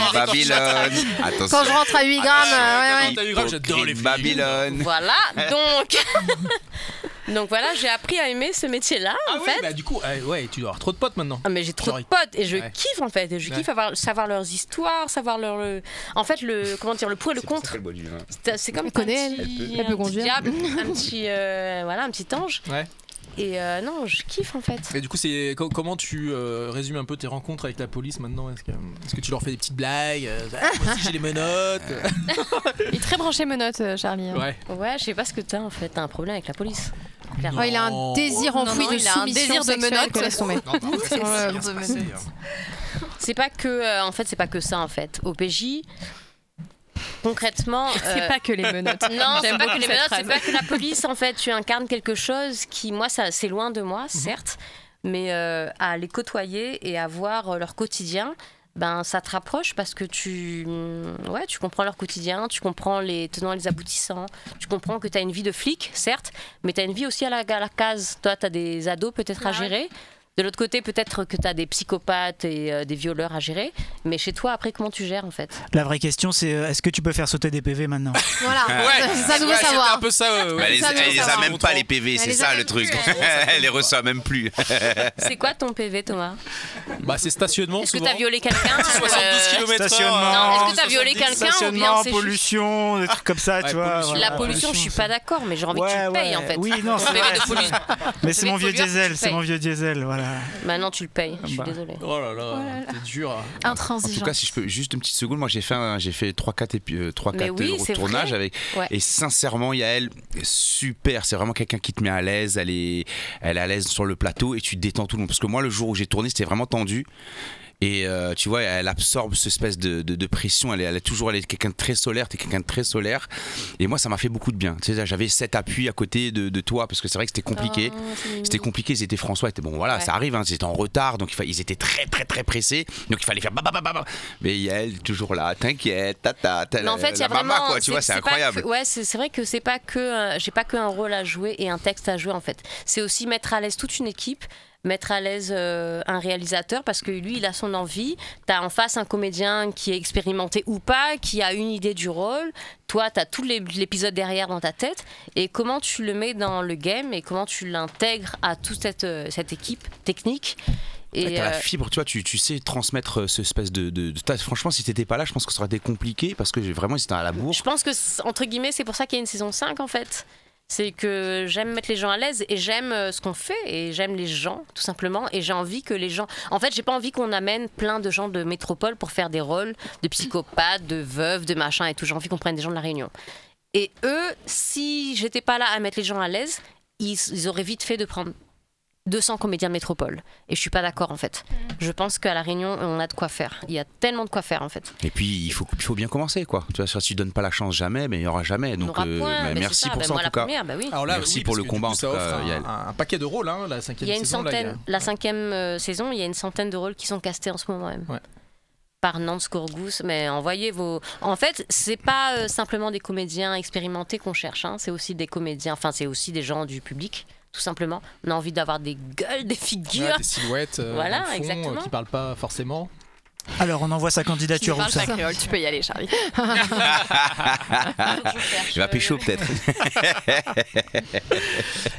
S1: surtout le soir, quand tu
S3: Babylone. Attention.
S2: Quand je rentre à 8 grammes, euh, ouais, ouais.
S1: T'as eu grave, j'adore les
S3: Hypocrite
S1: flics.
S3: Babylone.
S7: Voilà donc donc voilà j'ai appris à aimer ce métier là
S1: Ah
S7: en
S1: oui,
S7: fait.
S1: bah du coup, euh, ouais, tu dois avoir trop de potes maintenant.
S7: Ah, mais j'ai trop
S1: Sorry.
S7: de potes et je
S1: Ouais.
S7: kiffe en fait. Et je
S1: Ouais.
S7: kiffe avoir, savoir leurs histoires, savoir leur. le- En fait, le, comment dire, le pour et le contre. C'est- C'est comme
S6: Elle
S7: un
S6: connaît, elle.
S7: petit,
S6: Elle peut
S7: un petit
S6: conduire.
S7: diable, un petit, euh, voilà, un petit ange.
S1: Ouais.
S7: Et euh, non, je kiffe en fait.
S1: Et du coup, c'est co- comment tu euh, résumes un peu tes rencontres avec la police maintenant Est-ce que, est-ce que tu leur fais des petites blagues euh, Ah, Moi aussi j'ai les menottes.
S3: Euh.
S4: Il est très branché menottes, euh, Charlie. hein.
S1: Ouais.
S7: Ouais, je sais pas ce que t'as en fait. T'as un problème avec la police.
S6: Oh, il a un
S1: Non.
S6: désir enfoui
S4: non,
S6: de
S4: il a un
S6: soumission
S4: désir de
S6: sexuelle
S4: menottes.
S6: qu'on laisse tomber.
S1: Non, bah, ouais,
S6: Sur
S1: c'est
S6: le-
S1: bien, c'est passé, hein.
S7: C'est pas que. euh, en fait, c'est pas que ça en fait. Au PJ, concrètement.
S4: C'est
S7: euh,
S4: pas que les menottes.
S7: Non, c'est
S4: J'aime
S7: pas
S4: beaucoup
S7: que les
S4: cette
S7: menottes, c'est
S4: phrase.
S7: pas que la police. En fait, tu incarnes quelque chose qui, moi, ça, c'est loin de
S4: Mhm.
S7: moi, certes, mais euh, à les côtoyer et à voir euh, leur quotidien. Ben, ça te rapproche parce que tu, mm, ouais, tu comprends leur quotidien, tu comprends les tenants et les aboutissants, tu comprends que tu as une vie de flic, certes, mais tu as une vie aussi à la, à la case. Toi, tu as des ados peut-être à gérer. De l'autre côté, peut-être que tu as des psychopathes et euh, des violeurs à gérer. Mais chez toi, après, comment tu gères en fait
S12: La vraie question, c'est euh, est-ce que tu peux faire sauter des PV maintenant
S2: Voilà,
S1: Ouais.
S2: c'est ça que je veux
S1: Ouais, c'était un
S2: savoir.
S1: peu ça. euh, ouais.
S3: Bah, elle, les-
S2: Ça,
S1: je
S3: elle les
S1: veux
S3: a
S1: savoir.
S3: même pas les PV,
S6: Elle
S3: c'est
S6: les a
S3: ça
S6: même
S3: le truc.
S6: plus,
S3: Elle les reçoit même plus.
S7: C'est quoi ton PV, Thomas
S1: Bah, c'est stationnement
S7: Est-ce que
S1: souvent. hein.
S7: tu as violé quelqu'un euh,
S1: 72 km/h.
S12: Stationnement.
S7: Non, est-ce que t'as violé quelqu'un ou bien
S12: Stationnement,
S7: c'est juste
S12: pollution, des trucs comme ça, tu
S1: Ouais,
S12: vois.
S1: pollution.
S12: voilà.
S7: la pollution, je suis pas d'accord, mais j'ai envie que tu
S12: Ouais,
S7: le payes
S12: ouais.
S7: en fait.
S12: Oui, non,
S7: Ton
S12: c'est
S7: PV
S12: vrai,
S7: de
S12: c'est
S7: pollution.
S12: Mais c'est
S7: Mais
S12: mon vieux
S7: pollueur,
S12: diesel,
S7: tu
S12: c'est
S7: payes.
S12: mon vieux diesel, voilà.
S7: Maintenant, tu le payes. Je suis
S12: Bah.
S7: désolée.
S1: Oh là là, c'est dur. hein.
S3: En tout
S2: Intransigeant.
S3: cas, si je peux juste une petite seconde, moi j'ai fait, un- j'ai fait 3-4 épi- euh, trois,
S7: Mais
S3: quatre,
S7: oui,
S3: euh,
S7: c'est
S3: tournages
S7: vrai.
S3: avec.
S7: Ouais.
S3: Et sincèrement, Yael, super. C'est vraiment quelqu'un qui te met à l'aise. Elle est, elle est à l'aise sur le plateau et tu détends tout le monde. Parce que moi, le jour où j'ai tourné, c'était vraiment tendu. Et euh, tu vois, elle absorbe cette espèce de, de- de pression. Elle est, elle est toujours elle est quelqu'un de très solaire, t'es quelqu'un de très solaire. Et moi, ça m'a fait beaucoup de bien. Tu sais, j'avais cet appui à côté de, de toi parce que c'est vrai que c'était compliqué. C'était compliqué, ils étaient François, était bon voilà,
S7: Ah, Ouais.
S3: ça arrive, hein, ils étaient en retard, donc il fa- ils étaient très très très pressés, donc il fallait faire bah, bah, bah, bah, bah. Mais Yael, toujours là, t'inquiète, tata,
S7: Mais en fait, il y a vraiment.
S3: maman, quoi, tu vois, c'est
S7: pas
S3: incroyable.
S7: que- ouais, c'est c'est vrai que c'est pas que euh, j'ai pas que un rôle à jouer et un texte à jouer en fait. C'est aussi mettre à l'aise toute une équipe, mettre à l'aise euh, un réalisateur parce que lui, il a son envie. T'as en face un comédien qui est expérimenté ou pas, qui a une idée du rôle. Toi, t'as tout l'ép- l'épisode derrière dans ta tête et comment tu le mets dans le game et comment tu l'intègres à toute cette euh, cette équipe technique. Et
S3: Ouais, t'as la
S7: euh,
S3: fibre, tu vois, tu, tu sais transmettre euh, ce espèce de. de, de- t'as- franchement, si t'étais pas là, je pense que ça aurait été compliqué parce que j'ai- vraiment, ils étaient à la bourre.
S7: Je pense que, c'est- entre guillemets, c'est pour ça qu'il y a une saison 5, en fait. C'est que j'aime mettre les gens à l'aise et j'aime euh, ce qu'on fait et j'aime les gens, tout simplement. Et j'ai envie que les gens. En fait, j'ai pas envie qu'on amène plein de gens de métropole pour faire des rôles de psychopathes, de veuves, de machin et tout. J'ai envie qu'on prenne des gens de la Réunion. Et eux, si j'étais pas là à mettre les gens à l'aise, ils, ils auraient vite fait de prendre 200 comédiens de métropole. Et je suis pas d'accord, en fait. Je pense qu'à la Réunion, on a de quoi faire. Il y a tellement de quoi faire, en fait.
S3: Et puis, il faut, il faut bien commencer, quoi. Tu vois, si tu donnes pas la chance jamais, mais il y aura jamais.
S7: On
S3: Donc,
S7: aura
S3: euh,
S7: point,
S3: mais
S7: mais c'est
S3: merci
S7: ça.
S3: pour
S7: Ben,
S3: ça,
S7: moi,
S3: en
S7: la
S3: tout cas.
S7: première, ben oui.
S1: Alors là,
S3: Merci
S1: oui,
S3: pour
S1: parce
S3: le
S1: que
S3: combat,
S1: du coup,
S3: en
S1: ça
S3: tout
S1: offre
S3: cas, Yael.
S1: un, un paquet de rôles, hein, la cinquième
S7: Il y a une
S1: saison, là, il y a-
S7: centaine, la cinquième euh, saison, il y a une centaine de rôles qui sont castés en ce moment même.
S1: Ouais.
S7: Par Nance Courgous, mais envoyez vos. En fait, c'est pas euh, simplement des comédiens expérimentés qu'on cherche, hein, c'est aussi des comédiens, enfin, c'est aussi des gens du public, tout simplement. On a envie d'avoir des gueules, des
S1: Ouais,
S7: figures.
S1: des silhouettes euh,
S7: Voilà,
S1: dans le fond, euh,
S7: exactement.
S1: qui parlent pas forcément.
S12: Alors, on envoie sa
S4: Tu
S12: candidature ou
S4: parles
S12: ça
S4: pas créole, tu peux y aller, Charlie.
S3: Il va pécho, peut-être.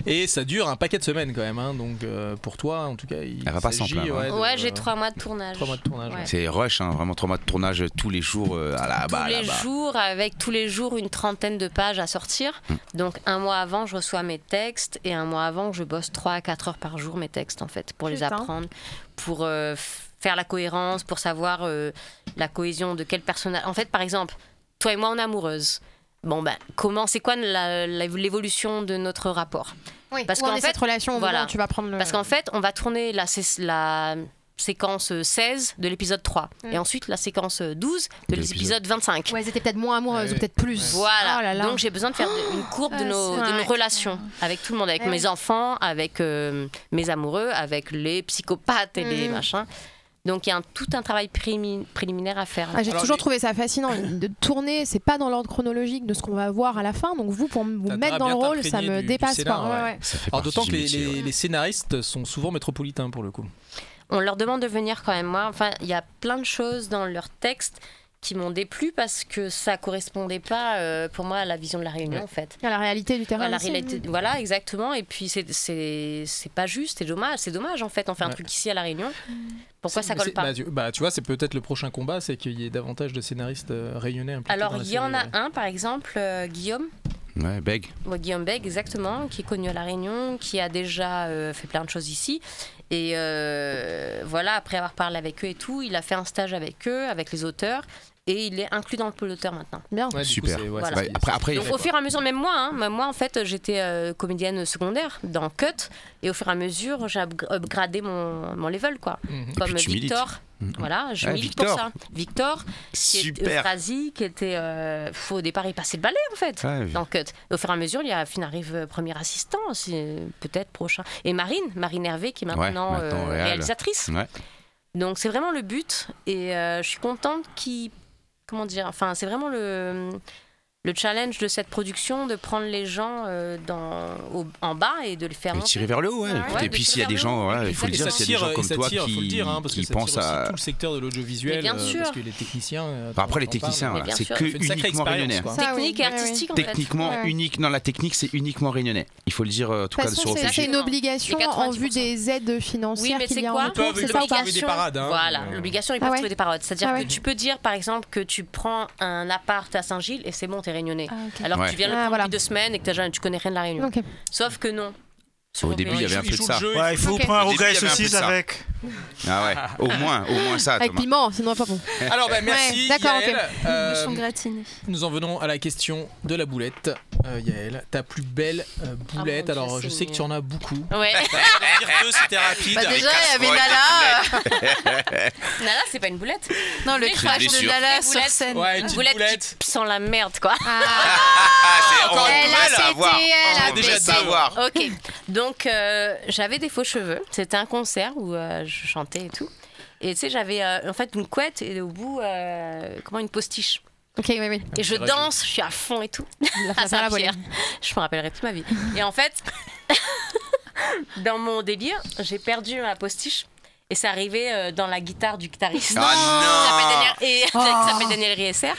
S1: Et ça dure un paquet de semaines quand même, hein, donc euh, pour toi en tout cas. Il
S3: Elle va pas s'en
S1: s'agit,
S3: plaindre, hein.
S1: de-
S7: Ouais, j'ai trois mois de tournage.
S1: euh, trois mois de tournage.
S7: Ouais.
S3: C'est rush, hein, vraiment trois mois de tournage euh, tous les jours euh, à la
S7: tous
S3: bas,
S7: les
S3: là-bas.
S7: jours, avec tous les jours une trentaine de pages à sortir. Donc un mois avant, je reçois mes textes et un mois avant, je bosse 3 à 4 heures par jour mes textes en fait, pour les
S6: Putain.
S7: apprendre, pour euh, f- faire la cohérence, pour savoir euh, la cohésion de quel personnage. En fait, par exemple, toi et moi, on est amoureuses. Bon, ben, comment, c'est quoi la- la- l'évolution de notre rapport
S6: Oui, où en est cette relation au moment où tu vas prendre le-
S7: Parce qu'en fait, on va tourner la, sé- la séquence 16 de l'épisode 3
S6: Mm.
S7: et ensuite la séquence 12 de,
S6: De l'épisode.
S7: l'épisode 25.
S6: Ouais, elles étaient peut-être moins amoureuses ou peut-être plus.
S7: Voilà.
S6: Oh là là.
S7: Donc j'ai besoin de faire de- une courbe de
S6: Ah,
S7: nos,
S6: c'est-
S7: de nos
S6: ouais.
S7: relations avec tout le monde, avec
S6: Ouais.
S7: mes enfants, avec euh, mes amoureux, avec les psychopathes et les
S6: Mm.
S7: machins. Donc il y a un- tout un travail prémi- préliminaire à faire.
S6: Ah, j'ai toujours trouvé ça fascinant de tourner, c'est pas dans l'ordre chronologique de ce qu'on va voir à la fin, donc vous pour m- vous mettre dans le rôle, ça me dépasse pas. Ouais, ouais.
S1: Alors d'autant
S3: du
S1: que les,
S3: métier,
S1: les- les scénaristes sont souvent métropolitains pour le coup.
S7: on leur demande de venir quand même. Moi, enfin, il y a plein de choses dans leur texte qui m'ont déplu parce que ça correspondait pas euh, pour moi à la vision de la Réunion en fait.
S6: À la réalité du terrain.
S7: À la
S6: aussi.
S7: réalité- voilà, exactement. Et puis c'est- c'est c'est pas juste, c'est dommage, c'est dommage en fait. On fait un
S1: Ouais.
S7: truc ici à la Réunion.
S6: Mm.
S7: Pourquoi ça
S1: Mais
S7: colle
S1: c'est-
S7: pas
S1: bah, tu, bah, tu vois, c'est peut-être le prochain combat, c'est qu'il y ait davantage de scénaristes euh, réunionnais. impliqués
S7: Alors
S1: dans la
S7: il y en
S1: série,
S7: a
S1: ouais.
S7: un par exemple, euh, Guillaume,
S3: Ouais, beg.
S7: Ouais, Guillaume Beck, exactement, qui est connu à La Réunion, qui a déjà euh, fait plein de choses ici. Et euh, voilà, après avoir parlé avec eux et tout, il a fait un stage avec eux, avec les auteurs, et il est inclus dans le pôle auteur maintenant.
S6: Bien.
S3: Ouais, du coup, Super. c'est- ouais,
S7: Voilà.
S3: ça, c'est- Bah, Après- après, il
S7: Donc,
S3: fait
S7: au
S3: quoi
S7: fur et à mesure, même moi, hein, même moi en fait, j'étais euh, comédienne secondaire dans Cut, et au fur et à mesure, j'ai up- upgradé mon, mon level, quoi.
S3: Mhm. Et
S7: Comme
S3: puis, tu milites.
S7: Victor.
S3: Mhm.
S7: Voilà, je
S3: Ah,
S7: milite
S3: Victor.
S7: pour ça. Victor, qui est
S3: Super.
S7: Euphrasie, qui était. euh, faut au départ, il passait le balai en fait.
S3: Ouais,
S7: dans Cut. Et au fur et à mesure, il y a Finn arrive euh, premier assistant, c'est peut-être prochain. Et Marine, Marine Hervé, qui est maintenant,
S3: Ouais, maintenant,
S7: euh,
S3: réal.
S7: réalisatrice.
S3: Ouais.
S7: Donc c'est vraiment le but. Et euh, je suis contente qui. Comment dire Enfin, c'est vraiment le. Le challenge de cette production, de prendre les gens euh, dans, au- en bas et de les faire
S3: Et
S7: monter.
S3: tirer vers le haut, ouais.
S7: Ouais,
S3: et
S7: de
S3: puis
S7: tirer
S3: s'il y a
S7: vers
S3: des
S7: le
S3: gens,
S7: haut.
S3: voilà, il faut le
S1: Et
S3: dire,
S1: ça
S3: s'il y a des
S1: tire,
S3: gens
S1: et
S3: comme
S1: ça
S3: toi
S1: tire, faut le
S3: qui,
S1: dire, hein, parce
S3: qui
S1: que ça
S3: pensent
S1: tire aussi
S3: à.
S1: tout le secteur de l'audiovisuel,
S7: Mais bien
S1: euh,
S7: sûr.
S1: parce que les techniciens. euh,
S3: Bah, après, les
S1: on en parle,
S3: techniciens,
S1: mais
S3: voilà,
S1: bien
S3: c'est
S1: sûr.
S3: que
S1: Fait une sacrée
S3: uniquement
S1: expérience,
S3: réunionnais.
S1: quoi.
S6: Ah oui,
S7: Technique et
S6: ouais, ouais.
S7: artistique, en fait.
S3: Techniquement,
S6: Ouais.
S3: unique. Non, la technique, c'est uniquement réunionnais. Il faut le dire, euh, en tout
S6: De
S3: cas,
S6: toute façon,
S3: sur
S6: c'est- c'est
S3: OPJ.
S6: une obligation
S7: Mais
S6: en
S7: 90%.
S6: vue des aides
S7: Oui,
S6: financières
S7: mais
S6: qu'il
S7: c'est
S6: y a
S7: quoi
S6: en retour, c'est ça ou pas
S1: trouver des parades, hein.
S7: Voilà, l'obligation, ils peuvent
S6: Ah ouais.
S7: trouver des parades. C'est-à-dire
S6: Ah
S7: que
S6: ouais.
S7: tu peux dire, par exemple, que tu prends un appart à Saint-Gilles et c'est bon, t'es réunionnais.
S6: ok.
S7: Alors que
S3: Ouais.
S7: tu viens le
S6: Ah,
S7: prendre depuis deux semaines et que t'as jamais- tu connais rien de la Réunion.
S6: Ok.
S7: Sauf que non.
S3: Au début, il y avait un peu de ça.
S12: Ouais, il faut
S6: Ok.
S12: prendre un
S3: Au début,
S12: rogaille
S3: il y avait un peu de
S12: saucisse
S3: ça.
S12: avec.
S3: Ah ouais, au moins, au moins ça,
S6: Euh, Avec
S3: Thomas.
S6: piment, sinon pas bon.
S1: Alors, bah, merci.
S6: Ouais, D'accord, ok.
S1: Yael. Euh,
S5: Cochon gratiné.
S1: Nous en venons à la question de la boulette. Euh, Yael, ta plus belle euh, boulette.
S7: Ah, mon Dieu
S1: Alors, je sais que tu en as beaucoup.
S7: Ouais.
S1: Dire deux, c'était rapide.
S5: Bah, déjà, il y avait Nala.
S7: Nala, c'est pas une boulette.
S5: Non, le
S7: Mais
S5: crash
S7: je
S5: de
S7: crois que
S5: Nala
S7: c'est une
S5: sur
S7: boulette.
S5: scène. Ah.
S1: Ouais, une petite
S7: Boulette,
S1: boulette.
S7: qui sent la merde, quoi.
S3: encore une
S6: Elle a
S3: nouvelle à
S6: c'était,
S3: avoir.
S6: elle a
S3: On veut
S6: baissé.
S3: savoir.
S7: Ok, donc euh, j'avais des faux cheveux. C'était un concert où euh, je chantais et tout. Et tu sais, j'avais euh, en fait une couette et au bout, euh, comment une postiche.
S6: Ok, oui, oui.
S7: Et je
S1: c'est vrai que-
S7: danse, je suis à fond et tout.
S6: La
S7: à
S6: face à la volée.
S7: Saint-Pierre. Je m'en rappellerai toute ma vie. Et en fait, dans mon délire, j'ai perdu ma postiche. Et c'est arrivé euh, dans la guitare du guitariste.
S3: Ah non
S7: Il s'appelle Daniel- et-
S6: Oh.
S7: qui s'appelle Daniel Riesser.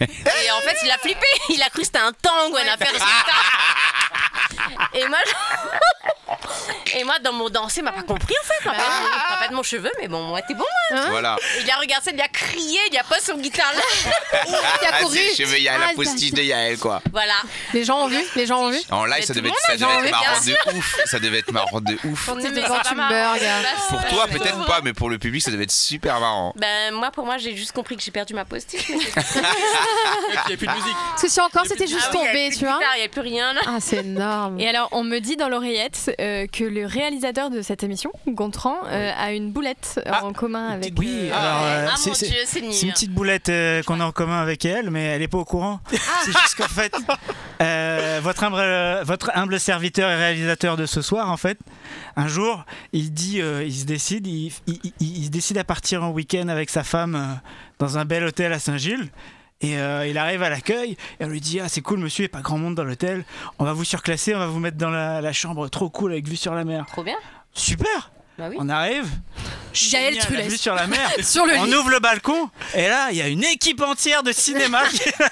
S7: Et en fait, il a flippé. Il a cru que c'était un tango, une affaire. de guitare. Et moi, je- et moi, dans mon danser, il m'a pas compris en fait. Il m'a pas- il m'a pas de mon cheveu, mais bon, moi, t'es bon. moi.
S3: Hein Voilà.
S7: Il a regardé ça, il a crié, il a pas son guitare là.
S6: Il a
S3: Ah,
S6: couru.
S3: c'est- Je veux Yael, la
S6: Ah,
S3: postiche de Yael, quoi.
S7: Voilà.
S6: Les gens ont vu, les gens ont vu.
S3: En live,
S7: Mais
S3: ça
S7: tout
S3: devait
S7: le
S3: être, ça
S7: monde
S3: devait
S7: a
S3: être
S7: envie, bien
S3: marrant de ouf. Ça devait être marrant de ouf.
S7: Mais
S6: C'était
S7: c'est
S6: quand
S7: pas
S6: tu
S7: marrant.
S6: meurs, gars.
S7: Bah,
S3: Pour
S7: Ah,
S3: toi, peut-être pas, mais pour le public, ça devait être super marrant.
S7: Ben moi pour moi j'ai juste compris que j'ai perdu ma postiche. Mais c'est-
S1: Il n'y a plus de musique.
S6: Parce que si encore c'était juste
S7: Ah oui, il y a
S6: tombé,
S7: plus de
S6: tu vois.
S7: guitare, Il n'y a plus rien. là.
S6: Ah, c'est énorme.
S2: Et alors, on me dit dans l'oreillette euh, que le réalisateur de cette émission, Gontran, euh, a une boulette euh, en commun avec.
S12: Ah. Oui, alors euh,
S7: Ah
S12: c'est-
S7: mon
S12: c'est-
S7: dieu, c'est nul.
S12: c'est une petite boulette euh, qu'on a en commun avec elle, mais elle est pas au courant.
S7: Ah.
S12: C'est juste qu'en fait, euh, votre, humble, euh, votre humble serviteur et réalisateur de ce soir, en fait, un jour, il dit, euh, il se décide, il, il- il- il se décide à partir en week-end avec sa femme euh, dans un bel hôtel à Saint-Gilles. Et euh, il arrive à l'accueil et on lui dit Ah, c'est cool, monsieur, il n'y a pas grand monde dans l'hôtel. On va vous surclasser, on va vous mettre dans la, la chambre trop cool avec vue sur la mer.
S7: Trop bien.
S12: Super
S7: Bah oui.
S12: On arrive,
S2: Jaël
S12: Génial,
S2: Trulès.
S12: la vue sur la mer.
S2: Sur le
S12: on
S2: lit.
S12: ouvre le balcon et là, il y a une équipe entière de cinéma. qui est là.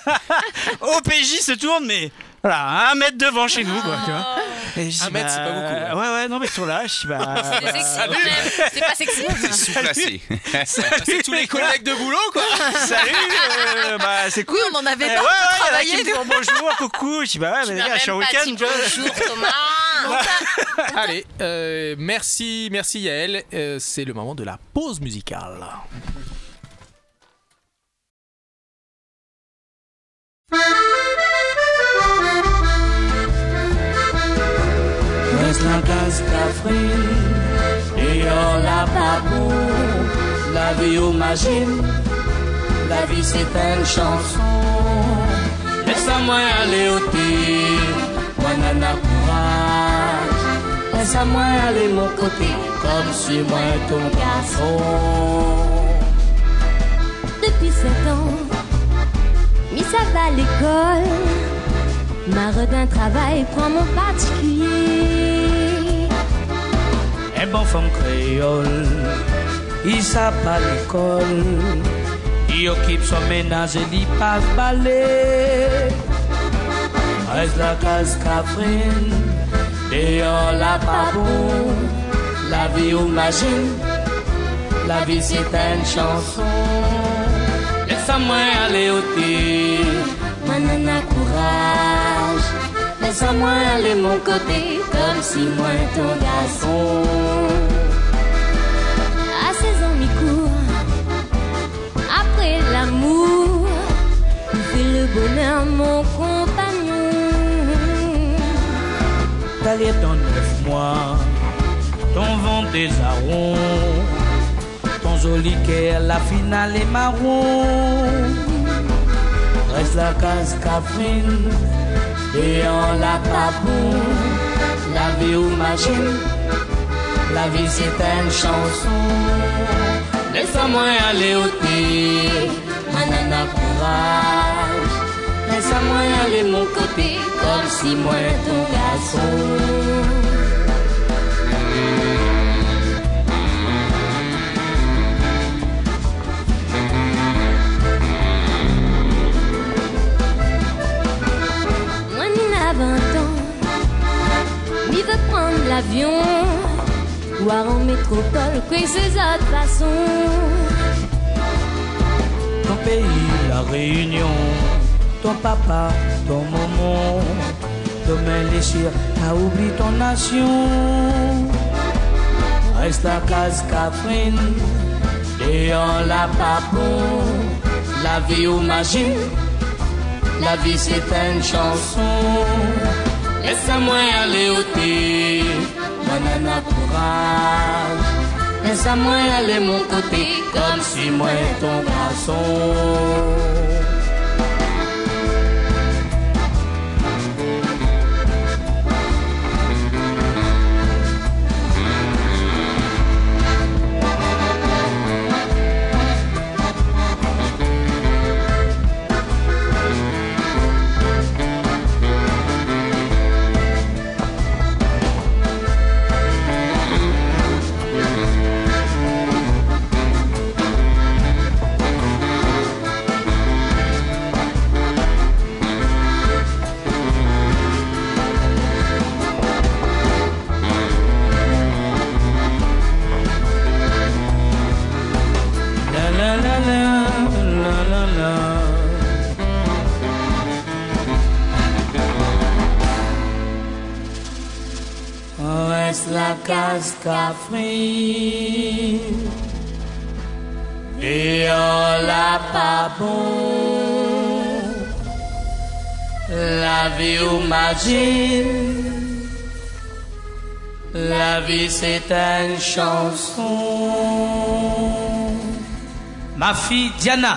S12: OPJ se tourne, mais voilà, à un mètre devant chez nous, quoi. tu vois.
S7: Ah.
S12: Et je dis,
S1: Un mètre, c'est pas
S12: bah, Ouais, ouais, non, mais ils sont là. Je dis, bah,
S3: Ah,
S7: C'est hein.
S12: bah,
S7: sexy quand même. C'est pas sexy.
S3: C'est sous-placé.
S1: C'est tous les collègues de boulot, quoi.
S12: salut, euh, bah, c'est cool.
S5: Oui, on en
S12: Eh,
S5: avait
S12: ouais, ouais,
S5: pas
S12: il y en a
S5: travaillé.
S12: qui me font bonjour, coucou. Je dis, bah, ouais, mais
S7: Tu
S12: les
S7: m'as
S12: gars, je suis en
S7: même pas
S12: week-end,
S7: dit
S12: tu vois.
S7: Bonjour Thomas.
S1: Allez, euh, merci, merci Yael. Euh, c'est le moment de la pause musicale.
S8: un 15 d'avril et on l'a pas pour la vie au magie. La vie c'est une chanson. Laisse-moi aller au thé, moi nana courage. Laisse-moi aller mon côté, comme si moi ton garçon.
S13: Depuis sept ans, Miss ça va à l'école. Marodin travaille, prend mon particulier.
S8: Un bon femme créole, il s'appelle à l'école. Il occupe son ménage et il passe balai. Reste la case Catherine, et on l'a pas bon. La vie ou machine, la vie c'est une chanson. Laisse-moi aller au thé,
S13: Manana courage, laisse-moi aller mon côté, comme si moi ton garçon. À 16 ans, mi court, après l'amour, il fait le bonheur, mon compagnon.
S8: taillé dans neuf mois, ton ventre des arons, ton joli cœur, la finale est marron. Reste la case Catherine, et on l'a pas bon. La vie ou machine, la vie c'est une chanson. Laisse-moi aller au thé, manana courage.
S13: Laisse-moi aller mon côté, comme si moi ton garçon. Moi, Nina a 20 ans, il veut prendre l'avion, voir en métropole, que ces autres façons.
S8: ton pays, la Réunion, ton papa, ton maman, demain les chiens, t'as oublié ton nation. Reste la case Catherine, et on l'a pas bon. La vie ou magie, la vie c'est une chanson.
S13: Laisse-moi aller au thé,
S8: Manana courage,
S13: laisse-moi aller mon côté, comme si moi ton garçon.
S8: La la la la la la la. Reste la case Catherine et on l'a pas bon. La vie ou magie, la vie c'est une chanson. Ma fille Diana.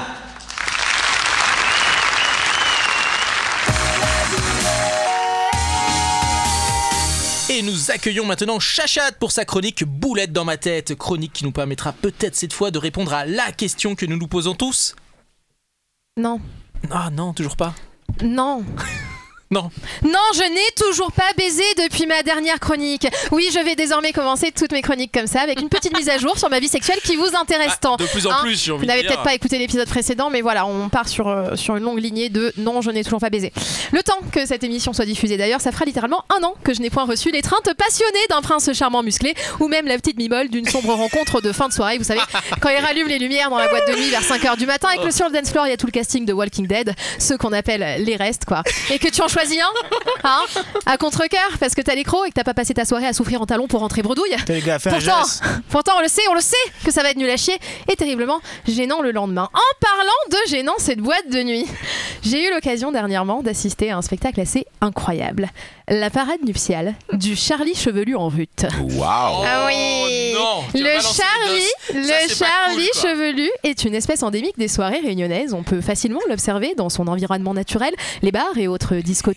S1: Et nous accueillons maintenant Chachat pour sa chronique Boulette dans ma tête, chronique qui nous permettra peut-être cette fois de répondre à la question que nous nous posons tous.
S6: Non.
S1: Ah non, toujours pas.
S6: Non.
S1: Non.
S6: Non, je n'ai toujours pas baisé depuis ma dernière chronique. Oui, je vais désormais commencer toutes mes chroniques comme ça, avec une petite mise à jour sur ma vie sexuelle qui vous intéresse tant.
S1: Ah,
S6: Hein
S1: de plus en plus, j'ai envie
S6: Vous
S1: de
S6: n'avez
S1: dire.
S6: peut-être pas écouté l'épisode précédent, mais voilà, on part sur, euh, sur une longue lignée de non, je n'ai toujours pas baisé. Le temps que cette émission soit diffusée d'ailleurs, ça fera littéralement un an que je n'ai point reçu l'étreinte passionnée d'un prince charmant musclé, ou même la petite mimole d'une sombre rencontre de fin de soirée, vous savez, quand il rallume les lumières dans la boîte de nuit vers 5h du matin et que sur le dance floor il y a tout le casting de Walking Dead, ceux qu'on appelle les restes, quoi, et que tu en choisis choisis un hein, À contre-coeur, parce que t'as l'écro et que t'as pas passé ta soirée à souffrir en talons pour rentrer bredouille.
S12: T'as les gars à faire un
S6: Pourtant,
S12: geste.
S6: pourtant, on le sait, on le sait que ça va être nul à chier et terriblement gênant le lendemain. En parlant de gênant, cette boîte de nuit, j'ai eu l'occasion dernièrement d'assister à un spectacle assez incroyable. La parade nuptiale du Charlie chevelu en rute.
S3: Waouh
S6: Ah oui
S3: tu vas
S6: Le
S3: balancer
S6: Charlie,
S3: les doses. Ça,
S6: le
S3: c'est pas cool,
S6: Charlie
S3: quoi.
S6: chevelu est une espèce endémique des soirées réunionnaises. On peut facilement l'observer dans son environnement naturel, les bars et autres discothèques.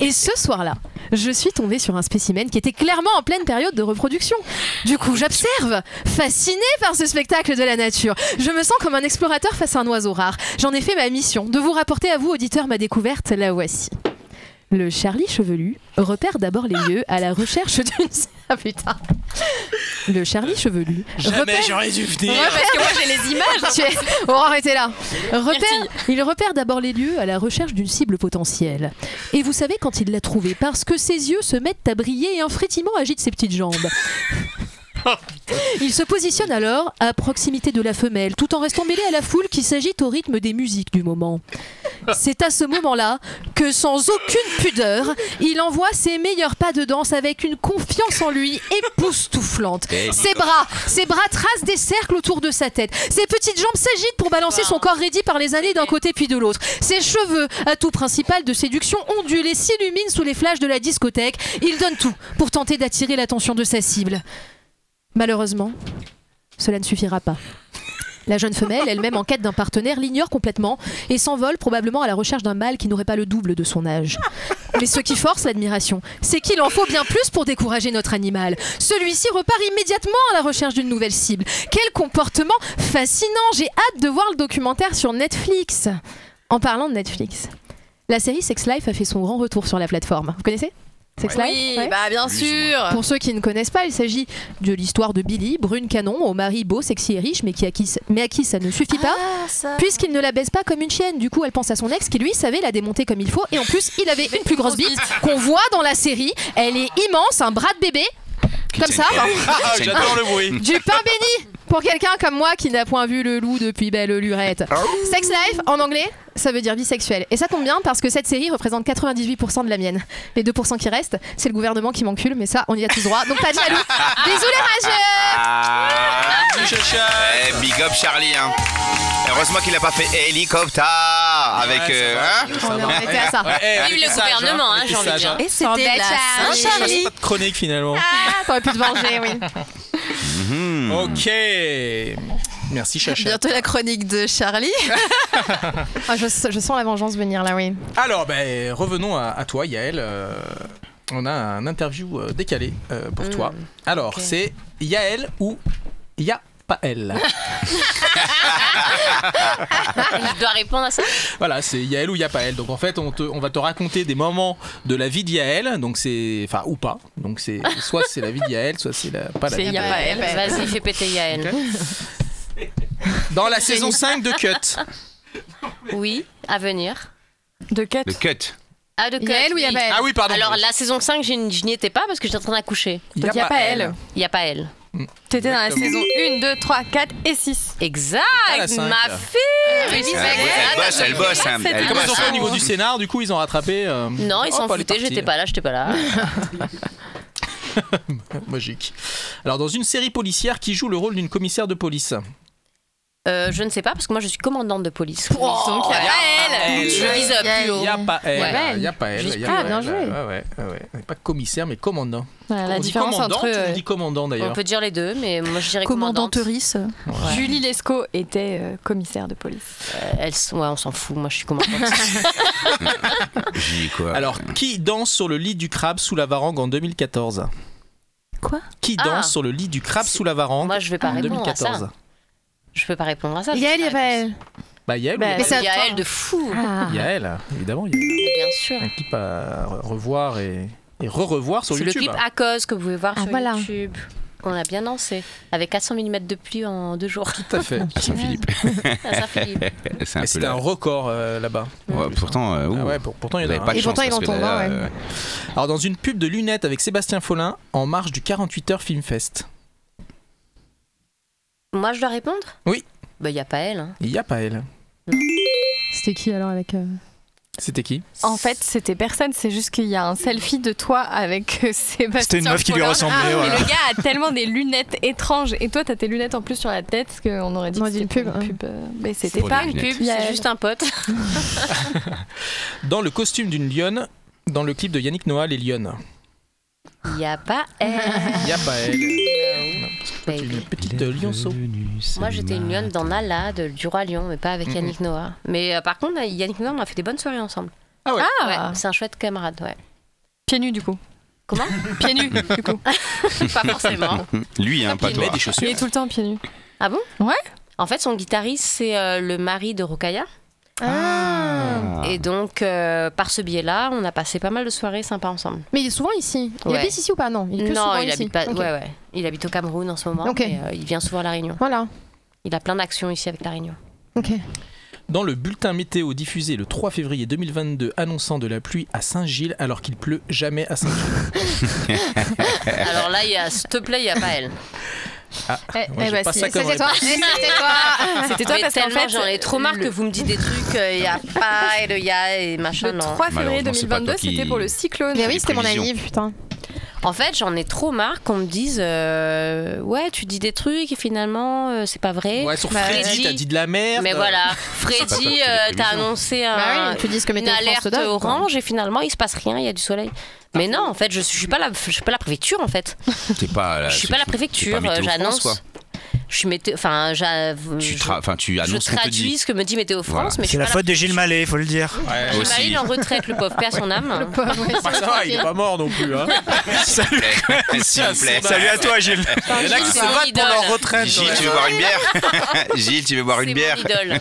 S6: Et ce soir-là, je suis tombée sur un spécimen qui était clairement en pleine période de reproduction. Du coup, j'observe, fascinée par ce spectacle de la nature. Je me sens comme un explorateur face à un oiseau rare. J'en ai fait ma mission de vous rapporter à vous, auditeurs, ma découverte. La voici. Le Charlie chevelu repère d'abord les lieux à la recherche d'une. Ah putain. Le Charlie chevelu.
S1: Jamais
S6: repère-
S1: j'aurais dû venir.
S6: Repère-
S1: Parce que moi, j'ai les images.
S6: Tu es- Aurore était là. Repère... Il repère d'abord les lieux à la recherche d'une cible potentielle. Et vous savez quand il l'a trouvée parce que ses yeux se mettent à briller et un frétillement agite ses petites jambes. Il se positionne alors à proximité de la femelle, tout en restant mêlé à la foule qui s'agite au rythme des musiques du moment. C'est à ce moment-là que, sans aucune pudeur, il envoie ses meilleurs pas de danse avec une confiance en lui époustouflante.
S13: Eh, dis
S6: Ses bras, ses bras tracent des cercles autour de sa tête. Ses petites jambes s'agitent pour balancer son corps raidi par les années d'un côté puis de l'autre. Ses cheveux, atout principal de séduction, ondulent et s'illuminent sous les flashs de la discothèque. Il donne tout pour tenter d'attirer l'attention de sa cible. Malheureusement, cela ne suffira pas. La jeune femelle, elle-même en quête d'un partenaire, l'ignore complètement et s'envole probablement à la recherche d'un mâle qui n'aurait pas le double de son âge. Mais ce qui force l'admiration, c'est qu'il en faut bien plus pour décourager notre animal. Celui-ci repart immédiatement à la recherche d'une nouvelle cible. Quel comportement fascinant J'ai hâte de voir le documentaire sur Netflix. En parlant de Netflix, la série Sex Life a fait son grand retour sur la plateforme. Vous connaissez Sex Life
S4: Oui,
S6: Ouais.
S4: bah bien sûr.
S6: Pour ceux qui ne connaissent pas, il s'agit de l'histoire de Billy, brune canon, au mari beau, sexy et riche, mais, qui à qui, mais à qui ça ne suffit pas,
S1: Ah,
S6: puisqu'il ne la baisse pas comme une chienne. Du coup, elle pense à son ex qui, lui, savait la démonter comme il faut, et en plus, il avait une plus grosse bite qu'on voit dans la série. Elle est immense, un bras de bébé, comme ça. hein.
S1: Ah, J'adore le bruit.
S6: Du pain béni pour quelqu'un comme moi qui n'a point vu le loup depuis belle lurette.
S7: Ah
S6: Sex life en anglais, ça veut dire vie sexuelle. Et ça tombe bien parce que cette série représente 98% de la mienne. Les 2% qui restent, c'est le gouvernement qui m'encule, mais ça, on y a tous droit. Donc pas de jaloux. Désolé, rageux
S3: Ah, Eh, big up Charlie. hein. Heureusement qu'il n'a pas fait hélicoptère avec. euh, hein
S6: arrêté à ça.
S1: Ouais, eh,
S6: Vive
S1: avec
S6: le
S1: les sages,
S6: gouvernement,
S1: hein,
S6: hein,
S1: avec
S6: j'ai
S1: les
S6: envie de
S1: sages,
S6: dire.
S1: hein.
S6: Et c'était Embête, la Charlie.
S1: Je fasse
S6: Charlie.
S1: pas de chronique finalement.
S6: Ah, T'aurais pu te venger, oui.
S3: Mhm.
S1: Ok. Merci Chacha.
S5: Bientôt la chronique de Charlie.
S6: Ah, je, je sens la vengeance venir là, oui.
S1: Alors, ben, revenons à, à toi, Yael. Euh, on a un interview euh, décalé euh, pour
S6: Mm.
S1: toi. Alors,
S6: Ok.
S1: c'est Yael ou Ya pas elle.
S7: Je dois Ah, répondre à
S1: Ah,
S7: ça
S1: Voilà, c'est Yael ou Yapael. Donc en fait, on, te- on va te raconter des moments de la vie de Yael, donc c'est enfin ou pas. Donc c'est soit c'est la vie de Yael, soit c'est la pas la
S7: C'est
S1: vie de
S7: Yael.
S1: Yael.
S7: Vas-y, fais péter Yael.
S1: Dans la saison 5 de Cut.
S7: Oui, à venir.
S2: De Cut.
S3: Le cut.
S7: Ah, de Cut.
S6: Yael ou Yael
S1: Ah oui, pardon.
S7: Alors, la saison 5, je n- je n'y étais pas parce que j'étais en train d'accoucher.
S1: Donc, Yael. Yael.
S7: Yael.
S1: Mm.
S2: T'étais dans la saison 1, 2, 3, 4 et 6.
S7: Exact,
S1: Ah, la cinq.
S7: ma fille
S1: oui,
S7: Bisous.
S1: c'est vrai.
S7: Ah,
S3: Elle bosse,
S7: bah,
S3: elle bosse. hein, elle
S1: Comment ils ont
S3: bosse.
S1: fait au niveau du scénar Du coup, ils ont rattrapé. euh,
S7: Non, ils
S1: hop,
S7: s'en
S1: elle est
S7: foutaient,
S1: partie.
S7: j'étais pas là, j'étais pas là.
S1: Magique. Alors, dans une série policière, qui joue le rôle d'une commissaire de police
S7: Euh, je ne sais pas parce que moi je suis commandante de police.
S3: Oh,
S7: Donc,
S1: y a
S7: Yael.
S1: Oh, pas elle.
S7: Je vise plus haut.
S1: Y a pas elle.
S7: Ouais.
S1: Y a pas elle.
S7: Je vise
S1: y a
S7: plus haut.
S1: pas
S7: Ah, bien
S1: elle. euh,
S7: joué.
S1: Ouais, ouais, ouais, ouais. Pas commissaire, mais commandant.
S7: Voilà, la
S1: on dit
S7: différence
S1: commandante
S7: entre,
S1: ou on
S7: euh,
S1: dit commandant d'ailleurs
S7: On peut dire les deux, mais moi je dirais commandante.
S5: Commandanteurice.
S2: Julie Lescaut était euh, commissaire de police.
S7: Euh, elles sont- Ouais, on s'en fout, moi je suis commandante.
S3: euh
S1: Alors, qui danse sur le lit du crabe sous la varangue en 2014
S5: Quoi
S1: Qui
S7: Ah.
S1: danse sur le lit du crabe sous la varangue
S7: moi je vais pas
S1: en
S7: répondre à
S1: 2014
S7: ça. Je peux pas répondre à Ah, ça.
S6: Yael, Yael.
S1: Bah, Yael,
S7: Bah,
S1: ou
S7: mais
S1: Yael
S7: c'est Yael de fou.
S6: Ah.
S1: Yael, évidemment, Yael.
S7: Bien sûr.
S1: Un clip à re- revoir et, et re-revoir sur
S7: C'est le
S1: YouTube.
S7: clip à cause que vous pouvez voir sur YouTube. On a bien lancé avec 400 mm de pluie en deux jours.
S1: Tout à fait. Saint-Philippe.
S7: Saint-Philippe.
S3: Ah, C'est un
S1: Et
S3: peu
S1: C'était un
S3: la-
S1: record euh, là-bas.
S3: Ouais, pourtant, euh, ouh.
S1: Ah ouais, pour- pourtant, il y en
S3: Vous
S1: a
S3: avez
S1: un.
S3: pas de Et chance, pourtant, il parce en que tombe là, un, ouais. euh,
S1: Alors, dans une pub de lunettes avec Sébastien Follin en marge du 48 h Film Fest.
S7: Moi je dois répondre
S1: Oui.
S7: Bah y a pas elle. hein.
S1: Il n'y a pas elle.
S6: C'était qui alors avec. euh,
S1: C'était qui
S2: En fait, c'était personne, c'est juste qu'il y a un selfie de toi avec euh, Sébastien.
S1: C'était une meuf qui lui
S2: Pollard.
S1: ressemblait,
S2: Ah,
S1: voilà.
S2: Mais le gars a tellement des lunettes étranges. Et toi, t'as tes lunettes en plus sur la tête, qu'on aurait dit que c'était une pub. euh, Mais c'était
S1: Pour des
S2: pas une
S1: lunettes.
S2: pub,
S1: Il y
S2: c'est juste
S4: un pote.
S1: Dans le costume d'une lionne, dans le clip de Yannick Noah, les lionnes.
S7: Il n'y a pas elle.
S1: Il a pas elle.
S7: Ah Baby.
S1: Petite euh, lionceau.
S7: Moi, j'étais une lionne dans Nala, de- du Roi Lion, mais pas avec
S1: Mhm.
S7: Yannick Noah. Mais euh, par contre, Yannick Noah, on a fait des bonnes soirées ensemble.
S1: Ah ouais
S7: C'est un chouette camarade, ouais.
S2: Pieds nus, du coup.
S7: Comment
S2: Pieds nus, du coup.
S7: Pas forcément.
S3: Lui, hein, pas
S7: Il met
S3: toi.
S7: des chaussures.
S2: Il est tout le temps pieds nus.
S7: Ah bon
S2: Ouais.
S7: En fait, son guitariste, c'est euh, le mari de Rokaya. Et donc, euh, par ce biais-là, on a passé pas mal de soirées sympas ensemble.
S6: Mais il est souvent ici. Il
S7: Ouais.
S6: habite ici ou pas Non, il est que
S7: non,
S6: souvent
S7: il
S6: ici.
S7: habite pas.
S6: Ok.
S7: Ouais, ouais. Il habite au Cameroun en ce moment.
S6: Ok.
S7: mais, euh, il vient souvent à La Réunion.
S6: Voilà.
S7: Il a plein d'actions ici avec La Réunion.
S1: Dans le bulletin météo diffusé le 3 février 2022 annonçant de la pluie à Saint-Gilles alors qu'il pleut jamais à Saint-Gilles. Eh,
S7: Alors là, il y a, s'il te plaît, il n'y a pas elle.
S1: Ah,
S7: Eh,
S1: moi,
S7: eh
S1: j'ai
S7: bah
S1: pas
S7: si,
S1: ça comme
S7: c'était toi.
S1: réponse.
S7: Eh,
S2: c'était toi. C'était toi
S7: Mais
S2: parce qu'en
S7: tellement
S2: fait,
S7: j'en ai trop marre que vous me dites des trucs, euh, il n'y a pas, et le y a, et
S2: Le
S7: machin. non.
S2: 3 février 2022, c'était pour le cyclone.
S6: Mais oui, c'était mon ami, putain.
S7: En fait, j'en ai trop marre qu'on me dise euh, Ouais, tu dis des trucs et finalement, euh, c'est pas vrai.
S1: Ouais, sur Freddy, t'as dit de la merde.
S7: Mais voilà,
S1: C'est pas toi qui fais
S7: Freddy,
S1: des
S7: euh, t'as
S1: prévisions.
S7: annoncé un,
S6: Bah oui, tu dis ce que
S7: une
S6: Météo France
S7: alerte
S6: te donne, quoi.
S7: orange et finalement il se passe rien, il y a du soleil. Mais
S1: Ah.
S7: non, en fait, je suis je suis pas la, je suis pas la préfecture en fait.
S3: T'es pas. la-
S7: Je suis
S3: c'est-
S7: pas la
S3: c'est
S7: préfecture,
S3: Météo
S7: euh,
S3: France,
S7: j'annonce.
S3: quoi.
S7: Je suis météo, enfin, j'a-
S3: Tu
S7: je-
S3: tra- enfin, tu
S7: je
S3: annonces ce qu'on te
S7: traduis
S3: dit.
S7: ce que me dit Météo France,
S3: Voilà.
S7: mais je
S12: C'est
S7: suis
S12: la
S7: pas
S12: faute de Gilles Mallet, faut le dire.
S7: Gilles Mallet, il est en retraite, le pauvre, perd son âme.
S6: Le pauvre, ouais,
S1: Bah, ça va, il est pas mort non plus. Hein.
S3: Salut. eh,
S1: Salut à toi,
S3: Gilles.
S1: Il y en a qui se
S7: C'est mon
S1: battent pour leur
S7: idole.
S1: retraite.
S3: Gilles,
S1: ouais.
S3: tu veux boire une bière Gilles, tu veux boire
S7: C'est
S3: une
S7: mon
S3: bière
S7: idole.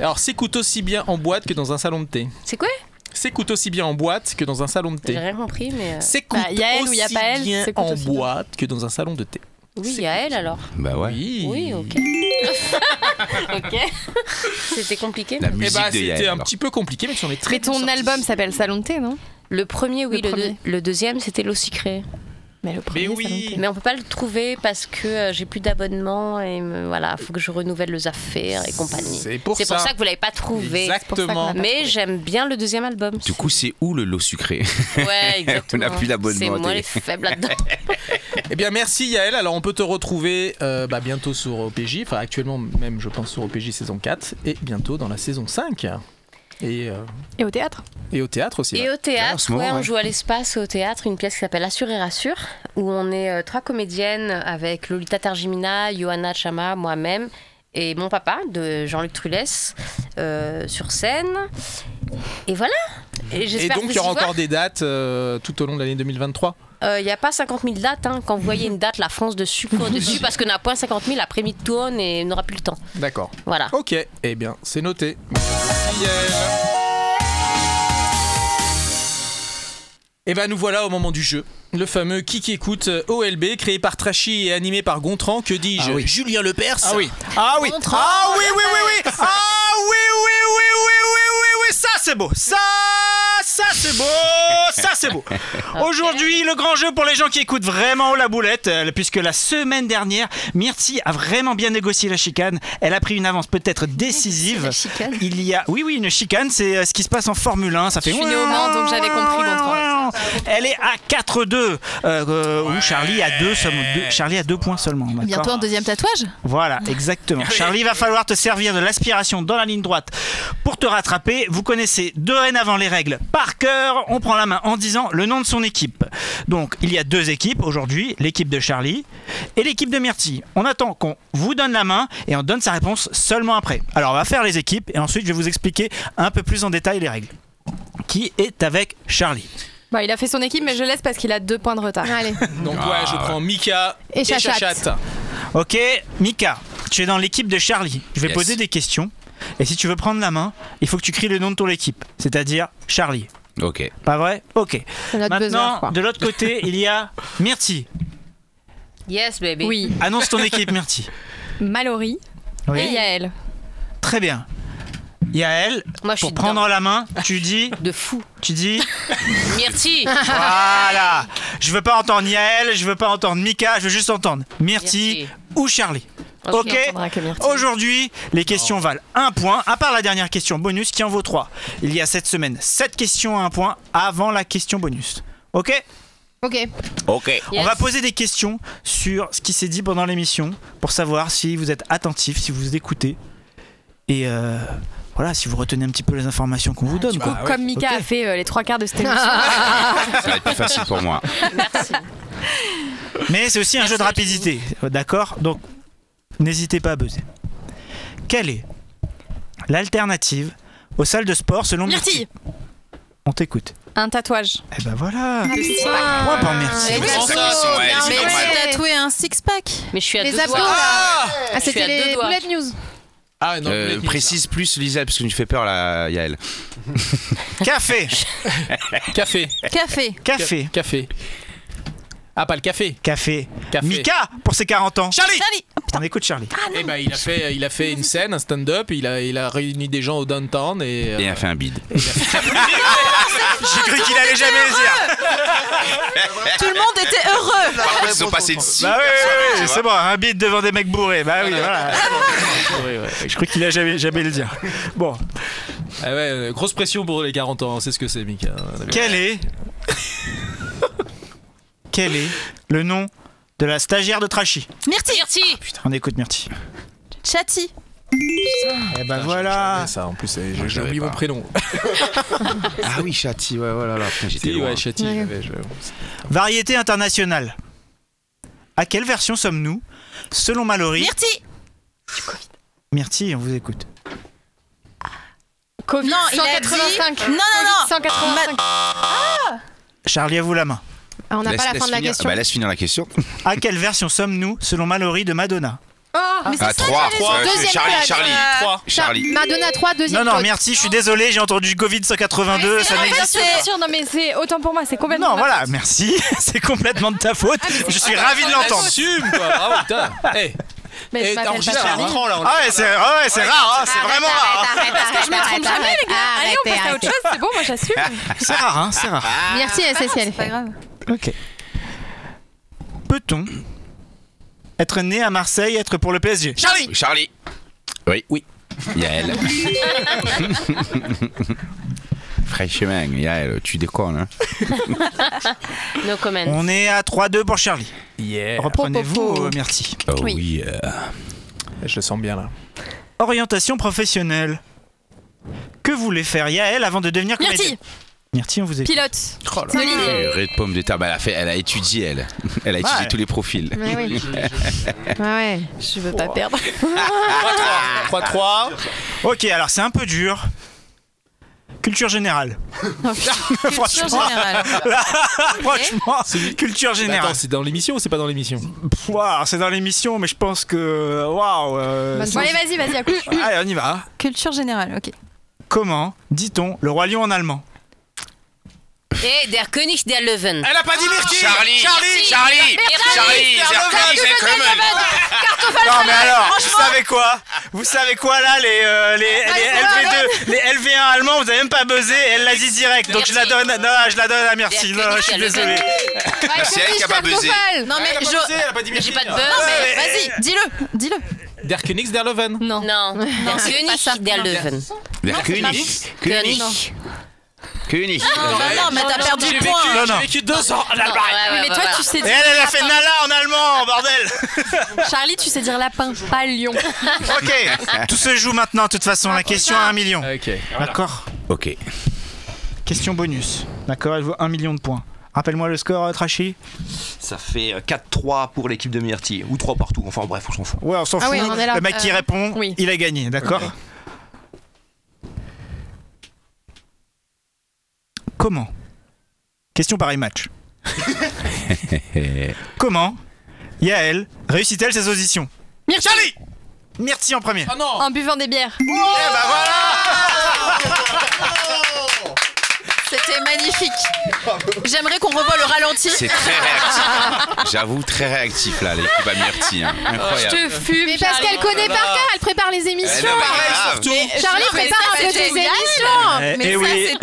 S1: Alors, s'écoute aussi bien en boîte que dans un salon de thé.
S7: C'est quoi
S1: S'écoute aussi bien en boîte que dans un salon de
S7: J'ai
S1: thé.
S7: rien compris, mais. euh,
S1: S'écoute
S2: Bah, y a elle ou y a
S1: aussi
S2: pas elle,
S1: bien
S2: s'écoute
S1: en
S2: aussi
S1: boîte que dans un salon de thé.
S7: Oui, il y a elle alors.
S3: Bah ouais.
S7: Oui, ok. ok. C'était compliqué. ben,
S3: La
S7: mais-
S1: Eh
S3: musique
S1: bah,
S3: de Yael,
S1: c'était un
S3: alors.
S1: petit peu compliqué, mais tu en es très
S2: Mais ton album s'appelle Salon de thé, non
S7: Le premier, oui.
S2: Le
S7: Le,
S2: premier.
S7: deux- le deuxième, c'était L'eau sucrée.
S2: Mais le
S1: Mais
S2: premier, Salon de
S1: oui
S2: thé.
S7: Mais on peut pas le trouver parce que euh, j'ai plus d'abonnement et me- voilà, faut que je renouvelle les affaires et compagnie.
S1: C'est pour
S7: C'est pour
S1: ça.
S7: ça que vous l'avez pas trouvé.
S1: Exactement.
S7: Mais j'aime bien le deuxième album.
S3: Du coup, c'est où le lot sucré
S7: Ouais, exactement.
S3: On n'a plus
S7: C'est
S3: d'abonnement. à
S7: moi
S3: télé.
S7: les faibles là-dedans.
S1: Eh bien, merci Yael. Alors, on peut te retrouver euh, bah, bientôt sur OPJ, enfin actuellement même, je pense, sur OPJ saison 4 et bientôt dans la saison 5. Et, euh,
S2: Et au théâtre
S1: et au théâtre aussi.
S7: Et
S1: ouais.
S7: au
S3: en
S7: théâtre,
S3: ce moment,
S7: ouais, on
S3: ouais.
S7: joue à l'espace au théâtre une pièce qui s'appelle Assure et Rassure, où on est euh, trois comédiennes avec Lolita Targimina, Johanna Chama, moi-même et mon papa de Jean-Luc Trulès euh, sur scène. Et voilà. Et,
S1: Et
S7: j'espère
S1: donc,
S7: vous
S1: il y aura
S7: y voir.
S1: encore des dates euh, tout au long de l'année 2023.
S7: Euh, Il n'y a pas 50 000 dates. hein. Quand vous voyez une date, la France dessus, court dessus, parce qu'on n'a point 50 000, après midi tourne et on n'aura plus le temps.
S1: D'accord.
S7: Voilà.
S1: Ok, eh bien, c'est noté. Merci Yael. Et ben nous voilà au moment du jeu. Le fameux qui qui écoute euh, OLB créé par Trachy et animé par Gontran, que dis-je
S3: Ah oui.
S1: Julien Lepers.
S3: Ah oui.
S1: Ah oui. Ah oui oui oui oui. Ah oui oui oui oui oui oui oui ça
S12: c'est beau. Ça, ça c'est beau. Ça c'est beau. Aujourd'hui, le grand jeu pour les gens qui écoutent vraiment la boulette, euh, puisque la semaine dernière, Myrtille a vraiment bien négocié la chicane. Elle a pris une avance peut-être décisive. Il y a, oui, oui, une chicane, c'est euh, ce qui se passe en Formule 1. Ça fait.
S4: Je suis née au Mans, donc j'avais compris Gontran.
S12: Elle est à 4-2. euh, euh, où Charlie a deux, seulement- deux- Charlie a deux points seulement. d'accord
S5: Bientôt un deuxième tatouage
S12: voilà, exactement. Charlie, il va falloir te servir de l'aspiration dans la ligne droite pour te rattraper. Vous connaissez dorénavant les règles par cœur. On prend la main en disant le nom de son équipe. Donc, il y a deux équipes aujourd'hui, l'équipe de Charlie et l'équipe de Myrtille. On attend qu'on vous donne la main et on donne sa réponse seulement après. Alors, on va faire les équipes et ensuite, je vais vous expliquer un peu plus en détail les règles. Qui est avec Charlie
S2: Bon, il a fait son équipe, mais je laisse parce qu'il a deux points de retard.
S6: Allez.
S1: Donc ouais, je prends Mika
S6: Et
S1: et
S6: Chachat.
S1: Chachat.
S12: Ah. Ok, Mika, tu es dans l'équipe de Charlie. Je vais
S3: Yes.
S12: poser des questions. Et si tu veux prendre la main, il faut que tu cries le nom de ton équipe, c'est-à-dire Charlie.
S3: Ok.
S12: Pas vrai Ok.
S6: C'est notre buzzer,
S12: Maintenant,
S6: quoi.
S12: de l'autre côté, il y a Myrtille.
S7: Yes, baby.
S2: Oui,
S12: Annonce ton équipe, Myrtille.
S2: Mallory et
S12: Oui.
S2: Yael.
S12: Très bien. Yael,
S7: Moi, je
S12: pour
S7: suis
S12: prendre la main, tu dis,
S7: De fou.
S12: tu dis,
S7: Myrtille.
S12: voilà. Je veux pas entendre Yael, je veux pas entendre Mika, je veux juste entendre Myrtille
S7: Myrtille.
S12: ou Charlie. Ok, aujourd'hui, les questions valent un point, à part la dernière question bonus qui en vaut 3. Il y a cette semaine 7 questions à un point avant la question bonus. Ok
S6: Ok.
S3: Ok.
S12: On va poser des questions sur ce qui s'est dit pendant l'émission pour savoir si vous êtes attentif, si vous écoutez. Et euh, voilà, si vous retenez un petit peu les informations qu'on vous
S1: Ah
S12: donne. Bah quoi.
S2: Ah, Comme Mika a fait euh, les trois quarts de cette émission.
S3: Ça va être plus facile pour moi.
S12: Mais c'est aussi un jeu de rapidité, d'accord Donc, n'hésitez pas à buzzer. Quelle est l'alternative aux salles de sport selon
S2: Myrtille
S12: On t'écoute.
S2: Un tatouage.
S12: Eh ben voilà.
S2: Ah,
S12: Trois
S2: putain.
S12: par merci.
S2: Et
S12: Merci.
S2: les abdos,
S12: Ouais,
S2: bien,
S12: c'est
S2: mais
S12: normal.
S2: ouais.
S5: Tatouer un six-pack.
S7: Mais je suis
S6: Les abdos, là. Ah, c'était les bullet news.
S3: Ah, non, précise plus, Lisa, parce que tu fais peur, là, Yael.
S12: Café
S1: Café.
S5: Café.
S12: Café.
S1: Café. Ah, pas le café.
S12: Café.
S1: Café.
S12: Mika pour ses 40 ans.
S1: Charlie
S12: On écoute Charlie.
S4: Ah,
S1: Eh ben, il a fait, il a fait une scène, un stand-up, il a, il a réuni des gens au downtown et.
S3: Et il a fait un bide. Ah,
S12: J'ai cru qu'il allait jamais les
S5: dire. Tout le monde était heureux.
S3: Ils sont passés de six
S12: Bah oui,
S3: personnes,
S12: oui, oui,
S3: tu vois.
S12: c'est bon, un beat devant des mecs bourrés. Bah oui, voilà. Je crois qu'il a jamais, jamais le dire. Bon,
S1: Ah ouais, euh, grosse pression pour les 40 ans, c'est ce que c'est, Mika.
S12: quel est. quel est le nom de la stagiaire de Trachy
S5: Myrtille. Ah,
S12: On écoute Myrtille.
S5: Chati.
S12: Eh ben voilà.
S1: Ça, en plus, j'ai
S3: j'avais
S1: oublié mon
S3: pas.
S1: prénom.
S3: Ah oui, Chati, ouais, voilà, là. putain, J'étais
S1: Si,
S3: loin.
S1: ouais, Chati,
S6: Ouais.
S1: j'avais- j'avais-
S12: Variété internationale. À quelle version sommes-nous Selon Mallory.
S5: Myrtille.
S12: Myrtille, on vous écoute.
S2: Covid
S5: Non, il a dit-
S2: 185.
S5: Non, non, non.
S2: 185.
S5: Ah.
S12: Charlie, à vous la main.
S6: Ah, on n'a
S3: Laisse-
S6: pas la
S3: laisse
S6: fin de la
S3: finir.
S6: question.
S3: Bah, laisse finir la question.
S12: À quelle version sommes-nous Selon Mallory de Madonna.
S6: Oh,
S5: Mais c'est
S3: Ah,
S5: ça,
S3: 3.
S5: j'allais
S6: Trois. Deuxième
S3: Charlie,
S6: code.
S3: Charlie.
S5: Euh,
S1: 3.
S3: Charlie.
S6: Madonna 3,
S12: Non,
S6: deuxième
S12: non,
S6: code.
S12: merci, je suis désolé, j'ai entendu Covid 182, ça
S2: Mais
S12: n'existe
S2: Ah, bien sûr, bien sûr, non mais c'est autant pour moi, c'est complètement.
S12: Non,
S2: ma
S12: voilà, merci, c'est complètement de ta faute, je suis ravi de l'entendre.
S1: Assume, quoi. Ah, Bravo, putain. Eh,
S2: faute. Mais
S1: eh,
S2: je m'appelle pas
S1: enregistre à
S2: Charlie.
S1: l'écran, là. on-
S12: Ah ouais, c'est ah ouais, c'est rare, hein, c'est vraiment rare. hein.
S2: Parce que je me trompe jamais, les gars. Allez, on passe à autre chose, c'est bon, moi j'assume.
S12: C'est rare, hein, c'est rare.
S6: Merci,
S2: Ah,
S6: SSL.
S5: C'est pas grave.
S12: Ok. Peut-on être né à Marseille, être pour le PSG
S3: Charlie. Charlie. Oui. Oui. Yael. Franchement, Yael, tu déconnes. Hein.
S7: No comment.
S12: On est à 3-2 pour Charlie.
S1: Yeah.
S12: Reprenez-vous, euh, merci.
S3: Oh, oui. euh,
S1: Je le sens bien, là.
S12: Orientation professionnelle. Que voulait faire Yael avant de devenir comédienne
S2: Myrtille,
S12: Myrtille, on vous écoute.
S2: pilote.
S1: Oh là.
S2: De ligne.
S3: Purée de pommes de terre. Bah, elle, a fait, elle a étudié, elle. Elle a étudié
S12: Ouais.
S3: tous les profils.
S6: Ouais, ouais. Ouais, ouais.
S2: Je veux pas perdre.
S1: 3-3.
S12: Ok, alors c'est un peu dur. Culture générale.
S5: Culture générale.
S12: Franchement, culture
S1: Mais
S12: générale.
S1: Bah, Attends, c'est dans l'émission ou c'est pas dans l'émission
S12: Waouh, c'est dans l'émission, mais je pense que. Waouh. euh,
S6: Bonne
S12: c'est-
S2: Bon, allez, vas-y, vas-y, à coup.
S12: Allez, on y va.
S5: Culture générale, ok.
S12: Comment dit-on le roi lion en allemand
S7: Et Eh, der König der Löwen.
S12: Elle a pas dit Myrtille
S3: Charlie.
S12: Charlie
S3: Charlie. Charlie. Charlie, c'est comme-
S12: Non, mais alors, vous savez quoi Vous savez quoi là, les, euh, les, les LV2, les LV1 allemands, vous avez même pas buzzé, elle l'a dit direct, donc je la donne, non, je la donne à Myrtille,
S7: Der
S12: non, Ah, je
S7: König
S12: suis
S7: der Löwen.
S12: désolé.
S3: C'est elle qui a pas buzzé.
S5: Non, mais je.
S1: elle a pas dit
S7: J'ai
S2: hein.
S7: pas de
S5: Non,
S7: buzz.
S5: mais vas-y, dis-le. Dis-le.
S1: Der Königs der Löwen.
S2: Non.
S7: Non, der König der Löwen.
S3: Der König. König.
S7: König.
S3: König.
S5: Non, non, mais t'as perdu
S1: J'ai
S5: le
S1: vécu,
S5: point.
S12: Non, non.
S1: j'ai vécu deux ans en Allemagne.
S2: Oui, mais toi, tu sais
S12: Et
S2: dire.
S12: elle, elle a fait Nala en allemand, bordel
S2: Charlie, tu sais dire lapin, pas lion.
S12: Ok, tout se joue maintenant, de toute façon, la question à un million.
S1: Ok.
S12: D'accord,
S3: Ok.
S12: question bonus. D'accord, elle vaut un million de points. Rappelle-moi le score, euh, Trachy
S14: Ça fait euh, 4-3 pour l'équipe de Myrtille, ou 3 partout, enfin bref, on s'en fout.
S12: Ouais, on s'en
S6: Ah
S12: fout.
S6: oui, on est là.
S12: le mec qui
S6: Euh,
S12: répond,
S2: oui.
S12: il a gagné, d'accord Comment Question pareil match. Comment Yael réussit-elle ses auditions
S2: Myrtille,
S12: Myrtille en premier.
S1: Oh non
S2: en
S12: ben,
S2: buvant des bières.
S12: Eh ben voilà
S5: C'était c'est magnifique. J'aimerais qu'on revoie le ralenti.
S3: C'est très réactif. J'avoue, très réactif là, l'équipe à Myrti. hein. Incroyable.
S6: fume. Mais parce qu'elle
S5: Charlie.
S6: connaît par
S3: Voilà.
S6: cœur, elle prépare les émissions.
S3: Eh ben, pareil, surtout.
S5: Mais-
S6: Charlie
S5: Non, mais
S6: prépare
S5: ça,
S6: un peu
S5: c'était
S6: tes
S5: Yann.
S3: Eh
S6: émissions.
S12: et Eh,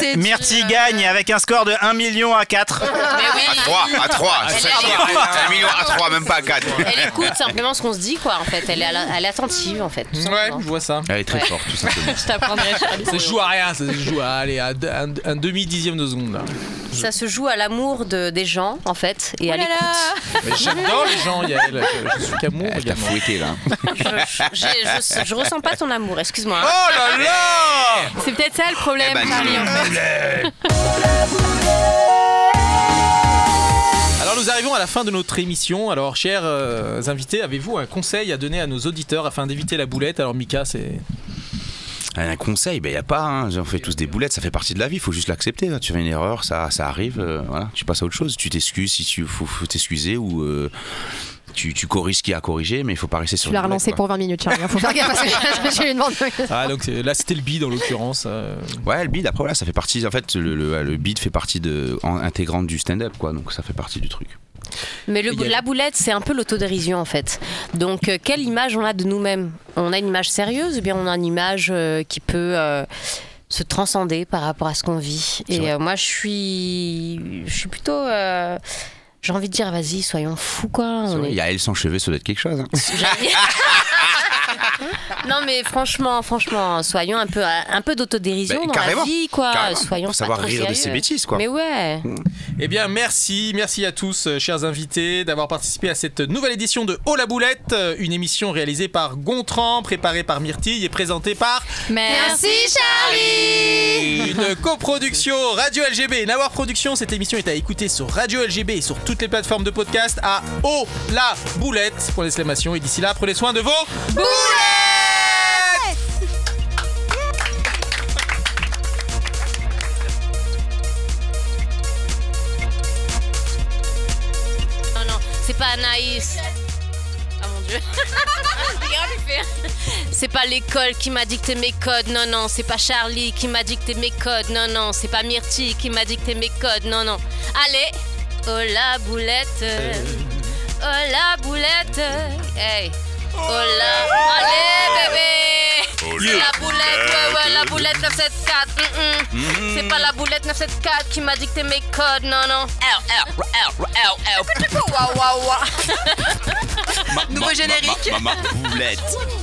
S12: oui,
S6: euh,
S12: Myrtille gagne avec un score de 1 million à Ah, 4.
S3: À 3, à 3,
S12: Elle
S3: c'est
S12: est-
S3: un million à 3, même pas à 4.
S7: Elle écoute simplement ce qu'on se dit, quoi, en fait. Elle est, à la- elle est attentive, en fait. tout
S1: Ouais,
S7: simplement.
S1: je vois ça.
S3: Elle est très
S7: Ouais.
S3: forte, tout simplement.
S7: Je t'apprendrai, Charlie.
S1: Ça se joue à rien, ça se joue à allez, à deux- un, un demi-dixième de seconde. là.
S7: Ça se joue à l'amour de, des gens, en fait, et à
S1: Oh là
S7: l'écoute.
S1: Mais j'adore les gens, Yael. Je- Je suis qu'amour. Elle t'a
S3: fouetté là.
S7: J'ai- Je, je ressens pas ton amour, excuse-moi.
S3: Oh là là
S4: C'est peut-être ça le problème,
S7: Charlie, en fait.
S12: Eh ben,
S1: Alors nous arrivons à la fin de notre émission. Alors chers euh, invités, avez-vous un conseil à donner à nos auditeurs afin d'éviter la boulette Alors Mika, c'est
S3: Un conseil, il ben, n'y a pas. hein. On fait tous des boulettes, ça fait partie de la vie, il faut juste l'accepter. hein. Tu fais une erreur, ça, ça arrive, euh, voilà. tu passes à autre chose. Tu t'excuses si tu faut, faut t'excuser ou euh, tu, tu corriges ce qu'il y a à corriger, mais il faut pas rester sur
S6: Tu
S3: une
S6: l'as
S3: boulette,
S6: relancé
S3: quoi.
S6: pour 20 minutes, Charlie. hein, Faut faire gaffe parce que je lui demande.
S1: Ah, donc c'est- là c'était le bid en l'occurrence. euh.
S3: Ouais, le bid, après, voilà, ça fait partie. En fait, le, le, le bid fait partie de, en- intégrante du stand-up, quoi. Donc, ça fait partie du truc.
S7: Mais le,
S3: Il y a-
S7: la boulette, c'est un peu l'autodérision en fait. Donc, euh, quelle image on a de nous-mêmes On a une image sérieuse ou bien on a une image euh, qui peut euh, se transcender par rapport à ce qu'on vit Et euh, moi, je suis, je suis plutôt, euh, j'ai envie de dire, vas-y, soyons fous quoi.
S3: C'est
S7: On
S3: vrai,
S7: est-
S3: Il y a elle sans cheveux, ça doit être quelque chose. hein.
S7: Non, mais franchement, franchement, soyons un peu, un peu d'autodérision
S1: Bah,
S7: dans
S1: carrément,
S7: la vie quoi.
S1: carrément.
S7: Soyons
S1: Faut
S7: pas
S1: savoir
S7: trop
S1: rire de
S7: sérieux.
S1: ses bêtises, quoi.
S7: Mais ouais.
S1: Eh bien merci, merci à tous euh, chers invités d'avoir participé à cette nouvelle édition de Oh la boulette, euh, une émission réalisée par Gontran, préparée par Myrtille et présentée par
S4: Merci, Charlie
S1: Une coproduction Radio LGB et Nawar Productions. Cette émission est à écouter sur Radio LGB et sur toutes les plateformes de podcast à Oh la boulette pour l'exclamation. Et d'ici là, prenez soin de vos boulettes
S7: Non, non, c'est pas Anaïs. Ah mon dieu. Regarde, il fait. C'est pas l'école qui m'a dicté mes codes, non, non. C'est pas Charlie qui m'a dicté mes codes, non, non. C'est pas Myrtille qui m'a dicté mes codes, non, non. Allez, oh la boulette. Oh la boulette. Hey. Oh la. Allez, bébé.
S4: Oh
S7: C'est
S4: la
S7: la boulette, ouais, ouais, la boulette 974. mm, mm.
S4: Mm.
S7: C'est pas la boulette 974 qui m'a dicté mes codes, non, non. Waouh, waouh, waouh.
S3: Ma- ma- ma- ma- ma- ma boulette.